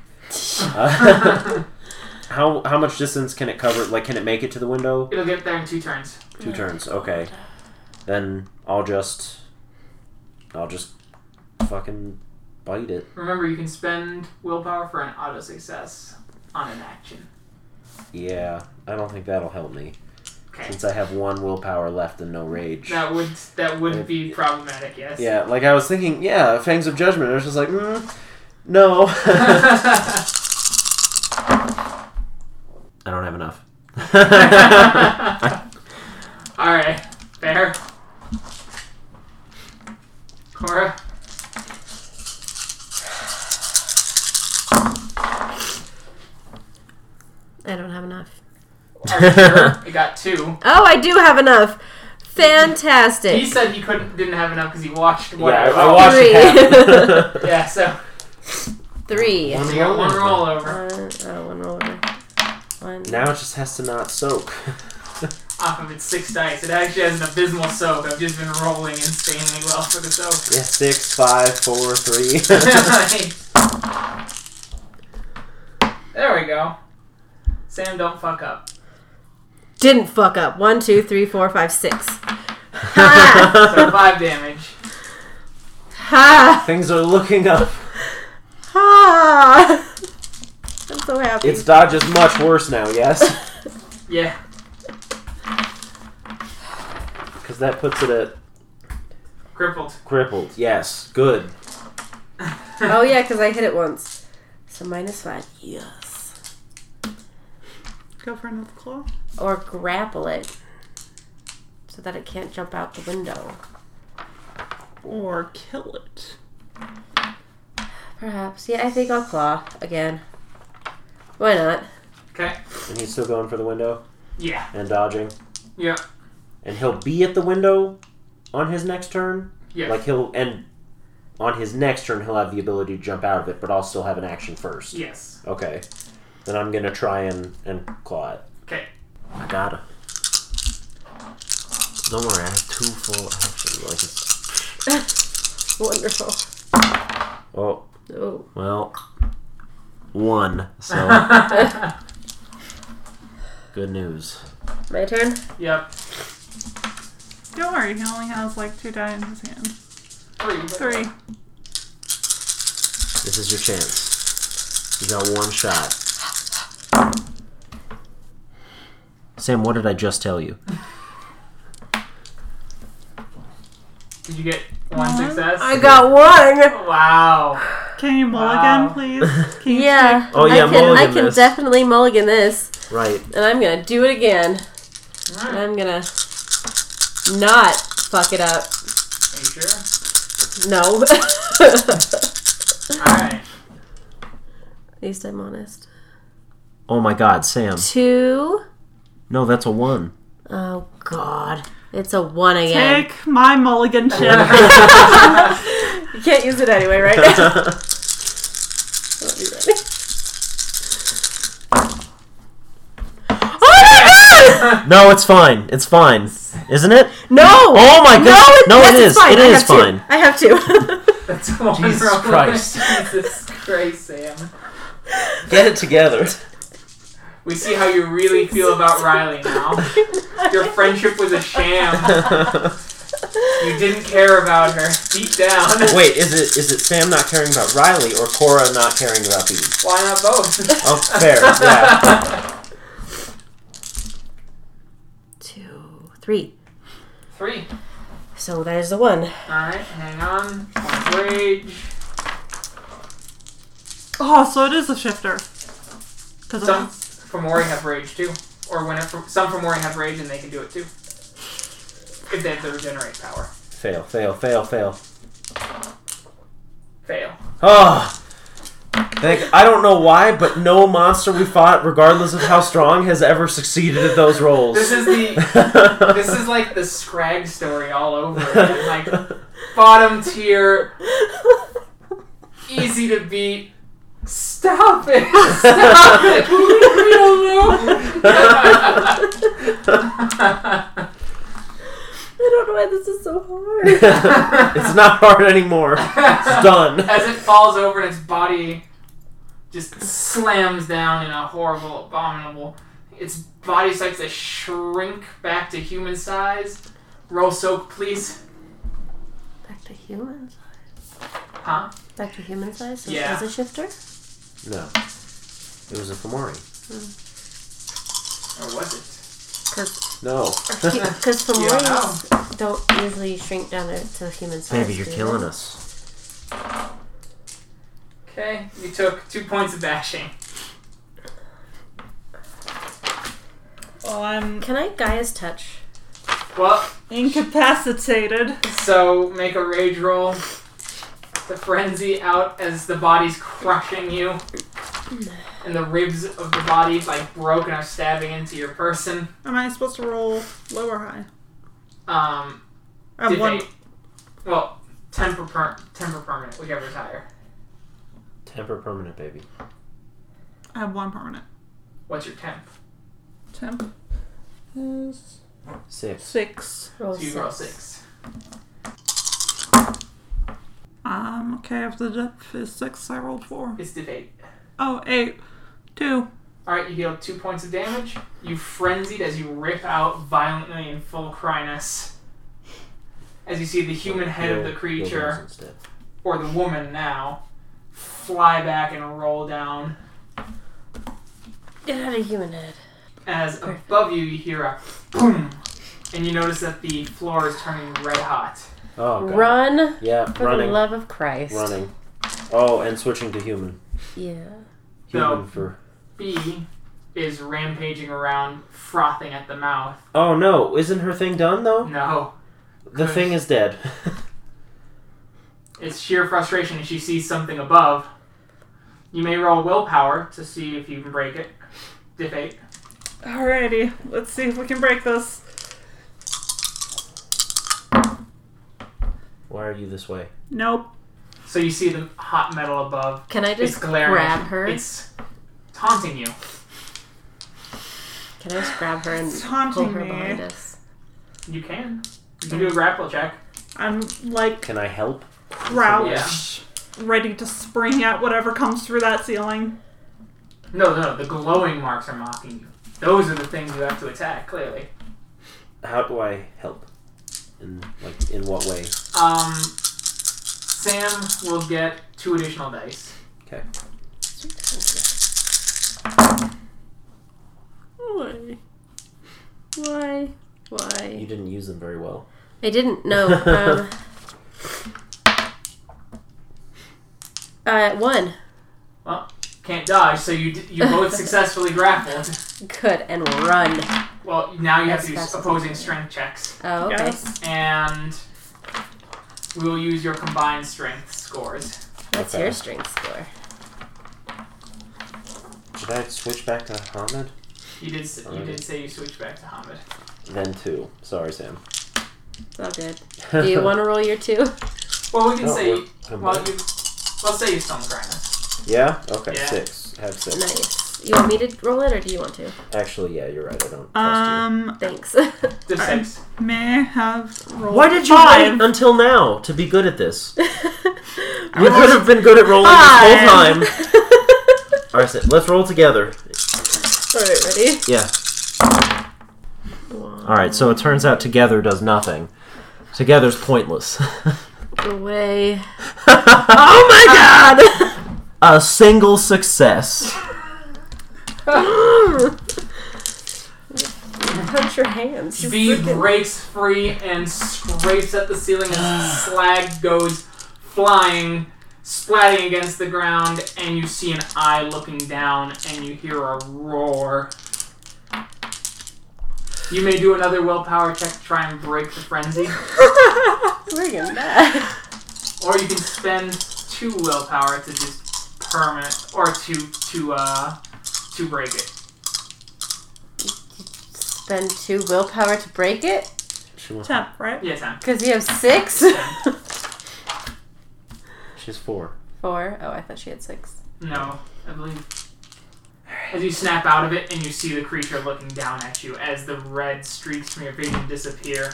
Speaker 2: Uh, how how much distance can it cover? Like, can it make it to the window?
Speaker 1: It'll get there in two turns.
Speaker 2: Two turns. Okay. Then I'll just I'll just fucking bite it.
Speaker 1: Remember, you can spend willpower for an auto success on an action.
Speaker 2: Yeah, I don't think that'll help me
Speaker 1: Okay.
Speaker 2: since I have one willpower left and no rage.
Speaker 1: That would that would be problematic, yes.
Speaker 2: Yeah, like I was thinking, yeah, Fangs of Judgment. I was just like, mm, no. I don't have enough.
Speaker 1: Alright, fair. Cora,
Speaker 4: I don't have enough.
Speaker 1: I got two.
Speaker 4: Oh, I do have enough. Fantastic.
Speaker 1: He said he couldn't didn't have enough because he watched
Speaker 2: yeah,
Speaker 1: what
Speaker 2: I, I
Speaker 1: rolled.
Speaker 2: watched it
Speaker 4: Three.
Speaker 2: happen.
Speaker 1: Yeah, so
Speaker 4: Three.
Speaker 2: One
Speaker 1: so you got one
Speaker 2: roll.
Speaker 1: roll over.
Speaker 4: Uh, oh, one over. One.
Speaker 2: now it just has to not soak.
Speaker 1: off of its six dice. It actually has an abysmal soak. I've just been rolling insanely well for the soak.
Speaker 2: Yeah, six, five, four, three.
Speaker 1: there we go. Sam, don't fuck up.
Speaker 4: Didn't fuck up. One, two, three, four, five, six. Ha!
Speaker 1: So five damage.
Speaker 4: ha!
Speaker 2: Things are looking up.
Speaker 4: Ha! I'm so happy.
Speaker 2: Its dodge is much worse now, yes?
Speaker 1: Yeah.
Speaker 2: Because that puts it at
Speaker 1: Crippled.
Speaker 2: crippled. Yes, good.
Speaker 4: oh yeah, because I hit it once. So minus five. Yes.
Speaker 3: Go for another claw.
Speaker 4: Or grapple it, so that it can't jump out the window.
Speaker 3: Or kill it.
Speaker 4: Perhaps. Yeah, I think I'll claw again. Why not?
Speaker 1: Okay.
Speaker 2: And he's still going for the window
Speaker 1: Yeah.
Speaker 2: and dodging.
Speaker 1: Yeah.
Speaker 2: And he'll be at the window on his next turn.
Speaker 1: Yeah.
Speaker 2: Like he'll and on his next turn he'll have the ability to jump out of it, but I'll still have an action first.
Speaker 1: yes.
Speaker 2: Okay. Then I'm gonna try and, and claw it.
Speaker 1: Okay.
Speaker 2: I gotta. Don't worry, I have two full actions. Like it's,
Speaker 4: Wonderful.
Speaker 2: oh
Speaker 4: Oh.
Speaker 2: well one. So
Speaker 5: Oh.
Speaker 2: good news.
Speaker 4: My turn.
Speaker 1: Yep.
Speaker 3: Don't worry, he only has like two die in his hand.
Speaker 1: Three.
Speaker 3: Three.
Speaker 2: This is your chance. You got one shot. Sam, what did I just tell you?
Speaker 1: Did you get one
Speaker 3: One.
Speaker 1: success?
Speaker 4: Uh-huh.
Speaker 1: Oh,
Speaker 4: I got one.
Speaker 1: Wow.
Speaker 3: Can you
Speaker 1: Wow.
Speaker 3: mulligan, please? Can you
Speaker 4: Yeah.
Speaker 2: Oh, yeah,
Speaker 4: I can, I
Speaker 2: mulligan
Speaker 4: can
Speaker 2: this.
Speaker 4: definitely mulligan this,
Speaker 2: Right.
Speaker 4: and I'm gonna do it again. And
Speaker 1: Alright.
Speaker 4: I'm gonna not fuck it
Speaker 1: Are
Speaker 4: up.
Speaker 1: you sure?
Speaker 4: No.
Speaker 1: Alright.
Speaker 4: At least I'm honest.
Speaker 2: Oh my god, Sam.
Speaker 4: Two.
Speaker 2: No, that's a one.
Speaker 4: Oh God. It's a one again.
Speaker 3: Take my mulligan chip.
Speaker 4: You can't use it anyway, right? Don't do that. Oh
Speaker 2: No, it's fine. It's fine. Isn't it?
Speaker 6: No!
Speaker 2: Oh my
Speaker 6: No,
Speaker 2: goodness.
Speaker 6: it,
Speaker 2: No,
Speaker 6: yes,
Speaker 2: it
Speaker 6: it's
Speaker 2: is.
Speaker 6: Fine.
Speaker 2: It
Speaker 6: I
Speaker 2: is
Speaker 6: have two.
Speaker 2: fine.
Speaker 6: I have two.
Speaker 1: That's one
Speaker 5: Jesus
Speaker 1: wrong one.
Speaker 5: Christ.
Speaker 1: Jesus Christ, Sam.
Speaker 2: Get it together.
Speaker 1: We see how you really feel about Riley now. Your friendship was a sham. You didn't care about her. Deep down.
Speaker 2: Wait, is it is it Sam not caring about Riley or Cora not caring about Eve?
Speaker 1: Why not both?
Speaker 2: Oh, fair. Yeah.
Speaker 4: Two, three.
Speaker 1: Three.
Speaker 4: So there's the one.
Speaker 1: Alright, hang on. One's rage.
Speaker 3: Oh, so it is a shifter. Because
Speaker 1: Some from Ori have rage too. Or when it, some from Ori have rage and they can do it too. If they have the regenerate power.
Speaker 2: Fail, fail, fail, fail.
Speaker 1: Fail.
Speaker 2: Oh. Thank, I don't know why, but no monster we fought, regardless of how strong, has ever succeeded at those rolls.
Speaker 1: This is the this is like the Scrag story all over. again. Like bottom tier, easy to beat. Stop it! Stop it! We don't know.
Speaker 6: I don't know why this is so hard.
Speaker 2: it's not hard anymore. It's done.
Speaker 1: As it falls over and its body just slams down in a horrible, abominable. Its body starts to shrink back to human size. Roll soak, please.
Speaker 4: Back to human. size.
Speaker 1: Huh?
Speaker 4: Back to human size. So
Speaker 1: Yeah.
Speaker 4: As a shifter.
Speaker 2: No. It was a Fomori.
Speaker 1: Or was it?
Speaker 4: Because
Speaker 2: No.
Speaker 4: because
Speaker 1: You don't know.
Speaker 4: Fomorians don't usually shrink down to, to human size.
Speaker 2: Baby, you're
Speaker 4: do they?
Speaker 2: killing us.
Speaker 1: Okay, you took two points of bashing.
Speaker 3: well, I'm
Speaker 4: Can I Gaia's touch?
Speaker 1: Well,
Speaker 3: incapacitated.
Speaker 1: so make a rage roll. The frenzy out as the body's crushing you, and the ribs of the body like broken are stabbing into your person.
Speaker 3: Am I supposed to roll low or high?
Speaker 1: Um,
Speaker 3: I have
Speaker 1: did
Speaker 3: one.
Speaker 1: they- well, temper per- temper permanent, whichever's higher.
Speaker 2: Temper permanent, baby.
Speaker 3: I have one permanent.
Speaker 1: What's your temp?
Speaker 3: Temp is
Speaker 2: Six.
Speaker 3: six.
Speaker 4: Roll
Speaker 1: So you roll six.
Speaker 3: Um. Okay. If the depth is six, I rolled four.
Speaker 1: It's debate.
Speaker 3: Oh, eight, two.
Speaker 1: All right, you deal two points of damage. You frenzied as you rip out violently in full cryness. As you see the human head of the
Speaker 2: Heal-
Speaker 1: creature
Speaker 2: heal those instead.
Speaker 1: or the woman now fly back and roll down
Speaker 4: Get out of human head.
Speaker 1: as above you you hear a boom and you notice that the floor is turning red hot
Speaker 2: Oh, God.
Speaker 4: Run
Speaker 2: Yeah,
Speaker 4: for
Speaker 2: running.
Speaker 4: the love of Christ.
Speaker 2: Running. Oh, and switching to human.
Speaker 4: Yeah.
Speaker 2: Human
Speaker 1: No.
Speaker 2: for.
Speaker 1: b is rampaging around frothing at the mouth
Speaker 2: Oh no! Isn't her thing done though?
Speaker 1: no
Speaker 2: The
Speaker 1: Good.
Speaker 2: thing is dead.
Speaker 1: it's sheer frustration as she sees something above you may roll willpower to see if you can break it diff 8
Speaker 3: Alrighty. Let's see if we can break this.
Speaker 2: Why are you this way?
Speaker 3: Nope.
Speaker 1: so you see the hot metal above
Speaker 4: Can I
Speaker 1: it's
Speaker 4: just
Speaker 1: glaring
Speaker 4: grab her?
Speaker 1: it's taunting you
Speaker 4: Can I just grab her and
Speaker 3: It's
Speaker 4: pull
Speaker 3: haunting
Speaker 4: her
Speaker 3: me.
Speaker 4: behind us?
Speaker 1: you can you can do a grapple check
Speaker 3: I'm like
Speaker 2: Can I help?
Speaker 3: crouched, ready to spring at whatever comes through that ceiling.
Speaker 1: No, no, the glowing marks are mocking you. Those are the things you have to attack, clearly.
Speaker 2: How do I help? In like, in what way?
Speaker 1: Um, Sam will get two additional dice.
Speaker 2: Okay.
Speaker 4: Why? Why?
Speaker 2: You
Speaker 4: Why?
Speaker 2: didn't use them very well.
Speaker 4: I didn't know. Um, uh, one.
Speaker 1: Can't dodge, so you d- you both successfully grappled.
Speaker 4: Good and run.
Speaker 1: Well, now you have to do
Speaker 4: That's fascinating.
Speaker 1: opposing strength checks,
Speaker 4: Oh, okay.
Speaker 3: Yes.
Speaker 1: and we will use your combined strength scores.
Speaker 4: What's
Speaker 2: Okay.
Speaker 4: your strength score?
Speaker 2: Should I switch back to Hamid?
Speaker 1: You did s- you did say you switched back to Hamid.
Speaker 2: Then two. Sorry, Sam.
Speaker 4: It's all good. Do you want to roll your two?
Speaker 1: Well, we can
Speaker 2: No,
Speaker 1: say
Speaker 2: we're- Oh, I'm
Speaker 1: well
Speaker 2: back.
Speaker 1: you let's say you stoned Grinus.
Speaker 2: Yeah. Okay.
Speaker 1: Yeah.
Speaker 2: Six. Have six.
Speaker 4: Nice. You want me to roll it, or do you want to?
Speaker 2: Actually, yeah, you're right. I don't trust
Speaker 3: Um,
Speaker 4: Thanks.
Speaker 1: The
Speaker 3: Alright.
Speaker 1: six.
Speaker 3: may I have
Speaker 2: you.
Speaker 3: rolled
Speaker 2: Why did you
Speaker 3: five?
Speaker 2: wait until now to be good at this? You
Speaker 3: rolled
Speaker 2: could have been good at rolling this whole
Speaker 3: five.
Speaker 2: time. All right, so let's roll together.
Speaker 4: Alright, ready?
Speaker 2: Yeah. All right, so it turns out together does nothing. Together's pointless.
Speaker 4: Away.
Speaker 2: oh my
Speaker 4: God!
Speaker 2: A single success.
Speaker 4: Punch your hands. you
Speaker 1: Bee
Speaker 4: freaking-
Speaker 1: breaks free and scrapes at the ceiling as slag goes flying, splatting against the ground, and you see an eye looking down and you hear a roar. You may do another willpower check to try and break the frenzy,
Speaker 4: Friggin' bad.
Speaker 1: or you can spend two willpower to just permanent or to to uh to break it.
Speaker 4: Spend two willpower to break it?
Speaker 2: She wants-
Speaker 3: Ten, right?
Speaker 1: Yeah, time.
Speaker 4: Because you have six?
Speaker 2: She's four.
Speaker 4: Four. Oh, I thought she had six.
Speaker 1: No, I believe. As you snap out of it and you see the creature looking down at you as the red streaks from your vision disappear.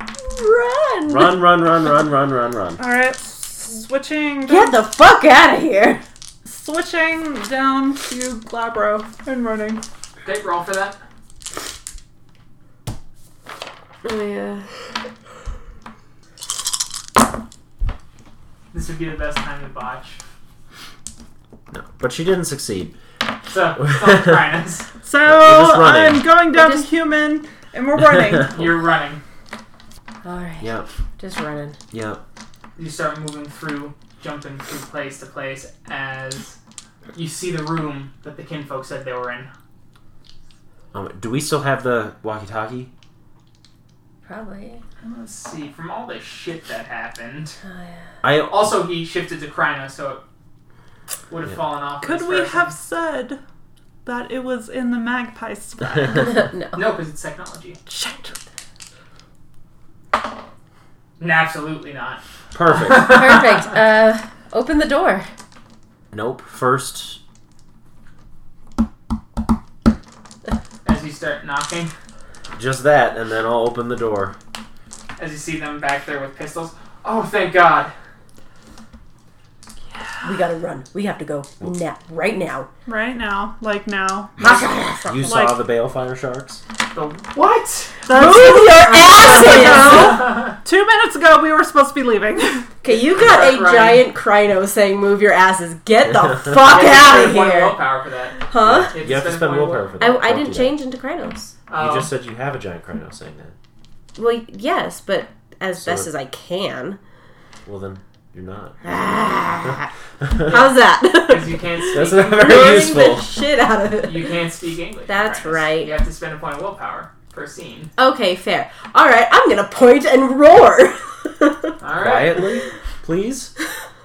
Speaker 4: Run!
Speaker 2: Run, run, run, run, run, run, run.
Speaker 3: All right, switching.
Speaker 4: Get the fuck out of here!
Speaker 3: switching down to Glabro and running.
Speaker 1: Okay, roll for that.
Speaker 4: Oh, yeah.
Speaker 1: This would be the best time to botch.
Speaker 2: No, but she didn't succeed.
Speaker 1: So, stop trying this.
Speaker 3: So
Speaker 2: We're just running.
Speaker 3: I'm going down
Speaker 4: We're
Speaker 3: to
Speaker 4: just-
Speaker 3: human, and we're running.
Speaker 1: You're running.
Speaker 4: Alright.
Speaker 2: Yep,
Speaker 4: Just running.
Speaker 2: yep.
Speaker 1: You start moving through, jumping through place to place as you see the room that the kinfolk said they were in.
Speaker 2: Um, do we still have the walkie-talkie?
Speaker 4: Probably.
Speaker 1: Let's see, from all the shit that happened.
Speaker 4: Oh, yeah.
Speaker 2: I
Speaker 1: Also, he shifted to Krynos, so it would have
Speaker 2: Yeah.
Speaker 1: fallen off. of
Speaker 3: Could
Speaker 1: this
Speaker 3: we
Speaker 1: person.
Speaker 3: have said that it was in the magpie spread?
Speaker 4: no.
Speaker 1: No, because it's technology.
Speaker 3: Shit.
Speaker 1: No, absolutely not.
Speaker 2: perfect.
Speaker 4: Perfect. Uh, open the door.
Speaker 2: nope. First,
Speaker 1: as you start knocking,
Speaker 2: just that, and then I'll open the door.
Speaker 1: as you see them back there with pistols. Oh, thank God!
Speaker 6: We gotta run. We have to go now, right now.
Speaker 3: Right now, like now.
Speaker 2: You
Speaker 3: Like-
Speaker 2: saw the balefire sharks.
Speaker 1: The what?
Speaker 3: That's-
Speaker 6: your
Speaker 4: Oh,
Speaker 6: asses!
Speaker 3: two minutes ago, we were supposed to be leaving.
Speaker 6: Okay, you got a
Speaker 1: Right.
Speaker 6: giant crino saying, "Move your asses! Get the fuck
Speaker 1: You have to
Speaker 6: out of
Speaker 1: spend one
Speaker 6: here!"
Speaker 1: willpower for that.
Speaker 6: Huh?
Speaker 2: You have to spend
Speaker 1: one
Speaker 2: willpower
Speaker 1: will-
Speaker 2: for that.
Speaker 4: I, I
Speaker 2: Don't
Speaker 4: didn't
Speaker 2: do that.
Speaker 4: change into Krynos.
Speaker 1: Oh,
Speaker 2: You just said you have a giant Krynos saying that.
Speaker 4: Well, yes, but as
Speaker 2: So
Speaker 4: best
Speaker 2: it-
Speaker 4: as I can.
Speaker 2: Well, then you're not.
Speaker 4: Ah. How's
Speaker 1: because
Speaker 4: that?
Speaker 1: you can't
Speaker 2: That's
Speaker 1: speak.
Speaker 2: not very
Speaker 6: Burning the
Speaker 2: useful.
Speaker 6: shit out of it.
Speaker 1: you can't speak English.
Speaker 4: That's
Speaker 1: Krynos.
Speaker 4: right.
Speaker 1: You have to spend a point of willpower per scene.
Speaker 4: okay, fair.
Speaker 6: All right, I'm gonna point and roar.
Speaker 1: All right.
Speaker 2: Quietly, please.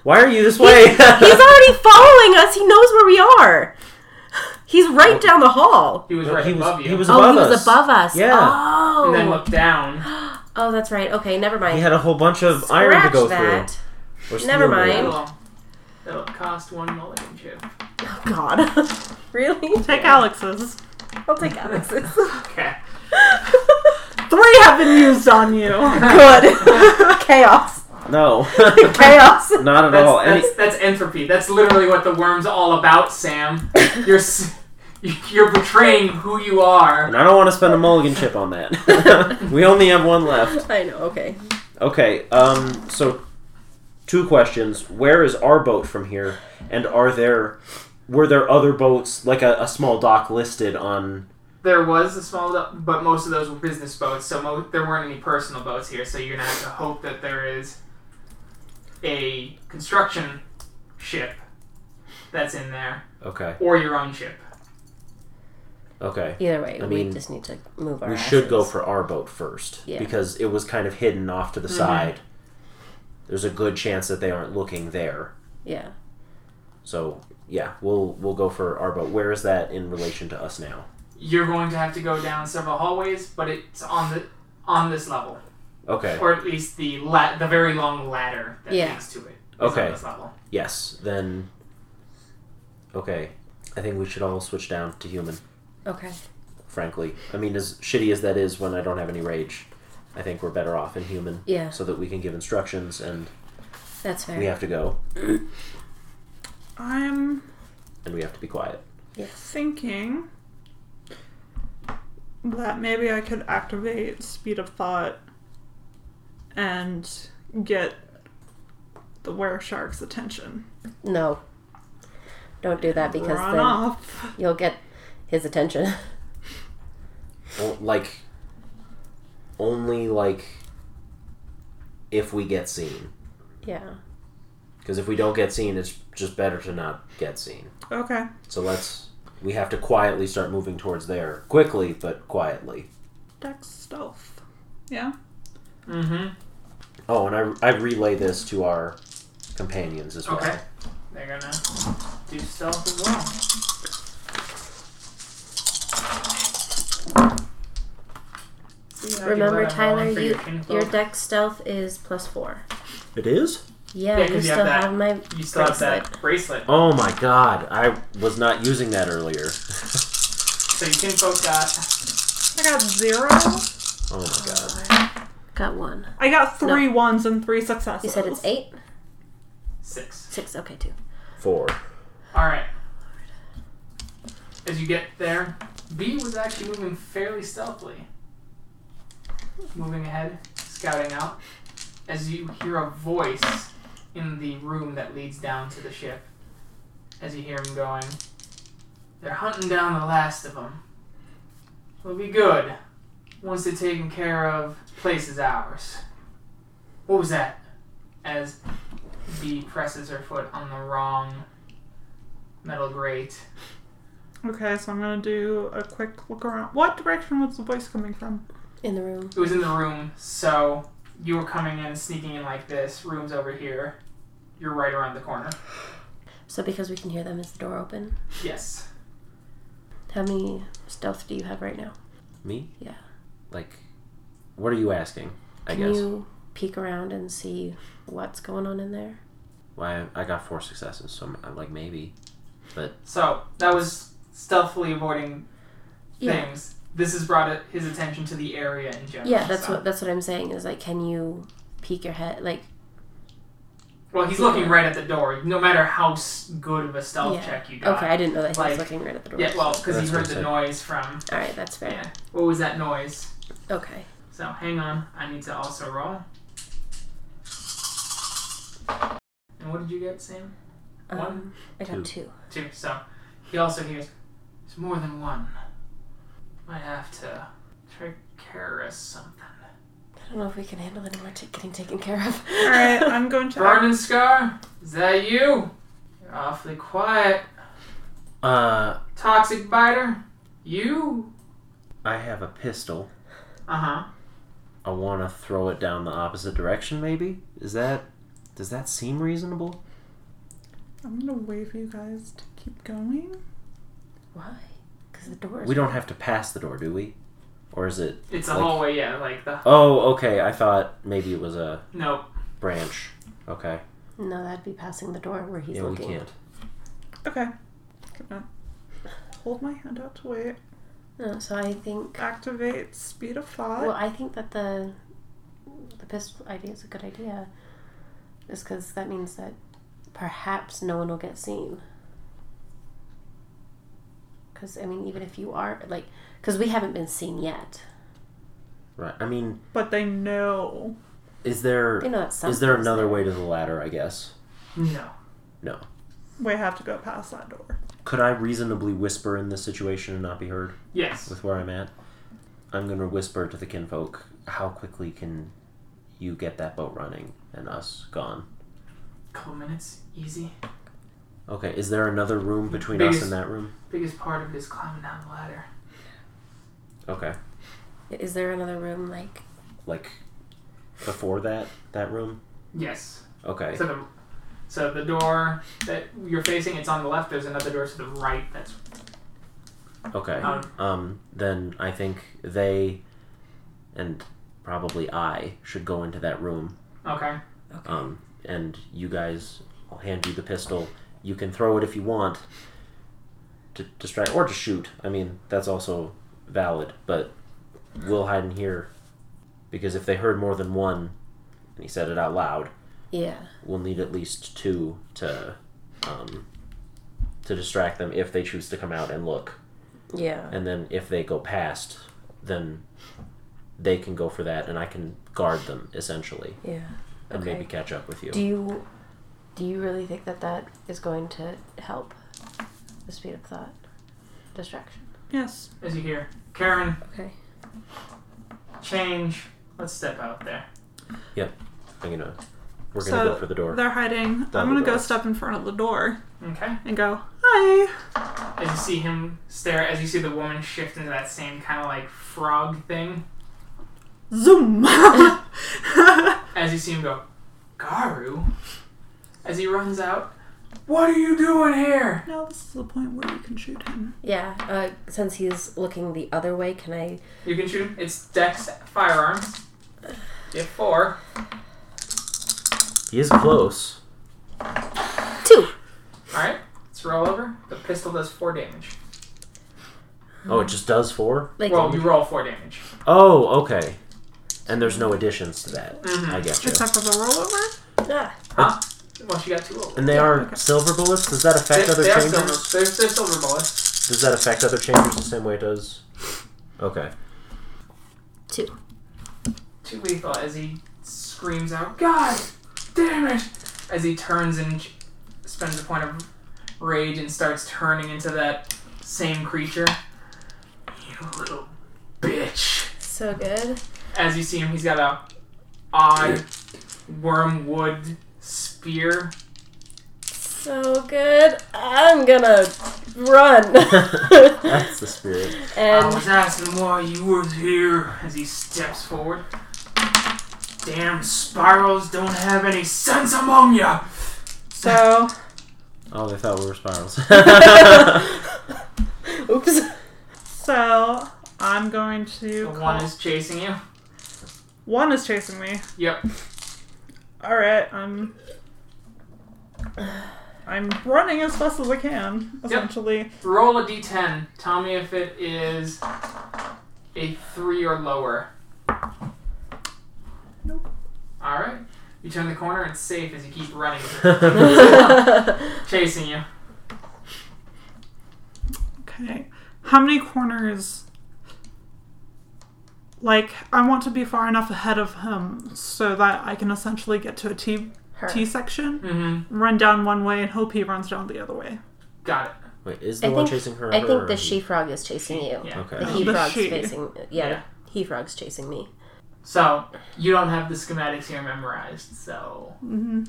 Speaker 2: Why are you this way?
Speaker 4: He's already following us. He knows where we are. He's right down the hall.
Speaker 1: He was
Speaker 2: No,
Speaker 1: right
Speaker 2: he was-
Speaker 1: above you.
Speaker 2: he was
Speaker 4: oh,
Speaker 2: above
Speaker 4: he was
Speaker 2: us.
Speaker 4: above us.
Speaker 2: Yeah.
Speaker 1: and then
Speaker 4: Oh.
Speaker 1: looked down.
Speaker 4: Oh, that's right. Okay, never mind.
Speaker 2: he had a whole bunch of iron to
Speaker 4: Scratch
Speaker 2: go
Speaker 4: that.
Speaker 2: through. Or
Speaker 4: Never
Speaker 2: steel or
Speaker 4: mind.
Speaker 2: whatever.
Speaker 1: It'll, it'll cost one mulligan chip.
Speaker 4: Oh God. really?
Speaker 3: Take Alex's.
Speaker 4: I'll take Alex's.
Speaker 1: Okay.
Speaker 3: Three have been used on you.
Speaker 6: Good chaos,
Speaker 2: No,
Speaker 6: chaos.
Speaker 2: not at
Speaker 1: That's,
Speaker 2: all. Any-
Speaker 1: that's, that's entropy. That's literally what the worm's all about, Sam. You're s- you're betraying who you are.
Speaker 2: and I don't want to spend a mulligan chip on that. we only have one left.
Speaker 4: I know. Okay.
Speaker 2: Okay, um, so two questions. Where is our boat from here? And are there were there other boats like a, a small dock listed on?
Speaker 1: There was a small, do- but most of those were business boats, so mo- there weren't any personal boats here. So you're gonna have to hope that there is a construction ship that's in there,
Speaker 2: Okay,
Speaker 1: or your own ship.
Speaker 2: okay.
Speaker 4: Either way,
Speaker 2: I
Speaker 4: we
Speaker 2: mean,
Speaker 4: just need to move our.
Speaker 2: We should go
Speaker 4: asses.
Speaker 2: for our boat first
Speaker 4: Yeah. Mm-hmm.
Speaker 2: because it was kind of hidden off to the side. There's a good chance that they aren't looking there.
Speaker 4: Yeah.
Speaker 2: So yeah, we'll we'll go for our boat. Where is that in relation to us now?
Speaker 1: You're going to have to go down several hallways, but it's on the on this level,
Speaker 2: Okay.
Speaker 1: or at least the la- the very long ladder that
Speaker 4: Yeah.
Speaker 1: leads to it. is
Speaker 2: Okay.
Speaker 1: On this level.
Speaker 2: Yes. Then. Okay. I think we should all switch down to human.
Speaker 4: Okay.
Speaker 2: Frankly, I mean, as shitty as that is, when I don't have any rage, I think we're better off in human,
Speaker 4: Yeah,
Speaker 2: so that we can give instructions and
Speaker 4: that's fair.
Speaker 2: we have to go
Speaker 3: I'm
Speaker 2: and we have to be quiet.
Speaker 3: thinking that maybe I could activate speed of thought and get the were shark's attention.
Speaker 4: No. Don't do that because
Speaker 3: Run
Speaker 4: then
Speaker 3: off.
Speaker 4: you'll get his attention.
Speaker 2: O- Like, only like if we get seen.
Speaker 4: yeah.
Speaker 2: Because if we don't get seen, it's just better to not get seen.
Speaker 3: Okay.
Speaker 2: So let's. We have to quietly start moving towards there. Quickly, but quietly.
Speaker 3: Dex stealth. Yeah.
Speaker 1: Mm-hmm.
Speaker 2: Oh, and I, I relay this to our companions as well.
Speaker 1: Okay. They're gonna do stealth as well. See how
Speaker 4: Remember,
Speaker 1: you let him roll
Speaker 4: Tyler,
Speaker 1: for
Speaker 4: you
Speaker 1: your, kinfolk.
Speaker 4: your deck stealth is plus four.
Speaker 2: It is?
Speaker 4: Yeah,
Speaker 1: Yeah, 'cause you
Speaker 4: you
Speaker 1: have
Speaker 4: still
Speaker 1: that.
Speaker 4: have my.
Speaker 1: you still have that bracelet,
Speaker 2: Oh my god, I was not using that earlier.
Speaker 1: so you kinfolk got.
Speaker 3: I got zero.
Speaker 2: Oh my god.
Speaker 4: Got one.
Speaker 3: I got three ones and three successes.
Speaker 4: You said it's eight,
Speaker 1: Six.
Speaker 4: six. Okay, two.
Speaker 2: Four.
Speaker 1: All right. As you get there, B was actually moving fairly stealthily, moving ahead, scouting out. As you hear a voice in the room that leads down to the ship, as you hear him going, they're hunting down the last of them. We'll be good once they're taken care of. Place is ours. What was that? As B presses her foot on the wrong metal grate.
Speaker 3: Okay, so I'm gonna do a quick look around. What direction was the voice coming from?
Speaker 4: In the room.
Speaker 1: It was in the room, so you were coming in, sneaking in like this. Room's over here. You're right around the corner.
Speaker 4: So because we can hear them, is the door open?
Speaker 1: Yes.
Speaker 4: How many stealth do you have right now?
Speaker 2: Me?
Speaker 4: Yeah.
Speaker 2: Like, what are you asking? I
Speaker 4: Can
Speaker 2: guess.
Speaker 4: you peek around and see what's going on in there?
Speaker 2: Why? I got four successes, so I'm, like maybe.
Speaker 1: So that was stealthily avoiding
Speaker 4: Yeah.
Speaker 1: things. This has brought it, his attention to the area in general.
Speaker 4: Yeah, that's
Speaker 1: so-
Speaker 4: what that's what I'm saying. Is like, can you peek your head? Like,
Speaker 1: Well, he's looking right at the door. No matter how s- good of a stealth
Speaker 4: Yeah.
Speaker 1: check you got.
Speaker 4: okay, I didn't know that he
Speaker 1: Like-
Speaker 4: was looking right at the door.
Speaker 1: Yeah. Well, because he
Speaker 2: That's
Speaker 1: heard
Speaker 2: what I
Speaker 1: the
Speaker 2: said.
Speaker 1: noise from.
Speaker 4: All right, that's fair.
Speaker 1: Yeah. What was that noise?
Speaker 4: Okay.
Speaker 1: So hang on, I need to also roll. And what did you get, Sam?
Speaker 4: Um,
Speaker 1: One?
Speaker 4: I got two.
Speaker 1: Two. So he also hears it's more than one. Might have to trick Karis something.
Speaker 4: I don't know if we can handle any more t- getting taken care of.
Speaker 3: All right, I'm going to.
Speaker 1: Burning Scar, is that you? You're awfully quiet.
Speaker 2: Uh,
Speaker 1: Toxic biter, you?
Speaker 2: I have a pistol.
Speaker 1: Uh huh.
Speaker 2: I want to throw it down the opposite direction. Maybe is that? Does that seem reasonable?
Speaker 3: I'm gonna wave you guys to keep going.
Speaker 4: Why? Because the door. Is
Speaker 2: We don't have to pass the door, do we? Or is it?
Speaker 1: It's a
Speaker 2: Like-
Speaker 1: hallway, yeah. Like the
Speaker 2: Oh, okay. I thought maybe it was a
Speaker 1: nope.
Speaker 2: branch. Okay.
Speaker 4: No, that'd be passing the door where he's
Speaker 2: yeah,
Speaker 4: looking.
Speaker 2: we can't.
Speaker 3: Okay. Gonna hold my hand out to wait.
Speaker 4: No, Oh, so I think.
Speaker 3: Activate speed of thought.
Speaker 4: Well, I think that the the pistol idea is a good idea, just because that means that perhaps no one will get seen. Because I mean, even if you are like, because we haven't been seen yet.
Speaker 2: Right. I mean,
Speaker 3: but they know.
Speaker 2: is there
Speaker 4: You know, that
Speaker 2: is there
Speaker 4: something's
Speaker 2: another way to the ladder? I guess.
Speaker 1: No.
Speaker 3: We have to go past that door.
Speaker 2: Could I reasonably whisper in this situation and not be heard
Speaker 1: Yes.
Speaker 2: with where I'm at? I'm gonna whisper to the kinfolk. How quickly can you get that boat running and us gone?
Speaker 1: Couple minutes, easy.
Speaker 2: Okay. Is there another room between us
Speaker 1: Biggest-
Speaker 2: and that room?
Speaker 1: Biggest part of it is climbing down the ladder.
Speaker 2: Okay.
Speaker 4: Is there another room like?
Speaker 2: Like before that that room.
Speaker 1: Yes.
Speaker 2: Okay.
Speaker 1: So the, so the door that you're facing, it's on the left. There's another door to the right. That's
Speaker 2: Okay.
Speaker 1: Um,
Speaker 2: Um, then I think they and probably I should go into that room.
Speaker 1: okay.
Speaker 2: Um, and you guys, I'll hand you the pistol. You can throw it if you want. to distract or to shoot. I mean, that's also valid, but we'll hide in here because if they heard more than one, and he said it out loud,
Speaker 4: Yeah.
Speaker 2: we'll need at least two to um, to distract them if they choose to come out and look.
Speaker 4: Yeah.
Speaker 2: And then if they go past, then they can go for that, and I can guard them essentially,
Speaker 4: Yeah.
Speaker 2: and
Speaker 4: Okay.
Speaker 2: maybe catch up with you.
Speaker 4: Do you do you really think that that is going to help the speed of thought distraction?
Speaker 3: Yes.
Speaker 1: As you hear, Karen,
Speaker 4: Okay.
Speaker 1: change. Let's step out there.
Speaker 2: I'm gonna. We're gonna
Speaker 3: So
Speaker 2: go for the door.
Speaker 3: They're hiding.
Speaker 2: Double
Speaker 3: I'm gonna go
Speaker 2: doors.
Speaker 3: step in front of the door
Speaker 1: Okay.
Speaker 3: and go, Hi.
Speaker 1: As you see him stare, as you see the woman shift into that same kind of like frog thing,
Speaker 3: Zoom.
Speaker 1: as you see him go, Garu, as he runs out, what are you doing here?
Speaker 3: now this is the point where you can shoot him.
Speaker 4: Yeah. Uh, since he's looking the other way, can I?
Speaker 1: You can shoot him. It's Dex firearms. Get four.
Speaker 2: He is close.
Speaker 4: Two.
Speaker 1: Alright, let's roll over. The pistol does four damage.
Speaker 2: Oh, it just does four.
Speaker 4: Like
Speaker 1: Well, you roll four damage.
Speaker 2: Oh, okay. And there's no additions to that.
Speaker 1: Mhm.
Speaker 2: I get you.
Speaker 3: Except for the rollover.
Speaker 4: ah,
Speaker 1: Once you got two rolls.
Speaker 2: And they are
Speaker 3: Okay.
Speaker 2: silver bullets. Does that
Speaker 1: They,
Speaker 2: affect other
Speaker 1: they are
Speaker 2: chambers?
Speaker 1: silver. They're, they're silver bullets.
Speaker 2: Does that affect other chambers the same way it does? Okay.
Speaker 4: two.
Speaker 1: Too lethal as he screams out, God damn it! As he turns and ch- spends a point of rage and starts turning into that same creature. You little bitch.
Speaker 4: So good.
Speaker 1: As you see him, he's got a odd wormwood spear
Speaker 4: So good. I'm gonna run.
Speaker 2: That's the spirit.
Speaker 1: I
Speaker 4: and
Speaker 1: was asking why you were here as he steps forward. Damn spirals don't have any sense among ya!
Speaker 3: So
Speaker 2: Oh, they thought we were spirals.
Speaker 4: oops.
Speaker 3: so I'm going
Speaker 1: The
Speaker 3: to call-
Speaker 1: one is chasing you.
Speaker 3: one is chasing me.
Speaker 1: Yep.
Speaker 3: Alright, I'm I'm running as fast as I can, essentially.
Speaker 1: Roll a d10. Tell me if it is a 3 or lower.
Speaker 3: Nope.
Speaker 1: Alright. You turn the corner, it's safe as you keep running, chasing you.
Speaker 3: Okay. How many corners? Like, I want to be far enough ahead of him so that I can essentially get to a T
Speaker 4: Her.
Speaker 3: T section,
Speaker 1: Mm hmm.
Speaker 3: run down one way, and hope he runs down the other way.
Speaker 1: Got it.
Speaker 2: Wait, is
Speaker 4: I
Speaker 2: the one
Speaker 4: think-
Speaker 2: chasing her?
Speaker 4: I
Speaker 2: her
Speaker 4: think
Speaker 2: or
Speaker 4: the
Speaker 2: he?
Speaker 4: she frog is chasing you.
Speaker 1: Yeah.
Speaker 2: Okay.
Speaker 4: The
Speaker 3: Oh,
Speaker 4: he
Speaker 3: the
Speaker 4: frog's
Speaker 3: she.
Speaker 4: facing. Yeah,
Speaker 1: Yeah.
Speaker 4: The he frog's chasing me.
Speaker 1: So, you don't have the schematics here memorized, so.
Speaker 3: hmm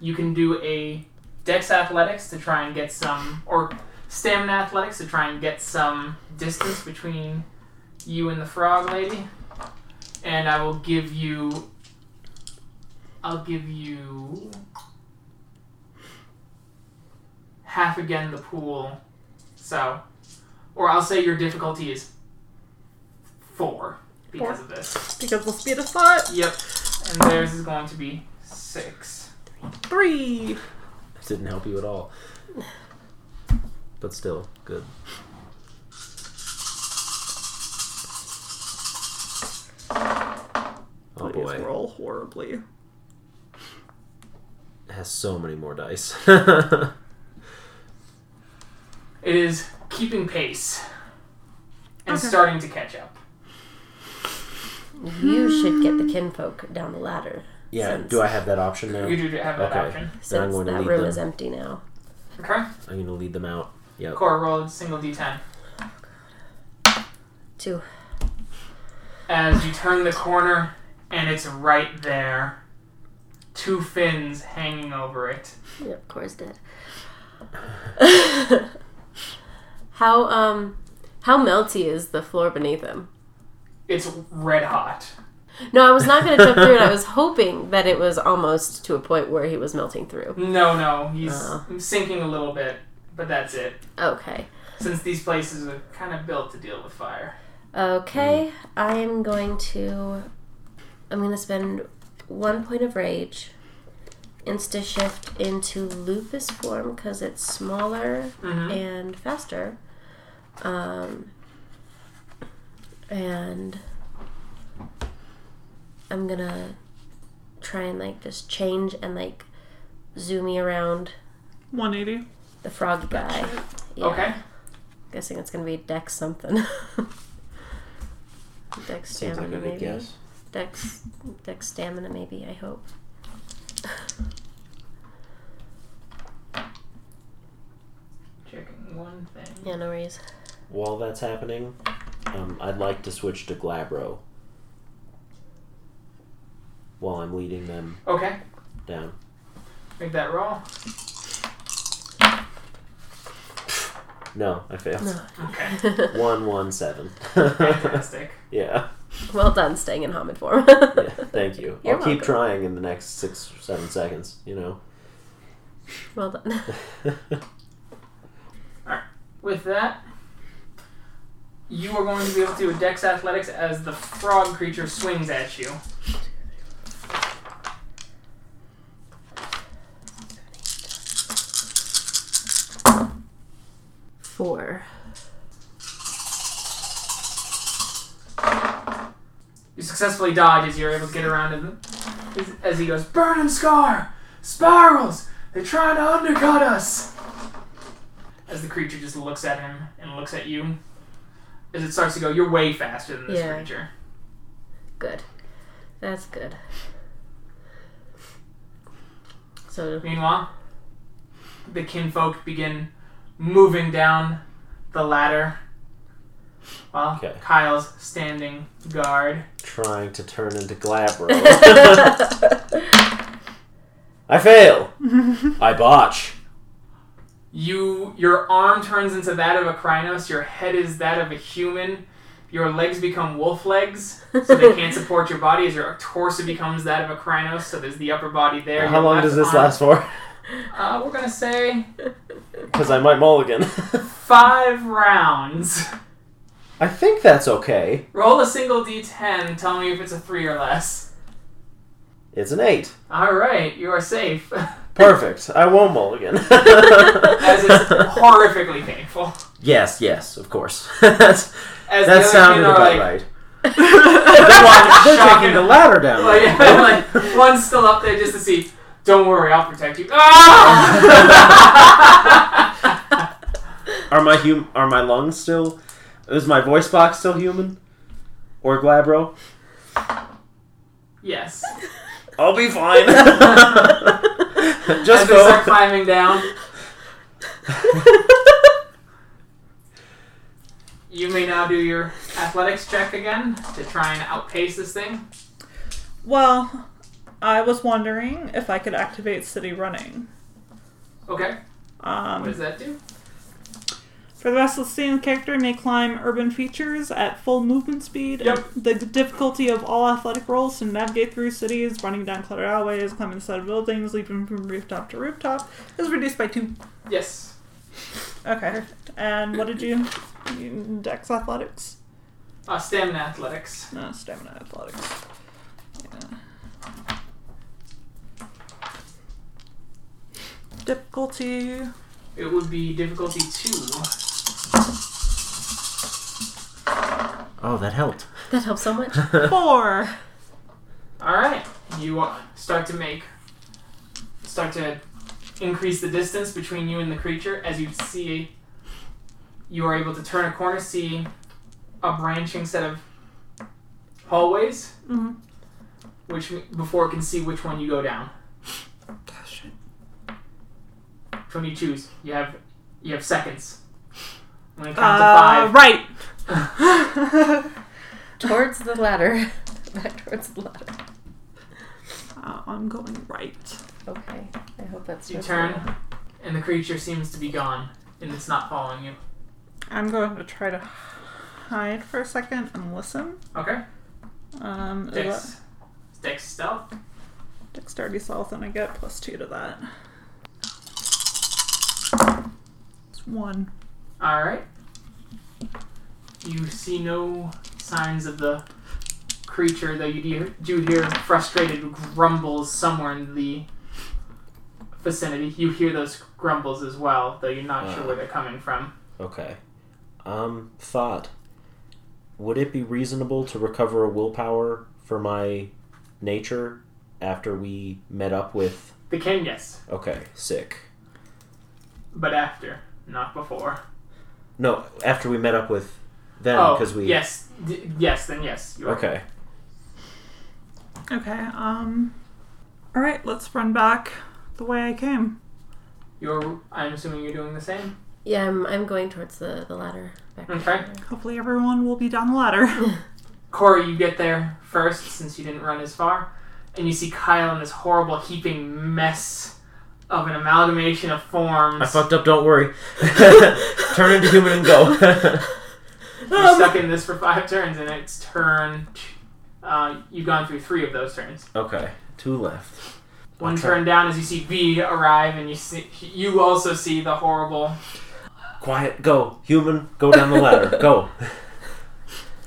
Speaker 1: you can do a dex athletics to try and get some or stamina athletics to try and get some distance between you and the frog lady and i will give you i'll give you half again the pool so or i'll say your difficulty is four because of this
Speaker 3: Because the speed of thought,
Speaker 1: yep and theirs is going to be six
Speaker 3: three.
Speaker 2: Didn't help you at all. But still, good. Oh Oh,
Speaker 3: Please
Speaker 2: boy,
Speaker 3: roll horribly.
Speaker 2: It has so many more dice. All
Speaker 1: It is keeping pace and
Speaker 3: Okay.
Speaker 1: starting to catch up.
Speaker 4: You should get the kinfolk down the ladder.
Speaker 2: Yeah,
Speaker 4: Sense.
Speaker 2: do I have that option now?
Speaker 1: You do have that
Speaker 2: Okay.
Speaker 1: option.
Speaker 2: Then I'm
Speaker 4: Since
Speaker 2: going to
Speaker 4: that
Speaker 2: lead
Speaker 4: room
Speaker 2: them.
Speaker 4: is empty now.
Speaker 1: Okay.
Speaker 2: I'm gonna lead them out. Yep.
Speaker 1: Core roll a single d10.
Speaker 4: Two.
Speaker 1: As you turn the corner, and it's right there. Two fins hanging over it.
Speaker 4: Yeah, of course did. how um how melty is the floor beneath him?
Speaker 1: It's red hot.
Speaker 4: No, I was not gonna jump through it. I was hoping that it was almost to a point where he was melting through.
Speaker 1: No, no, he's
Speaker 4: Oh.
Speaker 1: sinking a little bit, but that's it.
Speaker 4: Okay.
Speaker 1: Since these places are kind of built to deal with fire.
Speaker 4: Okay. I am going to I'm gonna spend one point of rage insta shift into lupus form because it's smaller
Speaker 1: Mhm.
Speaker 4: and faster. Um, and I'm gonna try and like just change and like zoomy around
Speaker 3: 180.
Speaker 4: the frog guy. Yeah.
Speaker 1: Okay.
Speaker 4: Guessing it's gonna be Dex something. Dex
Speaker 2: Seems like a
Speaker 4: stamina
Speaker 2: good
Speaker 4: maybe.
Speaker 2: guess.
Speaker 4: Dex Dex stamina maybe, I hope.
Speaker 1: Checking one thing.
Speaker 4: Yeah, no worries.
Speaker 2: While that's happening, um, I'd like to switch to Glabro. While I'm leading them
Speaker 1: Okay.
Speaker 2: down.
Speaker 1: Make that roll.
Speaker 2: No, I failed.
Speaker 4: No.
Speaker 1: Okay.
Speaker 2: One one seven.
Speaker 1: Fantastic.
Speaker 2: yeah.
Speaker 4: well done staying in Hamid form.
Speaker 2: yeah. Thank you.
Speaker 4: You're
Speaker 2: I'll
Speaker 4: welcome.
Speaker 2: keep trying in the next six or seven seconds. You know.
Speaker 4: well done.
Speaker 1: With that, you are going to be able to do a dex athletics as the frog creature swings at you.
Speaker 4: Four.
Speaker 1: You successfully dodge as you're able to get around him as, as he goes, Burn and Scar! Spirals! They're trying to undercut us! As the creature just looks at him and looks at you. As it starts to go, you're way faster than this
Speaker 4: Yeah.
Speaker 1: creature.
Speaker 4: Good. That's good. So
Speaker 1: Meanwhile, the kinfolk begin moving down the ladder while
Speaker 2: Okay.
Speaker 1: Kyle's standing guard.
Speaker 2: trying to turn into Glabro. I fail. I botch.
Speaker 1: You your arm turns into that of a Krynos, your head is that of a human, your legs become wolf legs, so they can't support your body as your torso becomes that of a Krynos, so there's the upper body there.
Speaker 2: How
Speaker 1: your
Speaker 2: long
Speaker 1: left
Speaker 2: does this
Speaker 1: arm-
Speaker 2: last for?
Speaker 1: Uh, we're gonna say
Speaker 2: Because I might mulligan.
Speaker 1: five rounds.
Speaker 2: I think that's okay.
Speaker 1: Roll a single D10, tell me if it's a three or less.
Speaker 2: It's an eight.
Speaker 1: Alright, you are safe.
Speaker 2: Perfect. I won't mulligan.
Speaker 1: as it's horrifically painful.
Speaker 2: yes, yes, of course. That's,
Speaker 1: As the
Speaker 2: that
Speaker 1: other
Speaker 2: sounded
Speaker 1: men are
Speaker 2: about
Speaker 1: like,
Speaker 2: right.
Speaker 1: They're
Speaker 2: They're
Speaker 1: shocking.
Speaker 2: taking the ladder down.
Speaker 1: Oh, yeah, like, one's still up there just to see. Don't worry, I'll protect you. Ah!
Speaker 2: Are my hum- Are my lungs still? Is my voice box still human? Or Glabro?
Speaker 1: yes.
Speaker 2: I'll be fine.
Speaker 1: As
Speaker 2: Just
Speaker 1: they start
Speaker 2: go.
Speaker 1: climbing down, you may now do your athletics check again to try and outpace this thing.
Speaker 3: Well, I was wondering if I could activate City Running.
Speaker 1: Okay, what
Speaker 3: Um,
Speaker 1: does that do?
Speaker 3: for the rest of the scene, the character may climb urban features at full movement speed.
Speaker 1: Yep.
Speaker 3: The difficulty of all athletic roles to navigate through cities, running down cluttered alleyways, climbing the side of buildings, leaping from rooftop to rooftop is reduced by two.
Speaker 1: Yes.
Speaker 3: Okay. And what did you? you Dex athletics?
Speaker 1: Uh, stamina athletics.
Speaker 3: No, stamina athletics. Yeah. Difficulty.
Speaker 1: It would be difficulty two.
Speaker 2: Oh, that helped.
Speaker 4: that helps so much.
Speaker 3: Four.
Speaker 1: Alright, you uh, start to make. Start to increase the distance between you and the creature as you see. You are able to turn a corner, see a branching set of hallways,
Speaker 3: Mhm.
Speaker 1: which before it can see which one you go down.
Speaker 3: Gosh.
Speaker 1: Which one you choose? You have you have seconds. I'm gonna count
Speaker 3: Uh,
Speaker 1: to
Speaker 3: right.
Speaker 4: towards the ladder. Back towards the ladder.
Speaker 3: Uh, I'm going right.
Speaker 4: Okay. I hope that's
Speaker 1: five. You
Speaker 4: just-
Speaker 1: turn, and the creature seems to be gone, and it's not following you.
Speaker 3: I'm going to try to hide for a second and listen.
Speaker 1: Okay.
Speaker 3: Um, is that-
Speaker 1: Dex. Dex stealth.
Speaker 3: dexterity stealth, and I get plus two to that. It's one.
Speaker 1: All right. You see no signs of the creature, though you do, do hear frustrated grumbles somewhere in the vicinity, you hear those grumbles as well, though you're not sure
Speaker 2: Uh.
Speaker 1: where they're coming from.
Speaker 2: Okay. Um, Thought. Would it be reasonable to recover a willpower for my nature after we met up with.
Speaker 1: They can yes,
Speaker 2: Okay, sick.
Speaker 1: but after, not before.
Speaker 2: No, after we met up with them,
Speaker 1: oh,
Speaker 2: because we.
Speaker 1: yes, d- yes, then yes. You're right.
Speaker 2: Okay.
Speaker 3: Okay, um. Alright, let's run back the way I came.
Speaker 1: You're. I'm assuming you're doing the same.
Speaker 4: Yeah, I'm, I'm going towards the, the ladder. Back
Speaker 1: Okay.
Speaker 3: Hopefully, everyone will be down the ladder.
Speaker 1: Corey, you get there first since you didn't run as far, and you see Kyle in this horrible heaping mess of an amalgamation of forms.
Speaker 2: I fucked up, don't worry. Turn into human and go.
Speaker 1: You're stuck in this for five turns, and it's turn. Uh, you've gone through three of those turns.
Speaker 2: okay, two left.
Speaker 1: One
Speaker 2: Okay.
Speaker 1: turn down as you see V arrive, and you see you also see the horrible
Speaker 2: Quiet, go. Human, go down the ladder. Go.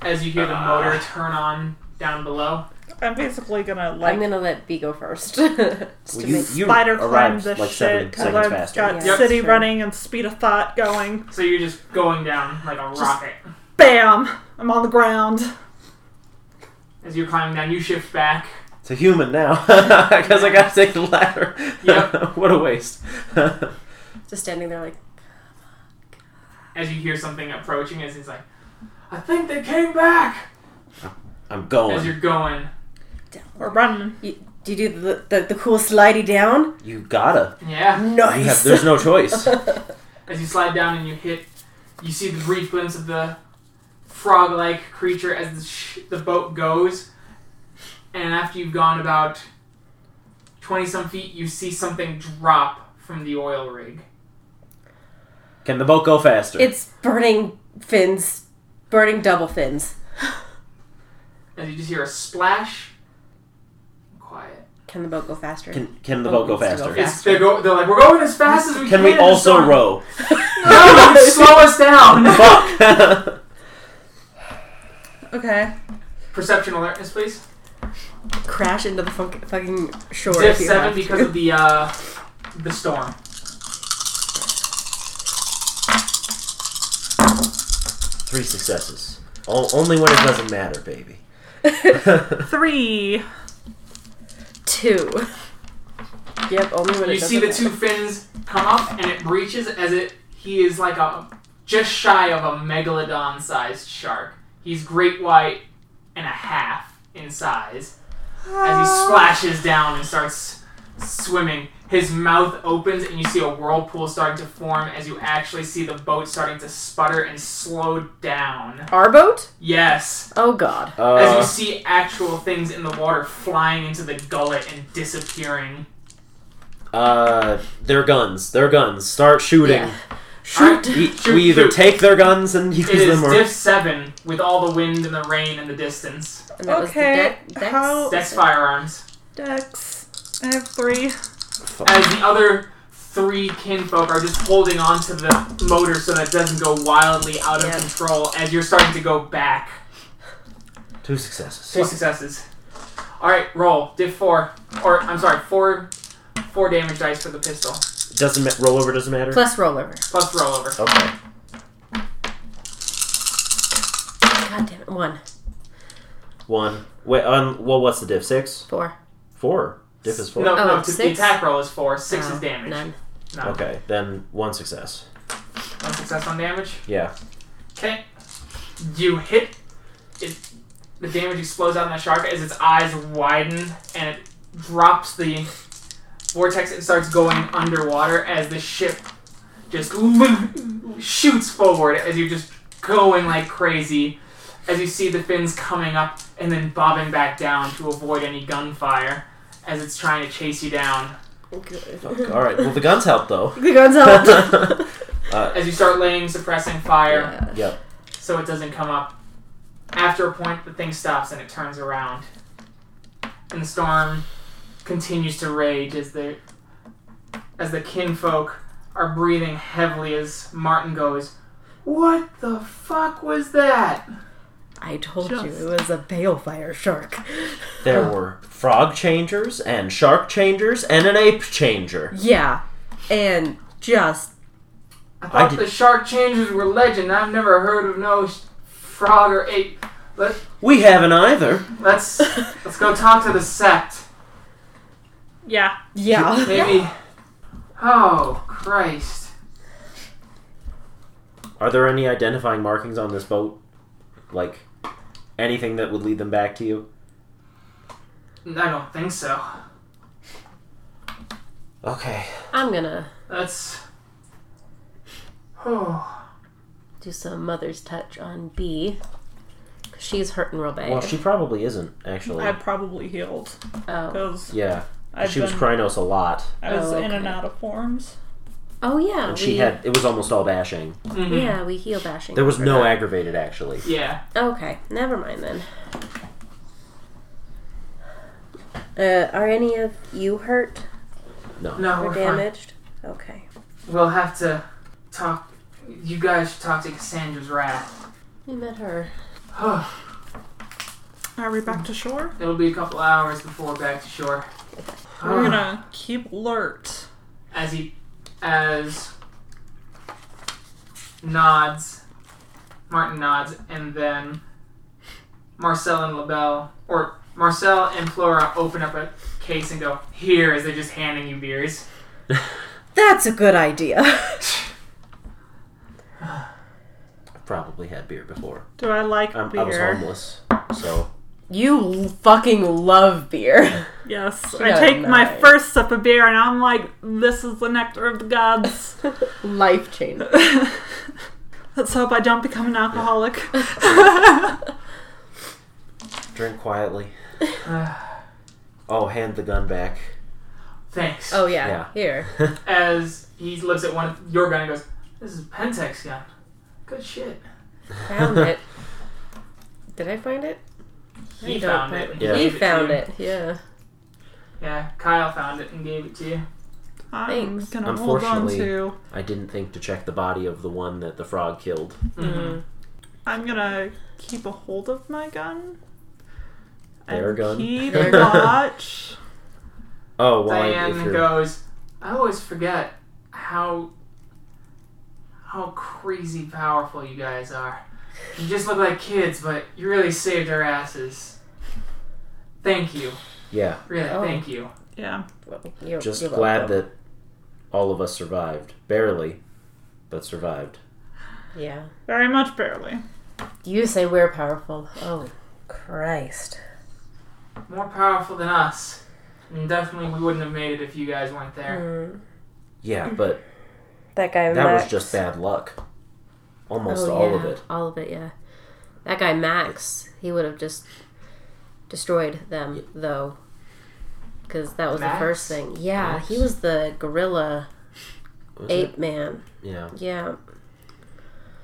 Speaker 1: as you hear the motor turn on down below.
Speaker 3: I'm basically gonna, like,
Speaker 6: I'm gonna let B go first. Just
Speaker 2: Well,
Speaker 6: to
Speaker 2: you-
Speaker 6: make
Speaker 2: you
Speaker 3: spider climb
Speaker 2: arrived
Speaker 3: this
Speaker 2: like
Speaker 3: shit
Speaker 2: seven
Speaker 3: because
Speaker 2: seconds
Speaker 3: I've
Speaker 2: faster.
Speaker 3: got
Speaker 6: Yeah.
Speaker 3: city
Speaker 6: Sure.
Speaker 3: running and speed of thought going.
Speaker 1: So you're just going down like a rocket.
Speaker 3: Bam! I'm on the ground.
Speaker 1: As you're climbing down, you shift back.
Speaker 2: It's a human now. Because I gotta take the ladder.
Speaker 1: Yep.
Speaker 2: what a waste.
Speaker 6: just standing there like
Speaker 1: As you hear something approaching, as he's like, "I think they came back."
Speaker 2: I'm
Speaker 1: As
Speaker 2: going.
Speaker 1: you're going,
Speaker 3: We're running.
Speaker 6: you, do you do the, the, the cool slidey down?
Speaker 2: You gotta.
Speaker 1: yeah.
Speaker 2: You have,
Speaker 6: Nice.
Speaker 2: there's no choice.
Speaker 1: As you slide down and you hit, you see the brief glimpse of the frog-like creature as the, sh- the boat goes. And after you've gone about twenty some feet, you see something drop from the oil rig.
Speaker 2: Can the boat go faster?
Speaker 6: it's burning fins, burning double fins.
Speaker 1: As you just hear a splash. Quiet.
Speaker 6: Can the boat go faster?
Speaker 2: can, can the
Speaker 6: Oh,
Speaker 2: boat go
Speaker 6: needs to go
Speaker 2: faster?
Speaker 6: faster.
Speaker 1: It's, they go, they're like, we're going as fast as we can.
Speaker 2: Can we
Speaker 1: It's
Speaker 2: also
Speaker 1: gone."
Speaker 2: row?
Speaker 1: No, slow us down.
Speaker 2: Fuck!
Speaker 3: Okay.
Speaker 1: Perception alertness, please.
Speaker 6: Crash into the funk, fucking shore.
Speaker 1: Diff
Speaker 6: if you
Speaker 1: seven
Speaker 6: have to.
Speaker 1: because of the uh, the storm.
Speaker 2: Three successes. O- only when it doesn't matter, baby.
Speaker 3: Three.
Speaker 6: two. Yep, only when it
Speaker 1: You see the
Speaker 6: doesn't
Speaker 1: two fins come up, and it breaches as it he is like a just shy of a megalodon-sized shark. He's great white and a half in size. As he
Speaker 6: Ah.
Speaker 1: splashes down and starts swimming, his mouth opens, and you see a whirlpool starting to form as you actually see the boat starting to sputter and slow down.
Speaker 6: matter. Our boat?
Speaker 1: Yes.
Speaker 6: Oh god.
Speaker 1: As you
Speaker 2: Uh,
Speaker 1: see actual things in the water flying into the gullet and disappearing.
Speaker 2: uh, their guns. Their guns. Start shooting.
Speaker 6: Yeah.
Speaker 1: Alright,
Speaker 6: Shoot.
Speaker 2: We,
Speaker 1: Shoot,
Speaker 2: we either
Speaker 1: shoot.
Speaker 2: take their guns and use
Speaker 1: It is
Speaker 2: them or.
Speaker 1: diff seven with all the wind and the rain and the distance.
Speaker 6: And that
Speaker 3: Okay,
Speaker 6: was the deck. Dex?
Speaker 3: how-
Speaker 1: That's firearms.
Speaker 3: Dex. I have three.
Speaker 2: Fuck.
Speaker 1: As the other three kinfolk are just holding on to the motor so that it doesn't go wildly out of
Speaker 6: Yeah.
Speaker 1: control as you're starting to go back.
Speaker 2: Two
Speaker 1: Two
Speaker 2: successes.
Speaker 1: successes. Alright, roll. Diff four. Or I'm sorry, four four damage dice for the pistol.
Speaker 2: Doesn't ma- rollover doesn't matter.
Speaker 6: Plus rollover.
Speaker 1: Plus rollover.
Speaker 2: Okay.
Speaker 6: God damn it. One.
Speaker 2: One. Wait. Um. Well, what's the diff? Six.
Speaker 6: Four.
Speaker 2: Four. Diff is four.
Speaker 1: No,
Speaker 6: Oh,
Speaker 1: no, t- the
Speaker 6: six? Oh,
Speaker 1: attack roll is four. Six
Speaker 6: No,
Speaker 1: is damage.
Speaker 6: None.
Speaker 1: No.
Speaker 2: Okay. Then one success.
Speaker 1: One success on damage.
Speaker 2: Yeah.
Speaker 1: Okay. You hit it. The damage explodes out in the shark as its eyes widen and it drops the vortex and starts going underwater as the ship just shoots forward as you're just going like crazy. As you see the fins coming up and then bobbing back down to avoid any gunfire as it's trying to chase you down.
Speaker 2: Fuck. All right. Well, the guns help though.
Speaker 6: The guns out.
Speaker 1: As you start laying suppressing fire,
Speaker 6: Yeah.
Speaker 2: Yep.
Speaker 1: so it doesn't come up. After a point, the thing stops and it turns around. And the storm continues to rage as the as the kinfolk are breathing heavily as Martin goes, "What the fuck was that?"
Speaker 6: I told you
Speaker 3: Just.
Speaker 6: it was a balefire shark.
Speaker 2: There were frog changers and shark changers and an ape changer.
Speaker 6: Yeah, and just
Speaker 1: I thought
Speaker 2: did-
Speaker 1: the shark changers were legend. I've never heard of no sh- frog or ape. Let
Speaker 2: We haven't either.
Speaker 1: let's let's go talk to the sect.
Speaker 3: Yeah.
Speaker 6: yeah.
Speaker 1: Maybe. Oh Christ!
Speaker 2: Are there any identifying markings on this boat? Like anything that would lead them back to you?
Speaker 1: I don't think so.
Speaker 2: Okay.
Speaker 4: I'm gonna
Speaker 1: That's. Oh,
Speaker 4: do some mother's touch on B. 'cause She's hurting real bad.
Speaker 2: Well, she probably isn't actually.
Speaker 3: I probably healed
Speaker 4: oh.
Speaker 3: because
Speaker 2: Yeah,
Speaker 3: I've
Speaker 2: she was
Speaker 3: been-
Speaker 2: Krynos a lot,
Speaker 3: I was
Speaker 4: Oh,
Speaker 3: in and
Speaker 4: okay.
Speaker 3: out of forms.
Speaker 4: oh yeah.
Speaker 2: and
Speaker 4: we,
Speaker 2: she had it was almost all bashing.
Speaker 1: mhm.
Speaker 4: Yeah, we heal bashing.
Speaker 2: There was
Speaker 4: for
Speaker 2: no
Speaker 4: that.
Speaker 2: aggravated actually.
Speaker 1: yeah.
Speaker 4: Okay, never mind then. Uh, are any of you hurt
Speaker 2: No.
Speaker 1: No,
Speaker 4: or
Speaker 1: Oh, we're fine.
Speaker 4: damaged? Okay.
Speaker 1: We'll have to talk. You guys should talk to Cassandra's wrath.
Speaker 4: We met her.
Speaker 3: Are we back to shore?
Speaker 1: It'll be a couple hours before back to shore. Ah.
Speaker 3: We're gonna keep alert.
Speaker 1: as he as nods Martin nods and then Marcel and Labelle or Marcel and Flora open up a case and go here as they're just handing you beers.
Speaker 6: That's a good idea.
Speaker 2: I've probably had beer before.
Speaker 3: Do I like
Speaker 2: I'm, I was
Speaker 3: beer?
Speaker 2: homeless, so
Speaker 6: You l- fucking love beer.
Speaker 3: Yes.
Speaker 6: She
Speaker 3: I
Speaker 6: got
Speaker 3: take
Speaker 6: a
Speaker 3: my
Speaker 6: nine.
Speaker 3: first sip of beer and I'm like, this is the nectar of the gods.
Speaker 6: Life changing.
Speaker 3: Let's hope I don't become an alcoholic.
Speaker 2: drink quietly. oh, hand the gun back.
Speaker 1: Thanks.
Speaker 6: Oh yeah.
Speaker 2: Yeah.
Speaker 6: Here.
Speaker 1: As he looks at one of your gun and goes, This is a Pentex gun. Good shit.
Speaker 6: Found it. Did I find it?
Speaker 1: He
Speaker 6: I don't
Speaker 1: found
Speaker 6: think-
Speaker 1: it. and
Speaker 2: Yeah.
Speaker 1: gave
Speaker 6: He
Speaker 1: to
Speaker 6: found
Speaker 1: you.
Speaker 6: it. Yeah.
Speaker 1: Yeah, Kyle found it and gave it to you.
Speaker 3: I'm
Speaker 6: Thanks.
Speaker 3: gonna hold on
Speaker 2: Unfortunately-
Speaker 3: to.
Speaker 2: I didn't think to check the body of the one that the frog killed.
Speaker 6: Mm-hmm.
Speaker 1: Mm-hmm.
Speaker 3: I'm gonna keep a hold of my gun.
Speaker 2: Their
Speaker 3: and
Speaker 2: gun.
Speaker 3: Keep
Speaker 6: Their gun.
Speaker 3: watch.
Speaker 2: Oh, well, I, if
Speaker 1: Diane
Speaker 2: you're
Speaker 1: goes, I always forget how how crazy powerful you guys are. You just look like kids, but you really saved our asses. Thank you.
Speaker 2: yeah,
Speaker 1: Really,
Speaker 6: Oh.
Speaker 1: thank you.
Speaker 3: Yeah.
Speaker 6: Well, you're-
Speaker 2: just
Speaker 6: you're
Speaker 2: glad
Speaker 6: welcome.
Speaker 2: that all of us survived, barely, but survived.
Speaker 6: Yeah.
Speaker 3: Very much barely.
Speaker 6: You say we're powerful. Oh, Christ.
Speaker 1: More powerful than us. And definitely we wouldn't have made it if you guys weren't there.
Speaker 4: Mm.
Speaker 2: Yeah, but
Speaker 6: That guy.
Speaker 2: that was
Speaker 6: Max-
Speaker 2: just bad luck. Almost
Speaker 4: oh,
Speaker 2: all
Speaker 4: yeah.
Speaker 2: of it.
Speaker 4: All of it, yeah. That guy Max, he would have just destroyed them, though. Because that was
Speaker 1: Max?
Speaker 4: the first thing. Yeah, he
Speaker 2: Max?
Speaker 4: was the gorilla
Speaker 2: Was it?
Speaker 4: ape man.
Speaker 2: Yeah.
Speaker 4: Yeah.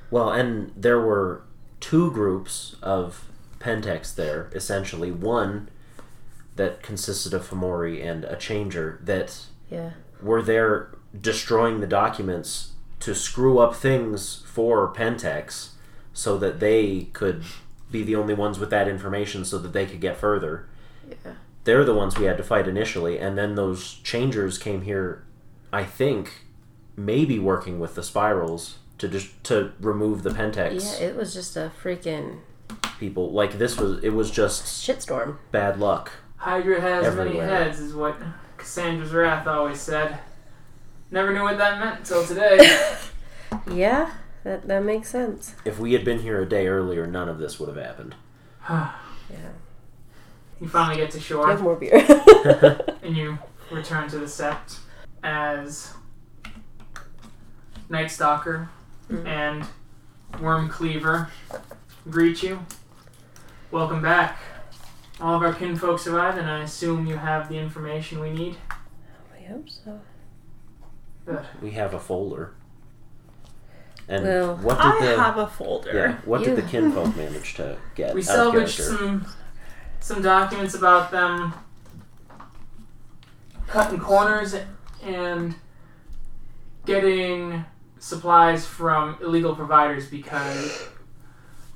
Speaker 2: Well, and there were two groups of Pentex there, essentially. One that consisted of Fomori and a Changer that
Speaker 4: Yeah.
Speaker 2: were there destroying the documents to screw up things for Pentex so that they could be the only ones with that information so that they could get further.
Speaker 4: Yeah.
Speaker 2: They're the ones we had to fight initially, and then those changers came here, I think, maybe working with the spirals to just to remove the
Speaker 4: Yeah,
Speaker 2: Pentex
Speaker 4: it was just a freaking
Speaker 2: people. Like this was it was just
Speaker 6: shitstorm.
Speaker 2: bad luck.
Speaker 1: Hydra has many
Speaker 2: Everywhere.
Speaker 1: heads is what Cassandra's Wrath always said. Never knew what that meant till today.
Speaker 6: Yeah. That that makes sense.
Speaker 2: If we had been here a day earlier, none of this would have happened.
Speaker 1: you finally get to
Speaker 6: I
Speaker 1: shore.
Speaker 6: have more beer.
Speaker 1: and you return to the sept as Night Stalker and Worm Cleaver greet you. Welcome back. All of our kinfolk survived, and I assume you have the information we need.
Speaker 6: I hope so.
Speaker 2: We have a folder. And
Speaker 6: Well,
Speaker 2: what did
Speaker 3: I
Speaker 2: the
Speaker 3: have a folder.
Speaker 2: yeah, what did the
Speaker 4: You-
Speaker 2: kinfolk manage to get?
Speaker 1: We
Speaker 2: out of
Speaker 1: salvaged
Speaker 2: character?
Speaker 1: some some documents about them cutting corners and getting supplies from illegal providers because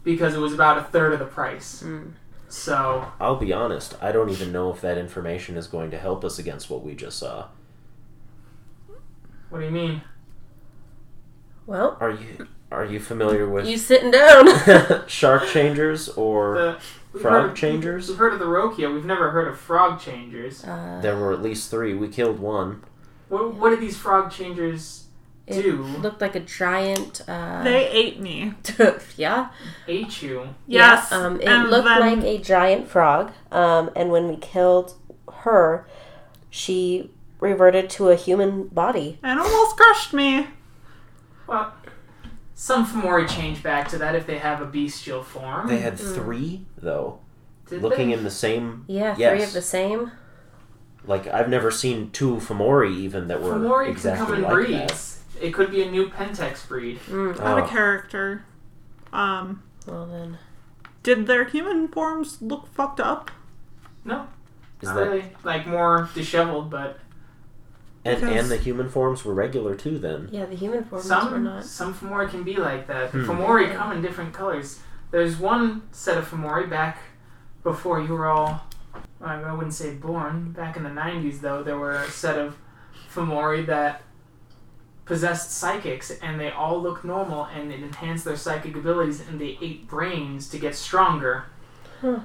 Speaker 1: because it was about a third of the price. So
Speaker 2: I'll be honest, I don't even know if that information is going to help us against what we just saw.
Speaker 1: what do you mean?
Speaker 4: Well,
Speaker 2: Are you are you familiar with
Speaker 4: you sitting down.
Speaker 2: shark changers or
Speaker 1: The we've
Speaker 2: Frog
Speaker 1: heard of-
Speaker 2: changers?
Speaker 1: We've heard of the Rokia. We've never heard of frog changers.
Speaker 4: Uh,
Speaker 2: there were at least 3. We killed one.
Speaker 1: What, what do these frog changers
Speaker 4: it
Speaker 1: do?
Speaker 4: looked like a giant. Uh,
Speaker 3: They ate me.
Speaker 4: yeah.
Speaker 1: Ate you?
Speaker 3: Yes.
Speaker 4: Yeah, Um, it
Speaker 3: and
Speaker 4: looked
Speaker 3: then-
Speaker 4: like a giant frog. Um, and when we killed her, she reverted to a human body.
Speaker 3: and almost crushed me.
Speaker 1: Well, some Fomori change back to that if they have a bestial form.
Speaker 2: They had 3 though,
Speaker 1: Mm-hmm. Did
Speaker 2: looking
Speaker 1: they?
Speaker 2: in the same
Speaker 4: Yeah, three
Speaker 2: Yes.
Speaker 4: of the same.
Speaker 2: like I've never seen two Fomori even that were
Speaker 1: Fomori can
Speaker 2: exactly
Speaker 1: come in
Speaker 2: like that.
Speaker 1: breeds. It could be a new Pentex breed.
Speaker 3: I have
Speaker 2: Oh.
Speaker 3: a character. Um,
Speaker 4: Well then,
Speaker 3: did their human forms look fucked up?
Speaker 1: No,
Speaker 2: Is
Speaker 1: not
Speaker 2: that-
Speaker 1: really. Like more disheveled, but
Speaker 2: and
Speaker 3: Because-
Speaker 2: and the human forms were regular too then.
Speaker 4: yeah, the human forms were
Speaker 1: some
Speaker 4: not.
Speaker 1: some Fomori can be like that. Fomori come in different colors. There's one set of Fomori back before you were all. I I wouldn't say born. Back in the '90s, though, there were a set of Fomori that possessed psychics, and they all looked normal, and it enhanced their psychic abilities, and they ate brains to get stronger.
Speaker 4: Huh.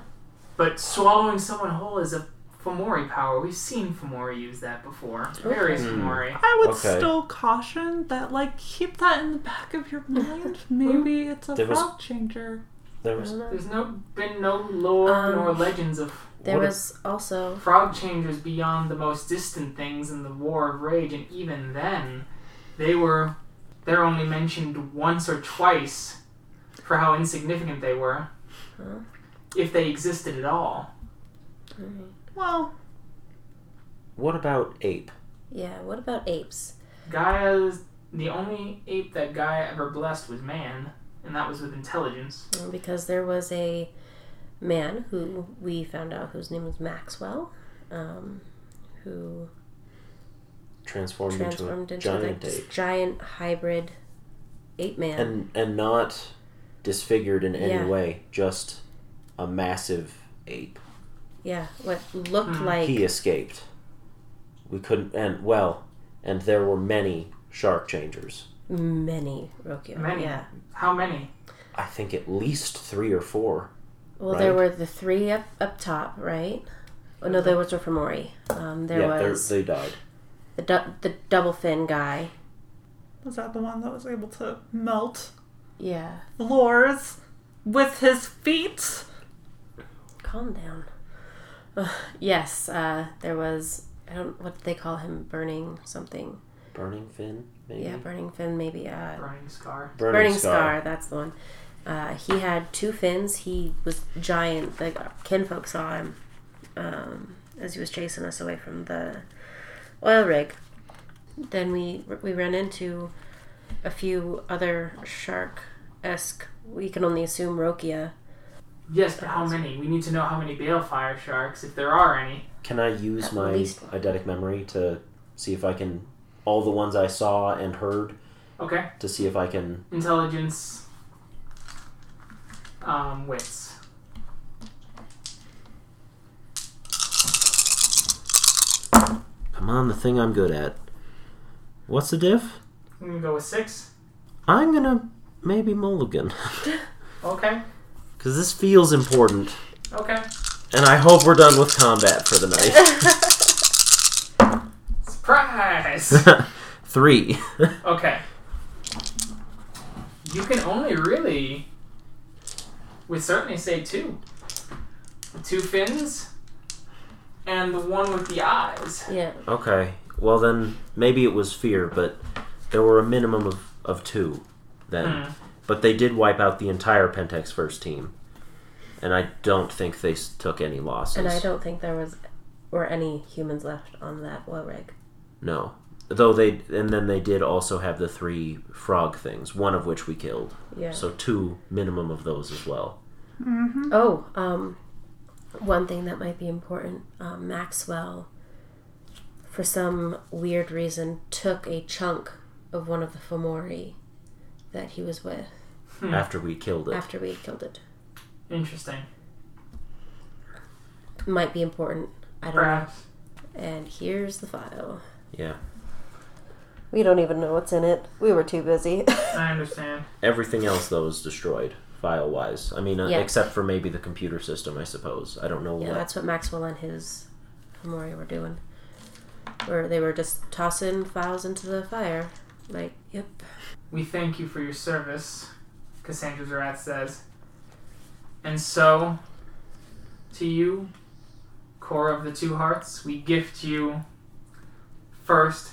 Speaker 1: But swallowing someone whole is a Fomori power. We've seen Fomori use that before. Various
Speaker 2: Okay.
Speaker 1: Fomori.
Speaker 3: I would
Speaker 2: Okay.
Speaker 3: still caution that, like, keep that in the back of your mind. Maybe it's a
Speaker 2: There was-
Speaker 3: frog changer.
Speaker 2: There
Speaker 4: I
Speaker 2: was
Speaker 4: don't know.
Speaker 1: There's no been no lore
Speaker 4: Um,
Speaker 1: nor legends of
Speaker 4: There
Speaker 2: what if-
Speaker 4: was also
Speaker 1: frog changers beyond the most distant things in the War of Rage, and even then, they were they're only mentioned once or twice for how insignificant they were,
Speaker 4: Huh.
Speaker 1: if they existed at all.
Speaker 3: Well,
Speaker 2: what about ape?
Speaker 4: yeah. What about apes?
Speaker 1: Gaia's the only ape that Gaia ever blessed was man, and that was with intelligence.
Speaker 4: Well, Um, Because there was a man who we found out whose name was Maxwell, um, who
Speaker 2: Transformed,
Speaker 4: transformed
Speaker 2: into
Speaker 4: into
Speaker 2: a giant
Speaker 4: like, this
Speaker 2: ape.
Speaker 4: giant hybrid ape man.
Speaker 2: and and not disfigured in any
Speaker 4: Yeah.
Speaker 2: way just a massive ape
Speaker 4: yeah, what looked
Speaker 1: Hmm.
Speaker 4: like
Speaker 2: he escaped we couldn't and well and there were many shark changers
Speaker 4: many Rokyo.
Speaker 1: Many.
Speaker 4: Yeah.
Speaker 1: How many?
Speaker 2: i think at least three or four
Speaker 4: Well, there
Speaker 2: Right.
Speaker 4: were the three up up top, right? Oh no, those were for Mori. Um, there
Speaker 2: yeah they're-
Speaker 4: was
Speaker 2: they died
Speaker 4: the du- the double fin guy.
Speaker 3: was that the one that was able to melt
Speaker 4: Yeah.
Speaker 3: floors with his feet?
Speaker 4: Calm down. Ugh, yes, uh, there was. I don't. What did they call him? Burning something.
Speaker 2: burning fin maybe
Speaker 4: Yeah, burning fin. Maybe. Uh,
Speaker 1: Burning scar.
Speaker 2: burning,
Speaker 4: burning scar. That's the one. Uh, he had two fins. He was giant. The kinfolk saw him um, as he was chasing us away from the oil rig. Then we we ran into a few other shark esque. We can only assume Rokia.
Speaker 1: Yes, but how many? We need to know how many balefire sharks, if there are any.
Speaker 2: can i use
Speaker 4: At
Speaker 2: my
Speaker 4: least-
Speaker 2: eidetic memory to see if i can all the ones i saw and heard
Speaker 1: Okay.
Speaker 2: to see if i can
Speaker 1: intelligence, um, wits.
Speaker 2: come on the thing i'm good at what's the diff
Speaker 1: I'm gonna go with six.
Speaker 2: i'm gonna maybe mulligan
Speaker 1: Okay,
Speaker 2: Because this feels important,
Speaker 1: okay.
Speaker 2: and I hope we're done with combat for the
Speaker 1: Surprise!
Speaker 2: night. Three.
Speaker 1: okay. You can only really, we certainly say two. The two fins, and the one with the eyes.
Speaker 4: Yeah.
Speaker 2: okay, well then, maybe it was fear, but there were a minimum of, of two then.
Speaker 1: Hmm.
Speaker 2: But they did wipe out the entire Pentex first team, and I don't think they s- took any losses.
Speaker 4: And I don't think there was were any humans left on that oil rig.
Speaker 2: No. Though they, and then they did also have the three frog things, one of which we killed.
Speaker 4: Yeah.
Speaker 2: So two minimum of those as well.
Speaker 4: Oh, um, one thing that might be important um, Maxwell, for some weird reason, took a chunk of one of the Fomori that he was with
Speaker 1: Hmm.
Speaker 2: after we killed it.
Speaker 4: after we had killed it.
Speaker 1: Interesting.
Speaker 4: Might be important. I don't know.
Speaker 1: Perhaps.
Speaker 4: And here's the file.
Speaker 2: Yeah.
Speaker 6: We don't even know what's in it. We were too busy.
Speaker 1: I understand.
Speaker 2: Everything else though is destroyed file wise. I mean, uh,
Speaker 4: Yeah.
Speaker 2: except for maybe the computer system, I suppose. I don't know
Speaker 4: Yeah,
Speaker 2: what.
Speaker 4: that's what Maxwell and his Amori were doing. Where they were just tossing files into the fire. Like, yep.
Speaker 1: We thank you for your service, Cassandra Zarat says. And so, to you, Core of the Two Hearts, we gift you first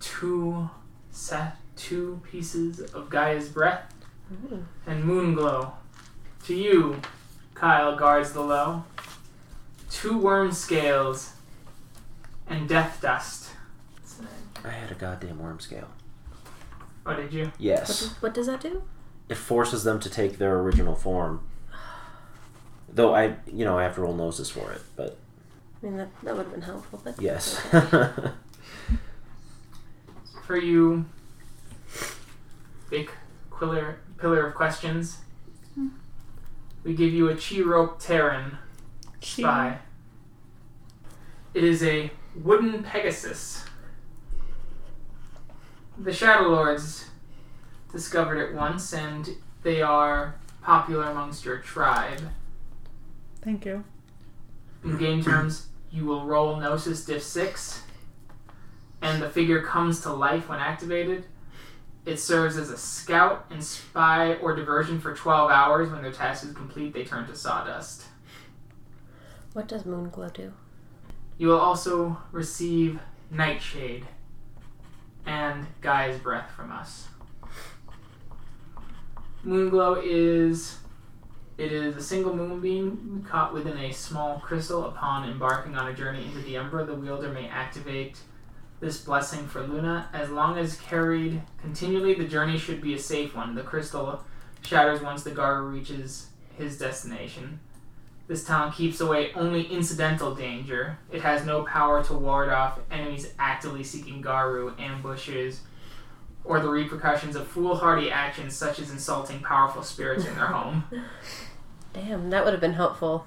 Speaker 1: two set two pieces of Gaia's breath and Moonglow. To you, Kyle guards the low. Two worm scales and death dust.
Speaker 2: I had a goddamn worm scale.
Speaker 1: Oh, did you?
Speaker 4: What,
Speaker 2: Yes.
Speaker 4: does- what does that do?
Speaker 2: it forces them to take their original form. Though I, you know, I have to roll noses for it, but
Speaker 4: I mean, that, that would have been helpful, but.
Speaker 2: yes.
Speaker 1: for you, big quiller, pillar of questions. We give you a chi rope Terran spy. It is a wooden Pegasus. The Shadow Lords discovered it once, and they are popular amongst your tribe.
Speaker 3: Thank you.
Speaker 1: In game terms, you will roll Gnosis Diff 6, and the figure comes to life when activated. It serves as a scout and spy or diversion for 12 hours. When their task is complete, they turn to sawdust.
Speaker 4: What does Moon Glow do?
Speaker 1: You will also receive Nightshade and Guy's Breath from us. Moonglow is it is a single moonbeam caught within a small crystal. Upon embarking on a journey into the Umbra, the wielder may activate this blessing for Luna. As long as carried continually, the journey should be a safe one. The crystal shatters once the Garu reaches his destination. This talent keeps away only incidental danger. It has no power to ward off enemies actively seeking Garu, ambushes, or the repercussions of foolhardy actions such as insulting powerful spirits in their home.
Speaker 4: Damn, that would have been helpful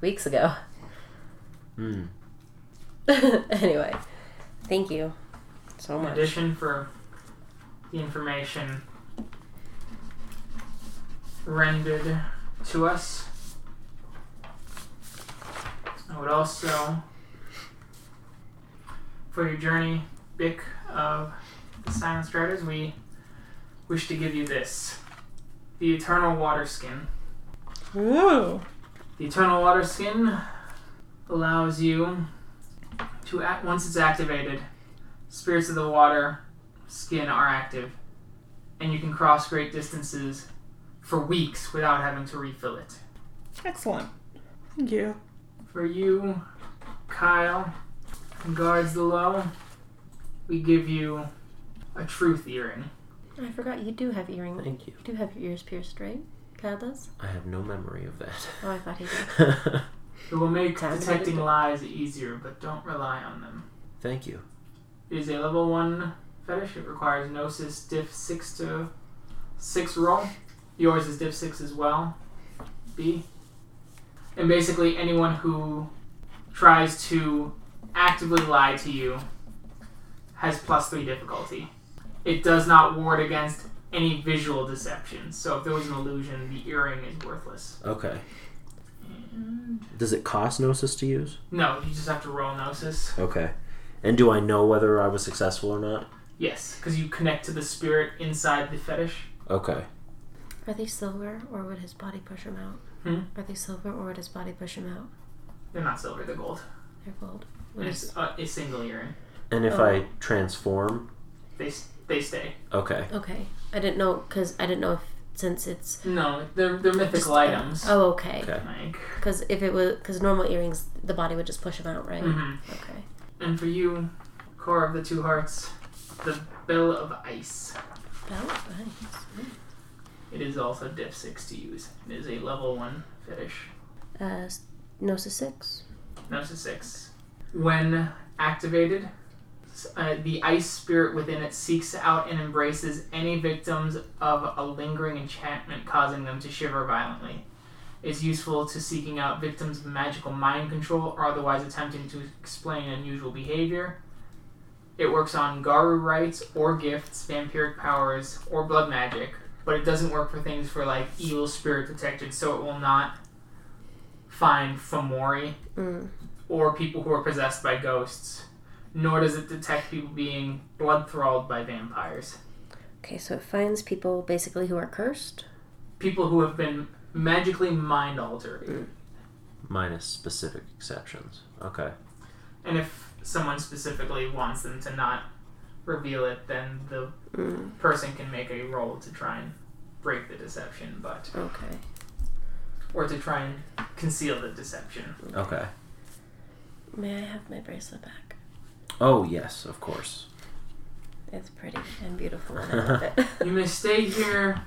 Speaker 4: weeks ago.
Speaker 2: Hmm.
Speaker 4: anyway, thank you so
Speaker 1: In
Speaker 4: much.
Speaker 1: addition, for the information rendered to us, I would also, for your journey, Bic of the Silent Striders, we wish to give you this the Eternal Water Skin.
Speaker 3: Ooh.
Speaker 1: The Eternal Water Skin allows you to act once it's activated. Spirits of the Water Skin are active, and you can cross great distances for weeks without having to refill it.
Speaker 3: Excellent. Thank you.
Speaker 1: For you, Kyle, who guards the low, we give you a truth earring.
Speaker 4: I forgot you do have earrings.
Speaker 2: Thank you.
Speaker 4: You do have your ears pierced, right? Kyle does?
Speaker 2: I have no memory of that.
Speaker 4: Oh, I thought he did.
Speaker 1: It will make
Speaker 4: Sounds like
Speaker 1: detecting
Speaker 4: it.
Speaker 1: lies easier, but don't rely on them.
Speaker 2: Thank you.
Speaker 1: It is a level one fetish. It requires gnosis diff six to six roll. Yours is diff six as well. B. And basically anyone who tries to actively lie to you has plus three difficulty. It does not ward against any visual deception. So if there was an illusion, the earring is worthless.
Speaker 2: Okay. Does it cost Gnosis to use?
Speaker 1: No, you just have to roll gnosis.
Speaker 2: Okay. And do I know whether I was successful or not?
Speaker 1: Yes, because you connect to the spirit inside the fetish.
Speaker 2: Okay.
Speaker 4: Are they silver or would his body push him out?
Speaker 1: Hmm?
Speaker 4: Are they silver or would his body push him out?
Speaker 1: They're not silver, they're gold.
Speaker 4: They're gold. Would
Speaker 1: And
Speaker 4: his-
Speaker 1: it's a, a uh, single earring.
Speaker 2: And if
Speaker 4: Oh.
Speaker 2: I transform?
Speaker 1: They s- they stay.
Speaker 2: Okay.
Speaker 4: okay. I didn't know because I didn't know if since it's
Speaker 1: No, they're they're mythical items.
Speaker 4: Oh, okay.
Speaker 2: Okay.
Speaker 1: Like,
Speaker 4: Because if it was because normal earrings, the body would just push him out, right?
Speaker 1: hmm
Speaker 4: Okay.
Speaker 1: And for you, core of the two hearts, the bell of ice.
Speaker 4: Well, Oh, nice.
Speaker 1: It is also diff six to use. It is a level one fetish.
Speaker 4: Uh, s- Gnosis six.
Speaker 1: Gnosis six. When activated, uh, the ice spirit within it seeks out and embraces any victims of a lingering enchantment causing them to shiver violently. It's useful to seeking out victims of magical mind control or otherwise attempting to explain unusual behavior. It works on Garu rites or gifts, vampiric powers, or blood magic, but it doesn't work for things for like evil spirit detected, so it will not find Fomori
Speaker 4: Mm.
Speaker 1: or people who are possessed by ghosts, nor does it detect people being blood thralled by vampires.
Speaker 4: Okay, so it finds people basically who are cursed.
Speaker 1: People who have been magically mind altered.
Speaker 2: Minus specific exceptions. Okay.
Speaker 1: And if someone specifically wants them to not reveal it, then the
Speaker 4: Mm.
Speaker 1: person can make a roll to try and break the deception, but
Speaker 4: Okay.
Speaker 1: or to try and conceal the deception.
Speaker 2: Okay.
Speaker 4: May I have my bracelet back?
Speaker 2: Oh yes, of course.
Speaker 4: It's pretty and beautiful, and I love it.
Speaker 1: You may stay here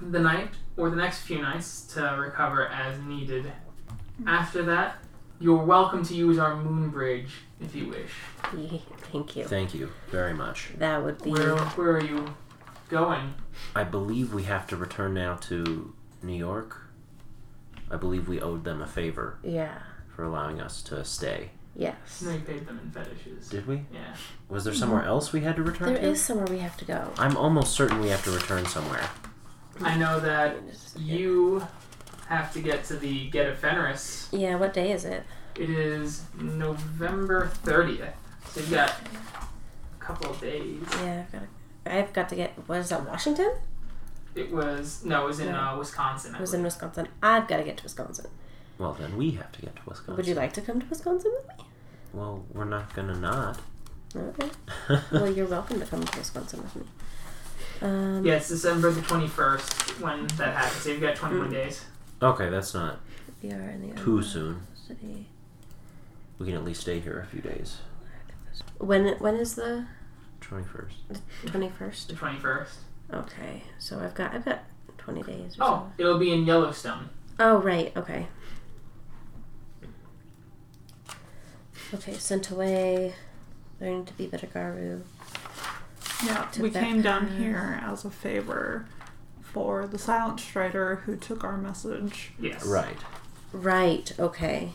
Speaker 1: the night or the next few nights to recover as needed.
Speaker 4: Mm-hmm.
Speaker 1: After that, you're welcome to use our moon bridge if you wish.
Speaker 4: Yee, Thank you.
Speaker 2: Thank you very much.
Speaker 4: That would be.
Speaker 1: Where where are you going?
Speaker 2: I believe we have to return now to New York. I believe we owed them a favor
Speaker 4: Yeah.
Speaker 2: for allowing us to stay.
Speaker 4: Yes.
Speaker 1: No, you paid them in fetishes.
Speaker 2: Did we?
Speaker 1: Yeah.
Speaker 2: Was there somewhere else we had to return
Speaker 4: Mm-hmm. There
Speaker 2: to?
Speaker 4: is somewhere we have to go.
Speaker 2: I'm almost certain we have to return somewhere.
Speaker 1: I know that
Speaker 4: Just-
Speaker 1: Uh, you have to get to the Get of Fenris.
Speaker 4: Yeah. What day is it?
Speaker 1: It is November 30th. So you've got a couple of days.
Speaker 4: Yeah. I've got. To, I've got to get. What is that? Washington?
Speaker 1: It was, no, it was in
Speaker 4: Yeah.
Speaker 1: uh, Wisconsin. I
Speaker 4: I was in
Speaker 1: believe.
Speaker 4: Wisconsin. I've got to get to Wisconsin.
Speaker 2: Well, then we have to get to Wisconsin.
Speaker 4: Would you like to come to Wisconsin with me?
Speaker 2: Well, we're not gonna not.
Speaker 4: Okay. well, you're welcome to come to Wisconsin with me. Um,
Speaker 1: yeah, it's December the 21st when that happens. So you've got 21 days.
Speaker 2: okay, that's not
Speaker 4: We are in the
Speaker 2: too soon.
Speaker 4: city.
Speaker 2: We can at least stay here a few days.
Speaker 4: When when is the
Speaker 2: Twenty first.
Speaker 4: twenty
Speaker 1: The
Speaker 4: first?
Speaker 1: 21st.
Speaker 4: Okay, so I've got I've got twenty days. Or
Speaker 1: Oh, it'll be in Yellowstone.
Speaker 4: so. oh right, okay. Okay, sent away. Learning to be better Garu.
Speaker 3: Yeah,
Speaker 4: To
Speaker 3: we
Speaker 4: that
Speaker 3: came down
Speaker 4: kind of-
Speaker 3: here as a favor for the silent strider who took our message.
Speaker 1: Yes.
Speaker 2: Right.
Speaker 4: Right, okay.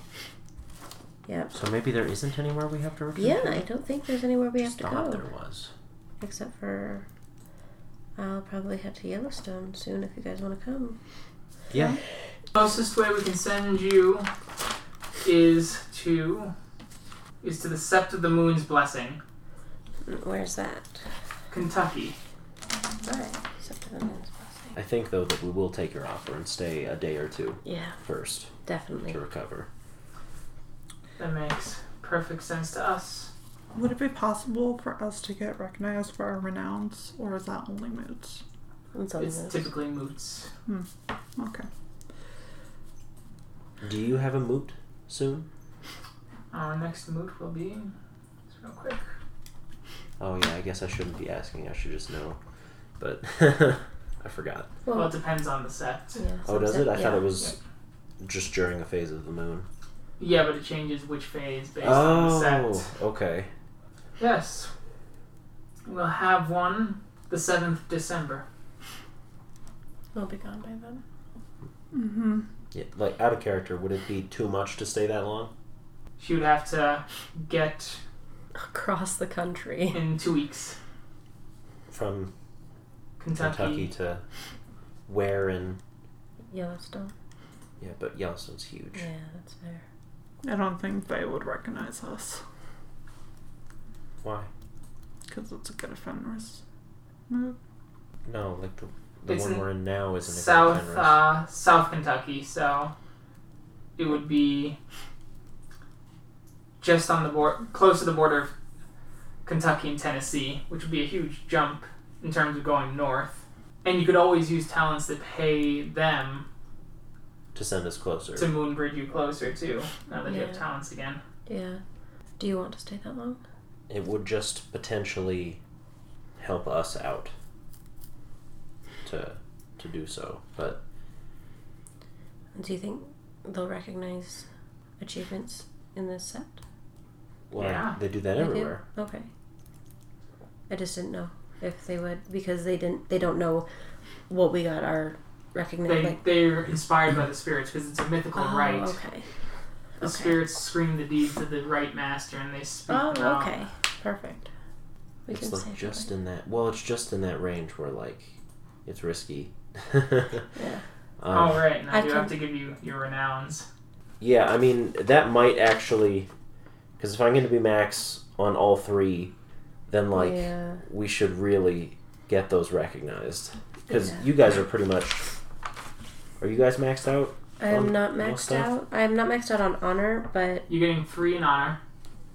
Speaker 4: Yep.
Speaker 2: So maybe there isn't anywhere we have to return.
Speaker 4: Yeah,
Speaker 2: to?
Speaker 4: I don't think there's anywhere we have
Speaker 2: Just
Speaker 4: to
Speaker 2: thought
Speaker 4: go
Speaker 2: there was.
Speaker 4: except for. I'll probably head to Yellowstone soon if you guys want to come.
Speaker 2: Yeah.
Speaker 1: Closest way we can send you is to is to the Sept of the Moon's blessing,
Speaker 4: Where's that?
Speaker 1: Kentucky.
Speaker 4: Alright, except for the moon's blessing.
Speaker 2: I think though that we will take your offer and stay a day or two
Speaker 4: Yeah,
Speaker 2: first
Speaker 4: definitely.
Speaker 2: to recover.
Speaker 1: That makes perfect sense to us.
Speaker 3: Would it be possible for us to get recognized for our renounce, or is that only moots?
Speaker 4: It's on
Speaker 1: It's
Speaker 4: this.
Speaker 1: typically moots.
Speaker 3: Okay.
Speaker 2: Do you have a moot soon?
Speaker 1: Our next moot will be just real quick.
Speaker 2: Oh yeah, I guess I shouldn't be asking. I should just know. But I forgot.
Speaker 4: Well,
Speaker 1: Well, it depends on the sept.
Speaker 4: yeah,
Speaker 2: Oh, does
Speaker 4: sunset,
Speaker 2: it? I thought
Speaker 4: yeah.
Speaker 2: it was just during a phase of the moon.
Speaker 1: Yeah, but it changes which phase based on the
Speaker 2: Oh,
Speaker 1: sept.
Speaker 2: okay.
Speaker 1: Yes. We'll have one the 7th December.
Speaker 4: We'll be gone by then.
Speaker 3: Mm-hmm.
Speaker 2: Yeah, like out of character, would it be too much to stay that long?
Speaker 1: She would have to get
Speaker 4: Across the country.
Speaker 1: in two weeks.
Speaker 2: From
Speaker 1: Kentucky.
Speaker 2: Kentucky to where in?
Speaker 4: Yellowstone.
Speaker 2: Yeah, but Yellowstone's huge.
Speaker 4: Yeah, that's fair.
Speaker 3: I don't think they would recognize us
Speaker 2: Why?
Speaker 3: because it's a good offenders. moot.
Speaker 2: No, like the the
Speaker 1: It's
Speaker 2: one
Speaker 1: in
Speaker 2: we're in now isn't
Speaker 1: South,
Speaker 2: Generous.
Speaker 1: uh, South Kentucky, so it would be just on the board, close to the border of Kentucky and Tennessee, which would be a huge jump in terms of going north. And you could always use talents to pay them
Speaker 2: to send us closer.
Speaker 1: to moonbridge you closer too. Now that you
Speaker 4: Yeah.
Speaker 1: have talents again,
Speaker 4: Yeah. Do you want to stay that long?
Speaker 2: It would just potentially help us out to to do so, but
Speaker 4: Do you think they'll recognize achievements in this set?
Speaker 2: well,
Speaker 1: Yeah.
Speaker 2: they do that
Speaker 4: They do?
Speaker 2: everywhere.
Speaker 4: Okay. I just didn't know if they would because they didn't. They don't know what we got our recognized.
Speaker 1: They
Speaker 4: like,
Speaker 1: they're inspired by the spirits because it's a mythical
Speaker 4: oh,
Speaker 1: rite.
Speaker 4: Okay.
Speaker 1: The
Speaker 4: okay.
Speaker 1: spirits scream the deeds of the rite master, and they speak
Speaker 4: Oh,
Speaker 1: them out.
Speaker 4: okay. Perfect. We
Speaker 2: it's
Speaker 4: can say
Speaker 2: like
Speaker 4: just
Speaker 2: just in that. Well, it's just in that range where like it's risky.
Speaker 4: Yeah.
Speaker 2: Um,
Speaker 1: All right, and I,
Speaker 4: I
Speaker 1: do
Speaker 4: can-
Speaker 1: have to give you your renowns.
Speaker 2: Yeah, I mean that might actually, because if I'm going to be max on all three, then like
Speaker 4: yeah.
Speaker 2: we should really get those recognized. Because
Speaker 4: Yeah.
Speaker 2: you guys are pretty much. Are you guys maxed out?
Speaker 4: I am
Speaker 2: on
Speaker 4: not
Speaker 2: um, all
Speaker 4: maxed
Speaker 2: stuff?
Speaker 4: out. I am not maxed out on honor, but
Speaker 1: You're getting three in honor.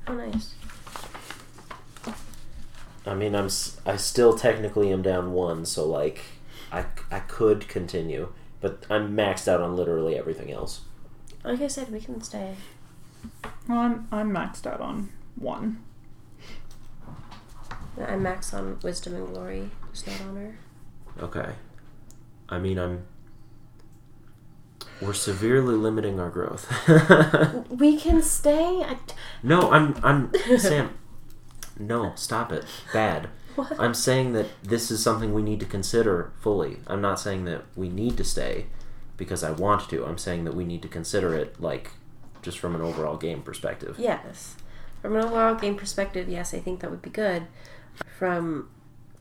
Speaker 4: oh, nice.
Speaker 2: I mean, I'm s- I still technically am down one, so like, I I could continue, but I'm maxed out on literally everything else.
Speaker 4: Like I said, we can stay.
Speaker 3: Well, I'm, I'm maxed out on one.
Speaker 4: I'm max on wisdom and glory, just not honor.
Speaker 2: Okay. I mean, I'm. We're severely limiting our growth.
Speaker 4: We can stay. I,
Speaker 2: no, I'm I'm Sam. No, stop it. Bad.
Speaker 4: what?
Speaker 2: I'm saying that this is something we need to consider fully. I'm not saying that we need to stay because I want to. I'm saying that we need to consider it like just from an overall game perspective.
Speaker 4: Yes. From an overall game perspective, yes, I think that would be good. From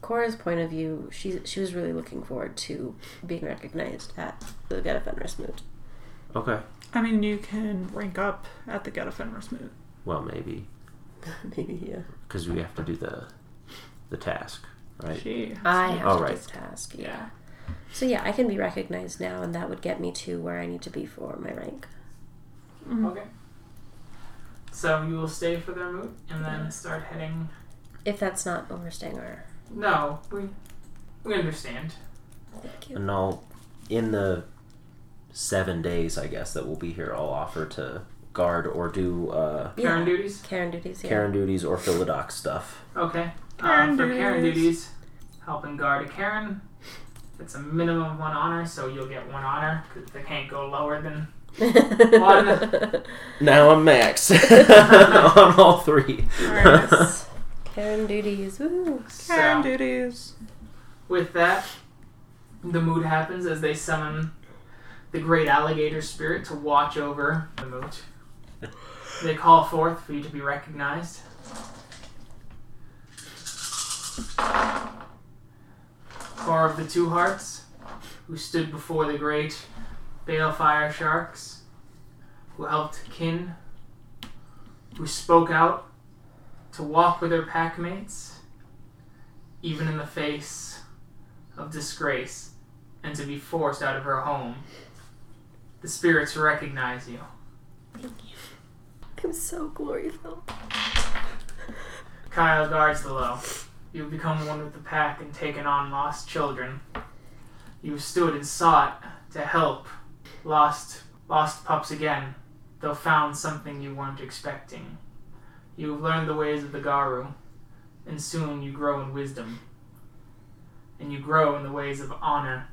Speaker 4: Cora's point of view, she she was really looking forward to being recognized at the Get Up and Rest Moot.
Speaker 2: Okay.
Speaker 3: I mean, you can rank up at the Get a Fenris move.
Speaker 2: Well, maybe
Speaker 4: Maybe, yeah.
Speaker 2: because we have to do the the task, right?
Speaker 3: She.
Speaker 4: I have
Speaker 2: All
Speaker 4: to
Speaker 2: right.
Speaker 4: do this task, yeah. So yeah, I can be recognized now, and that would get me to where I need to be for my rank.
Speaker 3: Mm.
Speaker 1: Okay. So you will stay for their moot, and then start heading.
Speaker 4: If that's not overstaying our...
Speaker 1: No, we we understand.
Speaker 4: Thank you.
Speaker 2: And I'll in the seven days, I guess that we'll be here. I'll offer to guard or do uh,
Speaker 4: Yeah.
Speaker 1: Karen duties.
Speaker 4: Karen duties, yeah.
Speaker 2: Karen duties or Philodox stuff.
Speaker 1: Okay.
Speaker 3: Karen
Speaker 1: uh, for Karen
Speaker 3: duties.
Speaker 1: duties, helping guard a Karen. It's a minimum of one honor, so you'll get one honor because they can't go lower than One.
Speaker 2: Now I'm max on all three.
Speaker 3: Nice.
Speaker 4: Karen duties, woo!
Speaker 1: so.
Speaker 3: Karen duties.
Speaker 1: With that, the mood happens as they summon the great alligator spirit to watch over the moot. They call forth for you to be recognized. Four of the two hearts, who stood before the great balefire sharks, who helped Kin, who spoke out to walk with their pack mates, even in the face of disgrace and to be forced out of her home. The spirits recognize you.
Speaker 4: I'm so glory filled.
Speaker 1: Kyle guards the low. You have become one with the pack and taken on lost children. You have stood and sought to help lost lost pups again, though found something you weren't expecting. You have learned the ways of the Garu, and soon you grow in wisdom. And you grow in the ways of honor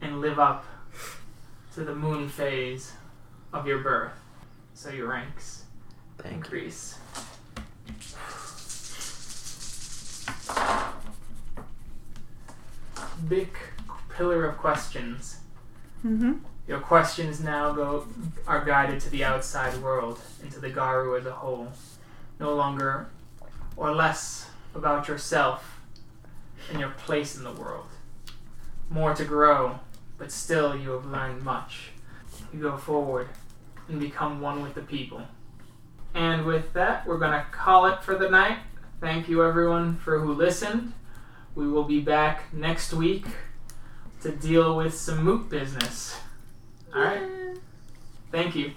Speaker 1: and live up to the moon phase of your birth. So your ranks
Speaker 2: Thank you.
Speaker 1: increase. Big pillar of questions.
Speaker 3: Mm-hmm.
Speaker 1: Your questions now go are guided to the outside world, into the Garu as a whole. No longer or less about yourself and your place in the world. More to grow, but still you have learned much. You go forward and become one with the people. And with that, we're gonna call it for the night. Thank you everyone for who listened. We will be back next week to deal with some moot business. All right. Thank you.